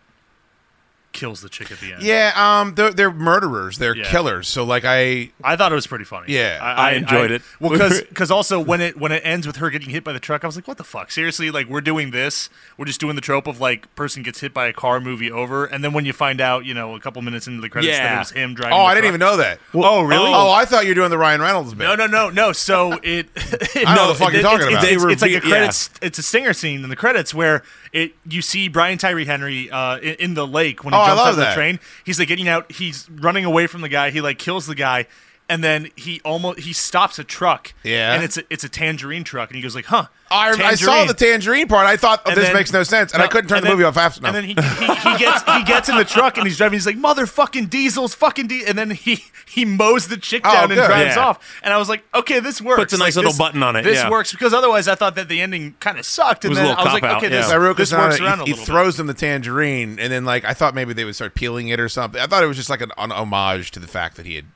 [SPEAKER 15] kills the chick at the end?
[SPEAKER 8] Yeah, um, they're, they're murderers, they're
[SPEAKER 15] Yeah.
[SPEAKER 8] killers. So like I, oh,
[SPEAKER 15] I thought it was pretty funny.
[SPEAKER 8] Yeah,
[SPEAKER 15] Well, because also when it when it ends with her getting hit by the truck, I was like, what the fuck? Seriously, like we're doing this. We're just doing the trope of like person gets hit by a car, movie over, and then when you find out, you know, a couple minutes into the credits, that
[SPEAKER 8] Yeah.
[SPEAKER 15] it was him driving.
[SPEAKER 8] oh,
[SPEAKER 15] the
[SPEAKER 8] I didn't
[SPEAKER 15] truck.
[SPEAKER 8] even know that.
[SPEAKER 15] oh, really?
[SPEAKER 8] Oh, I thought you were doing the Ryan Reynolds bit.
[SPEAKER 15] No, no, no, no. So it.
[SPEAKER 8] I don't know what the fuck you're talking
[SPEAKER 15] it's,
[SPEAKER 8] about.
[SPEAKER 15] It's, it's like a
[SPEAKER 8] They reveal-
[SPEAKER 15] credits. It's a singer scene in the credits where it you see Brian Tyree Henry uh, in, in the lake when he
[SPEAKER 8] Oh, I
[SPEAKER 15] jumps
[SPEAKER 8] love
[SPEAKER 15] out of the
[SPEAKER 8] that.
[SPEAKER 15] train. He's like getting out. He's running away from the guy. He like kills the guy. and then he almost he stops a truck.
[SPEAKER 8] Yeah.
[SPEAKER 15] and it's a, it's a tangerine truck, and he goes like, "Huh."
[SPEAKER 8] I, I saw
[SPEAKER 15] tangerine."
[SPEAKER 8] the tangerine part. I thought oh,
[SPEAKER 15] And
[SPEAKER 8] this
[SPEAKER 15] then-
[SPEAKER 8] makes no sense, and I
[SPEAKER 15] no,
[SPEAKER 8] couldn't turn
[SPEAKER 15] and
[SPEAKER 8] the
[SPEAKER 15] then-
[SPEAKER 8] movie off fast enough.
[SPEAKER 15] And then he, he, he gets he gets in the truck and he's driving. He's like, "Motherfucking diesels, fucking diesel!" And then he he mows the chick
[SPEAKER 16] Oh,
[SPEAKER 15] down and
[SPEAKER 16] good.
[SPEAKER 15] drives
[SPEAKER 16] Yeah.
[SPEAKER 15] off. And I was like, "Okay, this works."
[SPEAKER 16] Puts a nice
[SPEAKER 15] Like,
[SPEAKER 16] little
[SPEAKER 15] this-
[SPEAKER 16] button on it,
[SPEAKER 15] This
[SPEAKER 16] yeah.
[SPEAKER 15] works because otherwise I thought that the ending kind of sucked.
[SPEAKER 8] It
[SPEAKER 15] And
[SPEAKER 8] was a
[SPEAKER 15] then
[SPEAKER 8] little
[SPEAKER 15] I was like,
[SPEAKER 8] cop-out,
[SPEAKER 15] "Okay,
[SPEAKER 8] yeah.
[SPEAKER 15] this,
[SPEAKER 8] Iroquois
[SPEAKER 15] this
[SPEAKER 8] not-
[SPEAKER 15] works
[SPEAKER 8] he-
[SPEAKER 15] around a
[SPEAKER 8] he,
[SPEAKER 15] little." bit.
[SPEAKER 8] throws them the tangerine, and then like I thought maybe they would start peeling it or something. I thought it was just like an, an homage to the fact that he had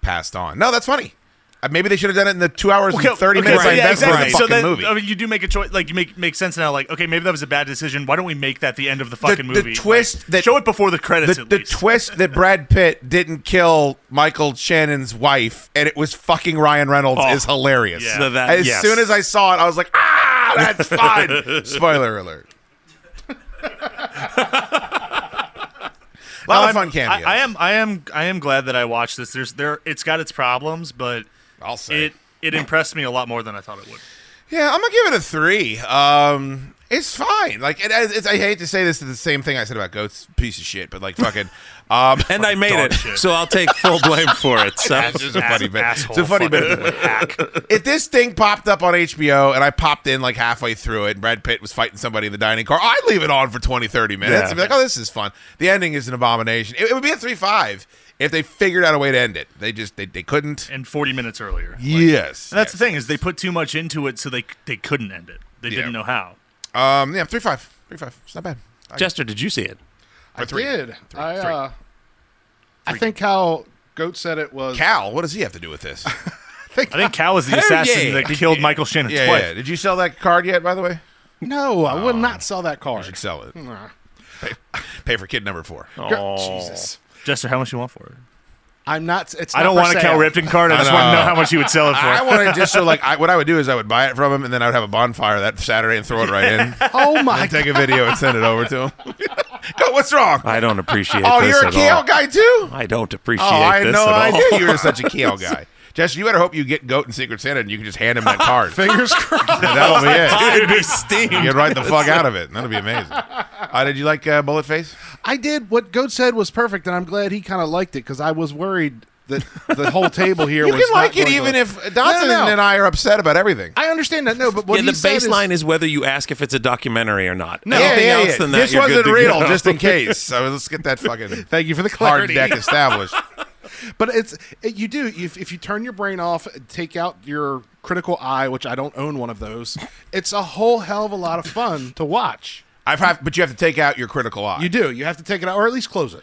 [SPEAKER 8] passed on. No, that's funny. Uh, maybe they should have done it in the two hours and thirty minutes.
[SPEAKER 15] so-
[SPEAKER 8] I invested in the
[SPEAKER 15] So
[SPEAKER 8] fucking
[SPEAKER 15] then,
[SPEAKER 8] movie.
[SPEAKER 15] I mean, you do make a choice. Like you make make sense now. Like, okay, maybe that was a bad decision. Why don't we make that the end of the fucking
[SPEAKER 8] the
[SPEAKER 15] movie? Like,
[SPEAKER 8] twist that
[SPEAKER 15] show it before the credits.
[SPEAKER 8] the,
[SPEAKER 15] at
[SPEAKER 8] the
[SPEAKER 15] least.
[SPEAKER 8] twist that Brad Pitt didn't kill Michael Shannon's wife, and it was fucking Ryan Reynolds,
[SPEAKER 16] Oh,
[SPEAKER 8] is hilarious.
[SPEAKER 16] yeah. So that-
[SPEAKER 8] as
[SPEAKER 16] yes.
[SPEAKER 8] soon as I saw it, I was like, ah, that's fine. Spoiler alert. lot of
[SPEAKER 15] I'm-
[SPEAKER 8] fun cameos.
[SPEAKER 15] I, I am, I am, I am glad that I watched this. There's, there, it's got its problems, but
[SPEAKER 8] I'll say
[SPEAKER 15] it, it impressed me a lot more than I thought it would.
[SPEAKER 8] Yeah, I'm gonna give it a three. Um, it's fine. Like, it, it's, I hate to say this, it's the same thing I said about goats, piece of shit. But like, fucking. Um,
[SPEAKER 16] and I made it, so I'll take full blame for it. So
[SPEAKER 8] That's just a funny bit. It's a funny bit. if this thing popped up on HBO and I popped in like halfway through it, and Brad Pitt was fighting somebody in the dining car, I'd leave it on for 20, 30 minutes
[SPEAKER 16] Yeah.
[SPEAKER 8] and be like, "Oh, this is fun." The ending is an abomination. It, it would be a three-five if they figured out a way to end it. They just they, they couldn't.
[SPEAKER 15] And 40 minutes earlier.
[SPEAKER 8] Yes.
[SPEAKER 15] And that's the thing is they put too much into it, so they they couldn't end it. They didn't know how.
[SPEAKER 8] Um. Yeah. Three five. Three five. It's not bad.
[SPEAKER 16] Jester, did you see it?
[SPEAKER 6] I did. I,
[SPEAKER 8] three.
[SPEAKER 6] uh, I think how Goat said it was.
[SPEAKER 8] Cal, what does he have to do with this?
[SPEAKER 15] I think Cal was the assassin that killed Michael Shannon's
[SPEAKER 8] yeah,
[SPEAKER 15] wife.
[SPEAKER 8] yeah. Did you sell that card yet? By the way,
[SPEAKER 6] No, I would not sell that
[SPEAKER 8] you
[SPEAKER 6] card.
[SPEAKER 8] should sell it.
[SPEAKER 6] Nah.
[SPEAKER 8] Pay for kid number four.
[SPEAKER 6] Girl- Jesus.
[SPEAKER 15] Jester, how much you want for it?
[SPEAKER 6] I'm not. It's.
[SPEAKER 15] I
[SPEAKER 6] not
[SPEAKER 15] don't
[SPEAKER 6] for
[SPEAKER 15] want a Cal
[SPEAKER 6] sale.
[SPEAKER 15] Ripken card. I just want to know how much you would sell it for.
[SPEAKER 8] I want to just so like I, what I would do is I would buy it from him and then I would have a bonfire that Saturday and throw it right in.
[SPEAKER 6] Oh my!
[SPEAKER 8] And take a video and send it over to him. Go, what's wrong?
[SPEAKER 16] I don't appreciate.
[SPEAKER 8] Oh,
[SPEAKER 16] this
[SPEAKER 8] you're a
[SPEAKER 16] at
[SPEAKER 8] Kale
[SPEAKER 16] all.
[SPEAKER 8] guy too?
[SPEAKER 16] I don't appreciate.
[SPEAKER 8] Oh, I had
[SPEAKER 16] this
[SPEAKER 8] no
[SPEAKER 16] at all.
[SPEAKER 8] idea you were such a Kale guy. Jess, you better hope you get Goat and Secret Santa and you can just hand him that card.
[SPEAKER 6] Fingers crossed.
[SPEAKER 8] that'll be it.
[SPEAKER 16] Dude, it'd be steamed.
[SPEAKER 8] You get right the fuck out of it. That'll be amazing. Uh, did you like uh, Bullet Face?
[SPEAKER 6] I did what Goat said was perfect, and I'm glad he kind of liked it because I was worried that the whole table here
[SPEAKER 8] You
[SPEAKER 6] was
[SPEAKER 8] can
[SPEAKER 6] not
[SPEAKER 8] like it
[SPEAKER 6] going to-
[SPEAKER 8] even if Dotson
[SPEAKER 6] No, no, no.
[SPEAKER 8] and I are upset about everything.
[SPEAKER 6] I understand that. No, but what
[SPEAKER 16] yeah,
[SPEAKER 6] he
[SPEAKER 16] the
[SPEAKER 6] said is-
[SPEAKER 16] baseline is, whether you ask if it's a documentary or not.
[SPEAKER 8] No,
[SPEAKER 16] Anything
[SPEAKER 8] yeah, yeah,
[SPEAKER 16] else
[SPEAKER 8] yeah.
[SPEAKER 16] than that,
[SPEAKER 8] this
[SPEAKER 16] you're
[SPEAKER 8] wasn't
[SPEAKER 16] good to
[SPEAKER 8] real,
[SPEAKER 16] go.
[SPEAKER 8] just in case. So let's get that fucking
[SPEAKER 6] Thank you for the
[SPEAKER 8] hard
[SPEAKER 6] clarity.
[SPEAKER 8] deck established.
[SPEAKER 6] but it's it, you do if, if you turn your brain off take out your critical eye which i don't own one of those it's a whole hell of a lot of fun to watch
[SPEAKER 8] I've have, but you have to take out your critical eye.
[SPEAKER 6] you do you have to take it out or at least close it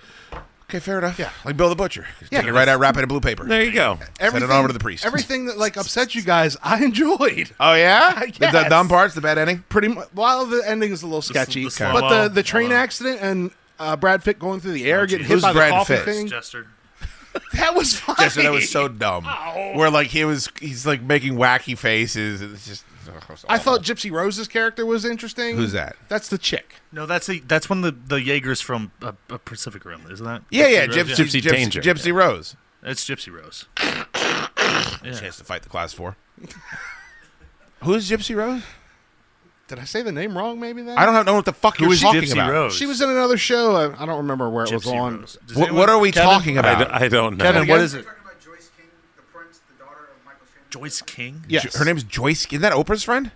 [SPEAKER 8] okay fair enough
[SPEAKER 6] yeah
[SPEAKER 8] like bill the butcher
[SPEAKER 6] yeah
[SPEAKER 8] Take it right out, wrap it in blue paper.
[SPEAKER 16] There you go.
[SPEAKER 8] Send it over to the priest.
[SPEAKER 6] everything that like upset you guys i enjoyed
[SPEAKER 8] oh yeah,
[SPEAKER 6] Yes.
[SPEAKER 8] the, the dumb parts, the bad ending.
[SPEAKER 6] pretty much while the ending is a little sketchy
[SPEAKER 8] the slow-mo,
[SPEAKER 6] but the the
[SPEAKER 16] Oh.
[SPEAKER 6] train accident and uh, brad pitt going through the air getting hit
[SPEAKER 8] Who's
[SPEAKER 6] by
[SPEAKER 8] Brad
[SPEAKER 6] the coffee
[SPEAKER 8] Pitt?
[SPEAKER 6] thing
[SPEAKER 15] Jester.
[SPEAKER 6] that was funny
[SPEAKER 8] Yes, that was so dumb. Where like he was, he's like making wacky faces. It's just.
[SPEAKER 6] i thought gypsy rose's character was interesting
[SPEAKER 8] Who's that?
[SPEAKER 6] that's the chick
[SPEAKER 15] No, that's the that's when the the Jaegers from uh, uh, Pacific Rim, isn't that?
[SPEAKER 8] Yeah, yeah,
[SPEAKER 15] Rose?
[SPEAKER 8] Gypsy, Gypsy Gypsy- Danger. Gypsy Rose.
[SPEAKER 15] That's Gypsy Rose.
[SPEAKER 8] Chance to fight the class four. Who's Gypsy Rose?
[SPEAKER 6] Did I say the name wrong? Maybe then
[SPEAKER 8] I don't know what the fuck
[SPEAKER 6] Who
[SPEAKER 8] you're
[SPEAKER 6] is
[SPEAKER 8] talking
[SPEAKER 6] Gypsy
[SPEAKER 8] about.
[SPEAKER 6] She was in another show. I, I don't remember where it was
[SPEAKER 8] Gypsy
[SPEAKER 6] on.
[SPEAKER 8] Wh- What, are we talking about?
[SPEAKER 16] I don't know.
[SPEAKER 6] Kevin, what is
[SPEAKER 15] it? Joyce King.
[SPEAKER 8] Jo- her name's Joyce. Isn't that Oprah's friend?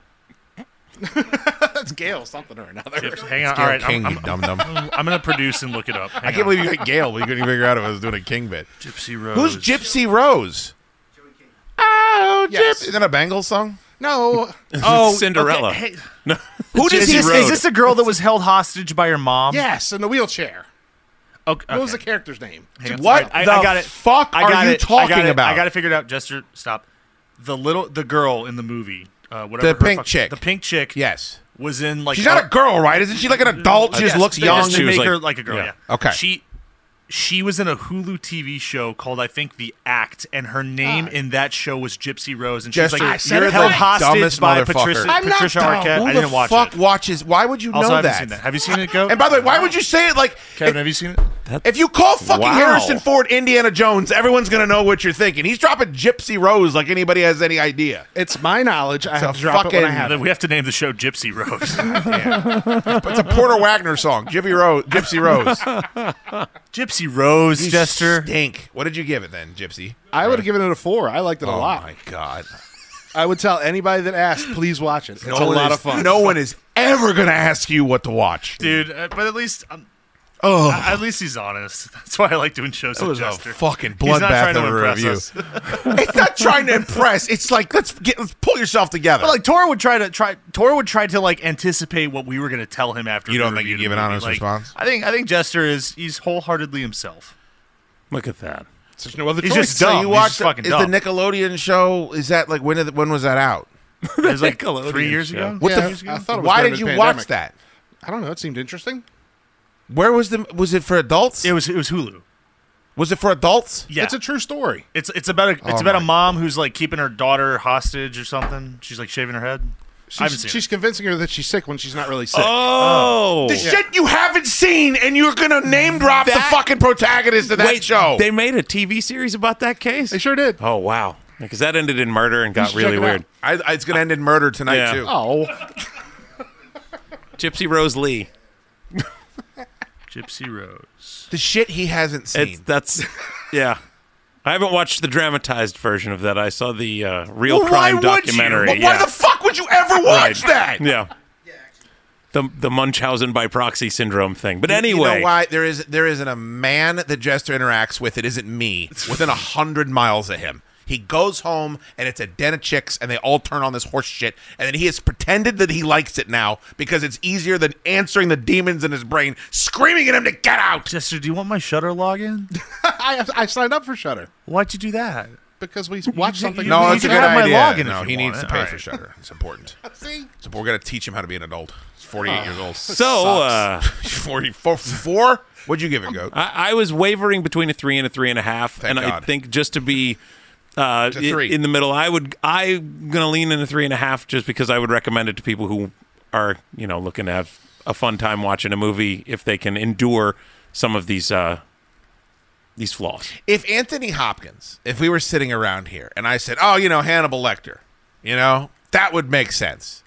[SPEAKER 6] That's Gail something or another.
[SPEAKER 15] Gypsy. Hang on.
[SPEAKER 8] Gail
[SPEAKER 15] All right,
[SPEAKER 8] King,
[SPEAKER 15] I'm,
[SPEAKER 8] you
[SPEAKER 15] I'm,
[SPEAKER 8] dum-dum.
[SPEAKER 15] I'm, gonna produce and look it up.
[SPEAKER 8] I can't believe you got Gail, but you couldn't figure out if I was doing a King bit.
[SPEAKER 15] Gypsy Rose.
[SPEAKER 8] Who's Gypsy Rose? Oh,
[SPEAKER 6] Yes.
[SPEAKER 8] Gypsy. Is that a Bengals song?
[SPEAKER 6] No.
[SPEAKER 16] Cinderella.
[SPEAKER 15] Oh, okay, hey.
[SPEAKER 16] No.
[SPEAKER 15] Who does
[SPEAKER 16] Gypsy
[SPEAKER 15] this?
[SPEAKER 16] Rose.
[SPEAKER 15] Is this the girl that was held hostage by her mom?
[SPEAKER 6] Yes, in the wheelchair.
[SPEAKER 15] Okay.
[SPEAKER 6] What was the character's name?
[SPEAKER 15] Hang on.
[SPEAKER 8] What
[SPEAKER 15] I, I
[SPEAKER 8] the
[SPEAKER 15] got it.
[SPEAKER 8] fuck
[SPEAKER 15] I
[SPEAKER 8] are
[SPEAKER 15] got
[SPEAKER 8] you
[SPEAKER 15] it. I
[SPEAKER 8] talking
[SPEAKER 15] got it.
[SPEAKER 8] about?
[SPEAKER 15] I got it figured out. Jester, stop. The little, the girl in the movie, uh, whatever.
[SPEAKER 8] The
[SPEAKER 15] her
[SPEAKER 8] pink
[SPEAKER 15] fuck-
[SPEAKER 8] chick.
[SPEAKER 15] The pink chick.
[SPEAKER 8] Yes.
[SPEAKER 15] Was in like.
[SPEAKER 8] She's not a girl, right? Isn't she like an adult? She just
[SPEAKER 15] Yes,
[SPEAKER 8] looks
[SPEAKER 15] they
[SPEAKER 8] young.
[SPEAKER 15] Just
[SPEAKER 8] She was
[SPEAKER 15] make
[SPEAKER 8] like-
[SPEAKER 15] her like a girl.
[SPEAKER 8] yeah.
[SPEAKER 15] Yeah.
[SPEAKER 8] Okay.
[SPEAKER 15] She. She was in a Hulu TV show called, I think, The Act, and her name
[SPEAKER 8] Ah.
[SPEAKER 15] in that show was Gypsy Rose, and she's
[SPEAKER 8] Jester,
[SPEAKER 15] like
[SPEAKER 8] you're
[SPEAKER 15] held
[SPEAKER 8] the
[SPEAKER 15] hostage
[SPEAKER 8] dumbest
[SPEAKER 15] by
[SPEAKER 8] motherfucker.
[SPEAKER 15] Patricia,
[SPEAKER 8] I'm not
[SPEAKER 15] Patricia
[SPEAKER 8] dumb.
[SPEAKER 15] Arquette.
[SPEAKER 8] Who
[SPEAKER 15] I
[SPEAKER 8] the
[SPEAKER 15] didn't watch
[SPEAKER 8] fuck
[SPEAKER 15] it.
[SPEAKER 8] watches? Why would you
[SPEAKER 15] also,
[SPEAKER 8] know
[SPEAKER 15] I haven't
[SPEAKER 8] that?
[SPEAKER 15] seen that. Have you seen it, Go?
[SPEAKER 8] And by the way, why would you say it like
[SPEAKER 15] Kevin, have you seen it?
[SPEAKER 8] if you call fucking
[SPEAKER 16] Wow.
[SPEAKER 8] Harrison Ford Indiana Jones, everyone's gonna know what you're thinking. He's dropping Gypsy Rose like anybody has any idea.
[SPEAKER 6] It's my knowledge. I have
[SPEAKER 8] a
[SPEAKER 6] to drop it when I have
[SPEAKER 15] Then we have to name the show Gypsy Rose.
[SPEAKER 8] It's a Porter Wagner song, Gypsy Rose. Gypsy Rose.
[SPEAKER 15] Gypsy Rose,
[SPEAKER 8] you
[SPEAKER 15] Chester.
[SPEAKER 8] Stink. What did you give it then, Gypsy?
[SPEAKER 6] I would have given it a four. I liked it a
[SPEAKER 8] Oh
[SPEAKER 6] lot.
[SPEAKER 8] my god.
[SPEAKER 6] I would tell anybody that asked, please watch it. It's
[SPEAKER 8] No
[SPEAKER 6] a
[SPEAKER 8] one
[SPEAKER 6] lot
[SPEAKER 8] is-
[SPEAKER 6] of fun.
[SPEAKER 8] No one is ever gonna ask you what to watch.
[SPEAKER 15] Dude, uh, but at least. Um,
[SPEAKER 8] Oh.
[SPEAKER 15] a- At least he's honest. That's why I like doing shows
[SPEAKER 8] That
[SPEAKER 15] with
[SPEAKER 8] was a
[SPEAKER 15] Chester.
[SPEAKER 8] fucking
[SPEAKER 15] He's not
[SPEAKER 8] bloodbath
[SPEAKER 15] trying
[SPEAKER 8] of
[SPEAKER 15] to
[SPEAKER 8] a
[SPEAKER 15] impress
[SPEAKER 8] review.
[SPEAKER 15] us.
[SPEAKER 8] it's not trying to impress. It's like let's get let's pull yourself together.
[SPEAKER 15] But like Tora would try to try Tora would try to like anticipate what we were going to tell him after. You don't think you
[SPEAKER 8] give an honest response?
[SPEAKER 15] I think I think Jester is he's wholeheartedly himself.
[SPEAKER 16] Look at that.
[SPEAKER 15] There's no other
[SPEAKER 8] He's
[SPEAKER 15] choice.
[SPEAKER 8] just dumb. you watched is the Nickelodeon show? Is that like when? Did, when was that out?
[SPEAKER 15] It was like three years ago.
[SPEAKER 8] What the?
[SPEAKER 6] Yeah,
[SPEAKER 8] f-
[SPEAKER 6] I thought it was
[SPEAKER 8] why
[SPEAKER 6] during
[SPEAKER 8] did you
[SPEAKER 6] the
[SPEAKER 8] watch
[SPEAKER 6] pandemic.
[SPEAKER 8] that?
[SPEAKER 6] I don't know. It seemed interesting.
[SPEAKER 8] Where was the? Was it for adults? It
[SPEAKER 15] was. It was Hulu.
[SPEAKER 8] Was it for adults?
[SPEAKER 15] Yeah.
[SPEAKER 6] It's a true story.
[SPEAKER 15] It's it's about a it's
[SPEAKER 8] Oh
[SPEAKER 15] about a
[SPEAKER 8] my
[SPEAKER 15] mom who's like keeping her daughter hostage or something. She's like shaving her head. I haven't
[SPEAKER 6] She's,
[SPEAKER 15] seen
[SPEAKER 6] she's convincing her that she's sick when she's not really sick.
[SPEAKER 16] Oh.
[SPEAKER 8] The
[SPEAKER 6] Yeah.
[SPEAKER 8] shit you haven't seen, and you're gonna name drop
[SPEAKER 16] That-
[SPEAKER 8] the fucking protagonist of that
[SPEAKER 16] Wait,
[SPEAKER 8] show.
[SPEAKER 16] They made a TV series about that case. They
[SPEAKER 6] sure did.
[SPEAKER 16] Oh wow, because that ended in murder and got really weird.
[SPEAKER 8] I, I- it's gonna end in murder tonight
[SPEAKER 16] Yeah.
[SPEAKER 8] too.
[SPEAKER 6] Oh,
[SPEAKER 16] Gypsy Rose Lee.
[SPEAKER 15] Gypsy Rose.
[SPEAKER 8] The shit he hasn't seen.
[SPEAKER 16] It's, that's yeah. I haven't watched the dramatized version of that. I saw the uh, real
[SPEAKER 8] Well,
[SPEAKER 16] crime
[SPEAKER 8] why would you?
[SPEAKER 16] documentary.
[SPEAKER 8] Well,
[SPEAKER 16] yeah.
[SPEAKER 8] Why the fuck would you ever watch that?
[SPEAKER 16] Right. Yeah. The the Munchausen by proxy syndrome thing. But
[SPEAKER 8] You-
[SPEAKER 16] anyway,
[SPEAKER 8] you know why there is there isn't a man that Jester interacts with that isn't me within a hundred miles of him. He goes home and it's a den of chicks and they all turn on this horse shit and then he has pretended that he likes it now because it's easier than answering the demons in his brain screaming at him to get out.
[SPEAKER 15] Jester, do you want my Shutter login?
[SPEAKER 6] I, have- I signed up for Shutter
[SPEAKER 15] Why'd you do that?
[SPEAKER 6] because we watched something.
[SPEAKER 8] No,
[SPEAKER 6] we
[SPEAKER 8] it's a
[SPEAKER 6] need
[SPEAKER 8] good
[SPEAKER 6] to have my
[SPEAKER 8] idea.
[SPEAKER 6] login if
[SPEAKER 8] no,
[SPEAKER 6] you
[SPEAKER 8] he
[SPEAKER 6] want
[SPEAKER 8] needs
[SPEAKER 6] it.
[SPEAKER 8] to pay
[SPEAKER 6] All
[SPEAKER 8] for
[SPEAKER 6] right.
[SPEAKER 8] Shutter. It's important.
[SPEAKER 6] See?
[SPEAKER 8] So we're gonna teach him how to be an adult. He's 48 years
[SPEAKER 16] Ah.
[SPEAKER 8] old.
[SPEAKER 16] So, uh,
[SPEAKER 8] 44 four? What'd you give it, Goat?
[SPEAKER 16] I, I was wavering between a three and a three and a half, and I think just to be uh,
[SPEAKER 8] To
[SPEAKER 16] i-
[SPEAKER 8] three.
[SPEAKER 16] in the middle, I would I'm gonna lean in a three and a half just because I would recommend it to people who are you know looking to have a fun time watching a movie if they can endure some of these uh, these flaws.
[SPEAKER 8] If Anthony Hopkins, if we were sitting around here and I said, oh, you know, Hannibal Lecter, you know, that would make sense.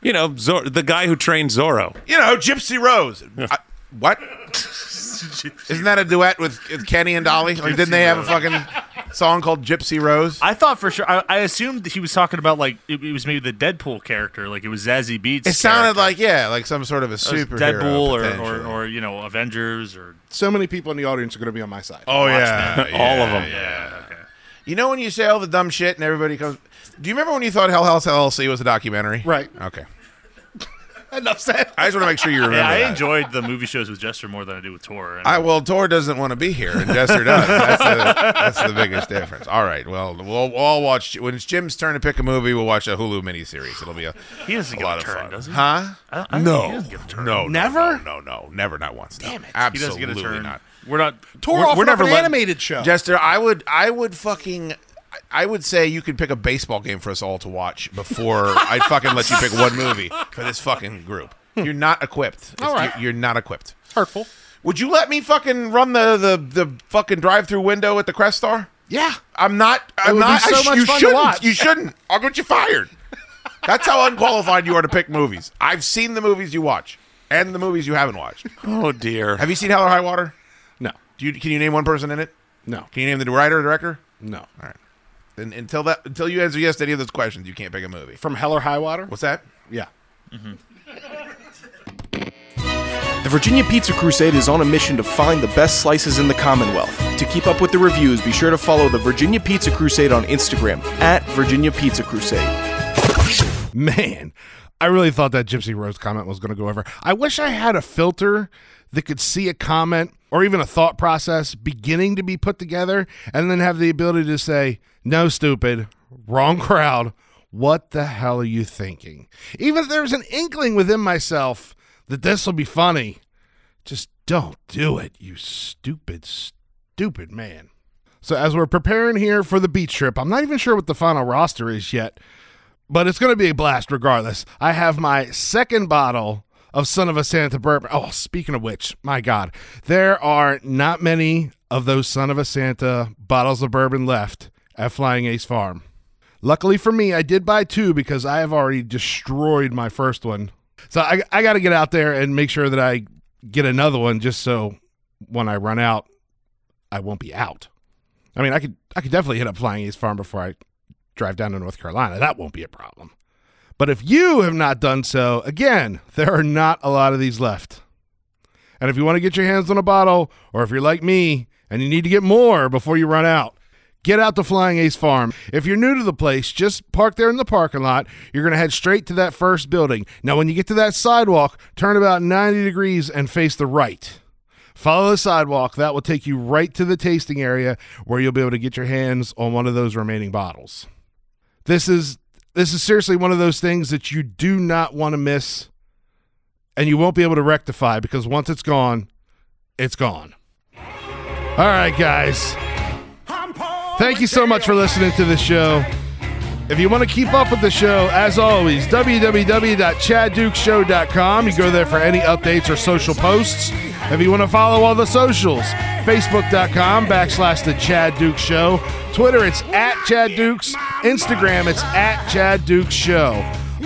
[SPEAKER 16] You know, Zor- the guy who trained Zorro.
[SPEAKER 8] You know, Gypsy Rose. I- what? Isn't that a duet with, with Kenny and Dolly? Like, didn't they have a fucking song called Gypsy Rose?
[SPEAKER 15] I thought for sure. I, I assumed that he was talking about like it, it was maybe the Deadpool character, like it was Zazie Beats.
[SPEAKER 8] It sounded like, yeah, like some sort of
[SPEAKER 15] It
[SPEAKER 8] a
[SPEAKER 15] was
[SPEAKER 8] superhero.
[SPEAKER 15] Deadpool or,
[SPEAKER 8] potentially.
[SPEAKER 15] or or you know Avengers or
[SPEAKER 6] So many people in the audience are going to be on my side.
[SPEAKER 8] Oh, yeah.
[SPEAKER 16] Watchmen. All of
[SPEAKER 8] yeah,
[SPEAKER 16] them.
[SPEAKER 8] Yeah. You know when you say all the dumb shit and everybody comes. Do you remember when you thought Hell House LLC was a documentary? Right. Okay. Enough said. I just want to make sure you remember.
[SPEAKER 15] Yeah, I
[SPEAKER 8] that.
[SPEAKER 15] enjoyed the movie shows with Jester more than I do with Tor. and-
[SPEAKER 8] I well, Tor doesn't want to be here, and Jester does. That's the, that's the biggest difference. All right, well, we'll we'll all watch when it's Jim's turn to pick a movie. We'll watch a Hulu miniseries. It'll be a
[SPEAKER 15] He doesn't
[SPEAKER 8] a
[SPEAKER 15] get
[SPEAKER 8] lot
[SPEAKER 15] a
[SPEAKER 8] of
[SPEAKER 15] turn,
[SPEAKER 8] fun.
[SPEAKER 15] does he?
[SPEAKER 8] Huh?
[SPEAKER 15] I don't- I don't
[SPEAKER 8] no,
[SPEAKER 15] think he does get a turn.
[SPEAKER 8] no, no,
[SPEAKER 15] Never?
[SPEAKER 8] no, no, no, never, not once. Damn it,
[SPEAKER 15] He doesn't
[SPEAKER 8] absolutely
[SPEAKER 15] get a turn.
[SPEAKER 8] not.
[SPEAKER 15] We're not.
[SPEAKER 8] Tore
[SPEAKER 15] we're,
[SPEAKER 8] off
[SPEAKER 15] we're
[SPEAKER 8] enough
[SPEAKER 15] never
[SPEAKER 8] of an
[SPEAKER 15] let-
[SPEAKER 8] animated
[SPEAKER 6] show.
[SPEAKER 8] Jester, I would, I would fucking, I would say you could pick a baseball game for us all to watch before I'd fucking let you pick one movie for this fucking group. You're not equipped.
[SPEAKER 6] All
[SPEAKER 8] It's-
[SPEAKER 6] right.
[SPEAKER 8] you- you're not equipped.
[SPEAKER 6] It's hurtful.
[SPEAKER 8] Would you let me fucking run the the, the fucking drive through window at the Crest Star?
[SPEAKER 6] Yeah.
[SPEAKER 8] I'm not. I'm
[SPEAKER 6] would be
[SPEAKER 8] not.
[SPEAKER 6] so
[SPEAKER 8] I sh-
[SPEAKER 6] much
[SPEAKER 8] you
[SPEAKER 6] fun to
[SPEAKER 8] shouldn't.
[SPEAKER 6] watch.
[SPEAKER 8] You shouldn't. I'll get you fired. That's how unqualified you are to pick movies. I've seen the movies you watch and the movies you haven't watched.
[SPEAKER 16] Oh dear.
[SPEAKER 8] Have you seen Hell or High Water?
[SPEAKER 6] No.
[SPEAKER 8] Do you, can you name one person in it?
[SPEAKER 6] No.
[SPEAKER 8] Can you name the writer or director?
[SPEAKER 6] No. All
[SPEAKER 8] right. Then until that until you answer yes to any of those questions, you can't pick a movie.
[SPEAKER 6] From Hell or High Water?
[SPEAKER 8] What's that?
[SPEAKER 6] Yeah.
[SPEAKER 7] The Virginia Pizza Crusade is on a mission to find the best slices in the Commonwealth. To keep up with the reviews, be sure to follow the Virginia Pizza Crusade on Instagram at Virginia Pizza Crusade.
[SPEAKER 6] Man, I really thought that Gypsy Rose comment was going to go over. I wish I had a filter that could see a comment or even a thought process beginning to be put together and then have the ability to say, no, stupid, wrong crowd. What the hell are you thinking? Even if there's an inkling within myself that this will be funny, just don't do it, you stupid, stupid man. So, as we're preparing here for the beach trip, I'm not even sure what the final roster is yet, but it's going to be a blast regardless. I have my second bottle of Son of a Santa Bourbon. Oh, speaking of which, my God, there are not many of those Son of a Santa bottles of bourbon left at Flying Ace Farm. Luckily for me, I did buy two because I have already destroyed my first one. So I, I got to get out there and make sure that I get another one just so when I run out, I won't be out. I mean, I could I could definitely hit up Flying Ace Farm before I drive down to North Carolina. That won't be a problem. But if you have not done so, again, there are not a lot of these left. And if you want to get your hands on a bottle, or if you're like me and you need to get more before you run out, get out to Flying Ace Farm. If you're new to the place, just park there in the parking lot. You're going to head straight to that first building. Now, when you get to that sidewalk, turn about 90 degrees and face the right. Follow the sidewalk. That will take you right to the tasting area where you'll be able to get your hands on one of those remaining bottles. This is this is seriously one of those things that you do not want to miss and you won't be able to rectify because once it's gone, it's gone. All right, guys. Thank you so much for listening to the show. If you want to keep up with the show, as always, www.chaddukeshow.com. You go there for any updates or social posts. If you want to follow all the socials, facebook.com backslash the Chad Duke Show. Twitter, it's at Chad Dukes. Instagram, it's at Chad Dukes Show.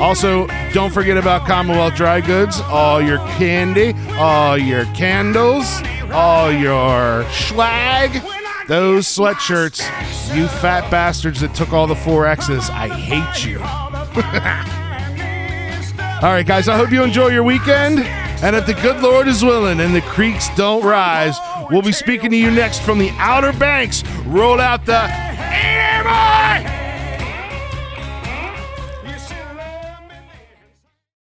[SPEAKER 6] Also, don't forget about Commonwealth Dry Goods, all your candy, all your candles, all your schlag. Those sweatshirts, you fat bastards that took all the four X's, I hate you. all right, guys, I hope you enjoy your weekend. And if the good Lord is willing and the creeks don't rise, we'll be speaking to you next from the Outer Banks. Roll out the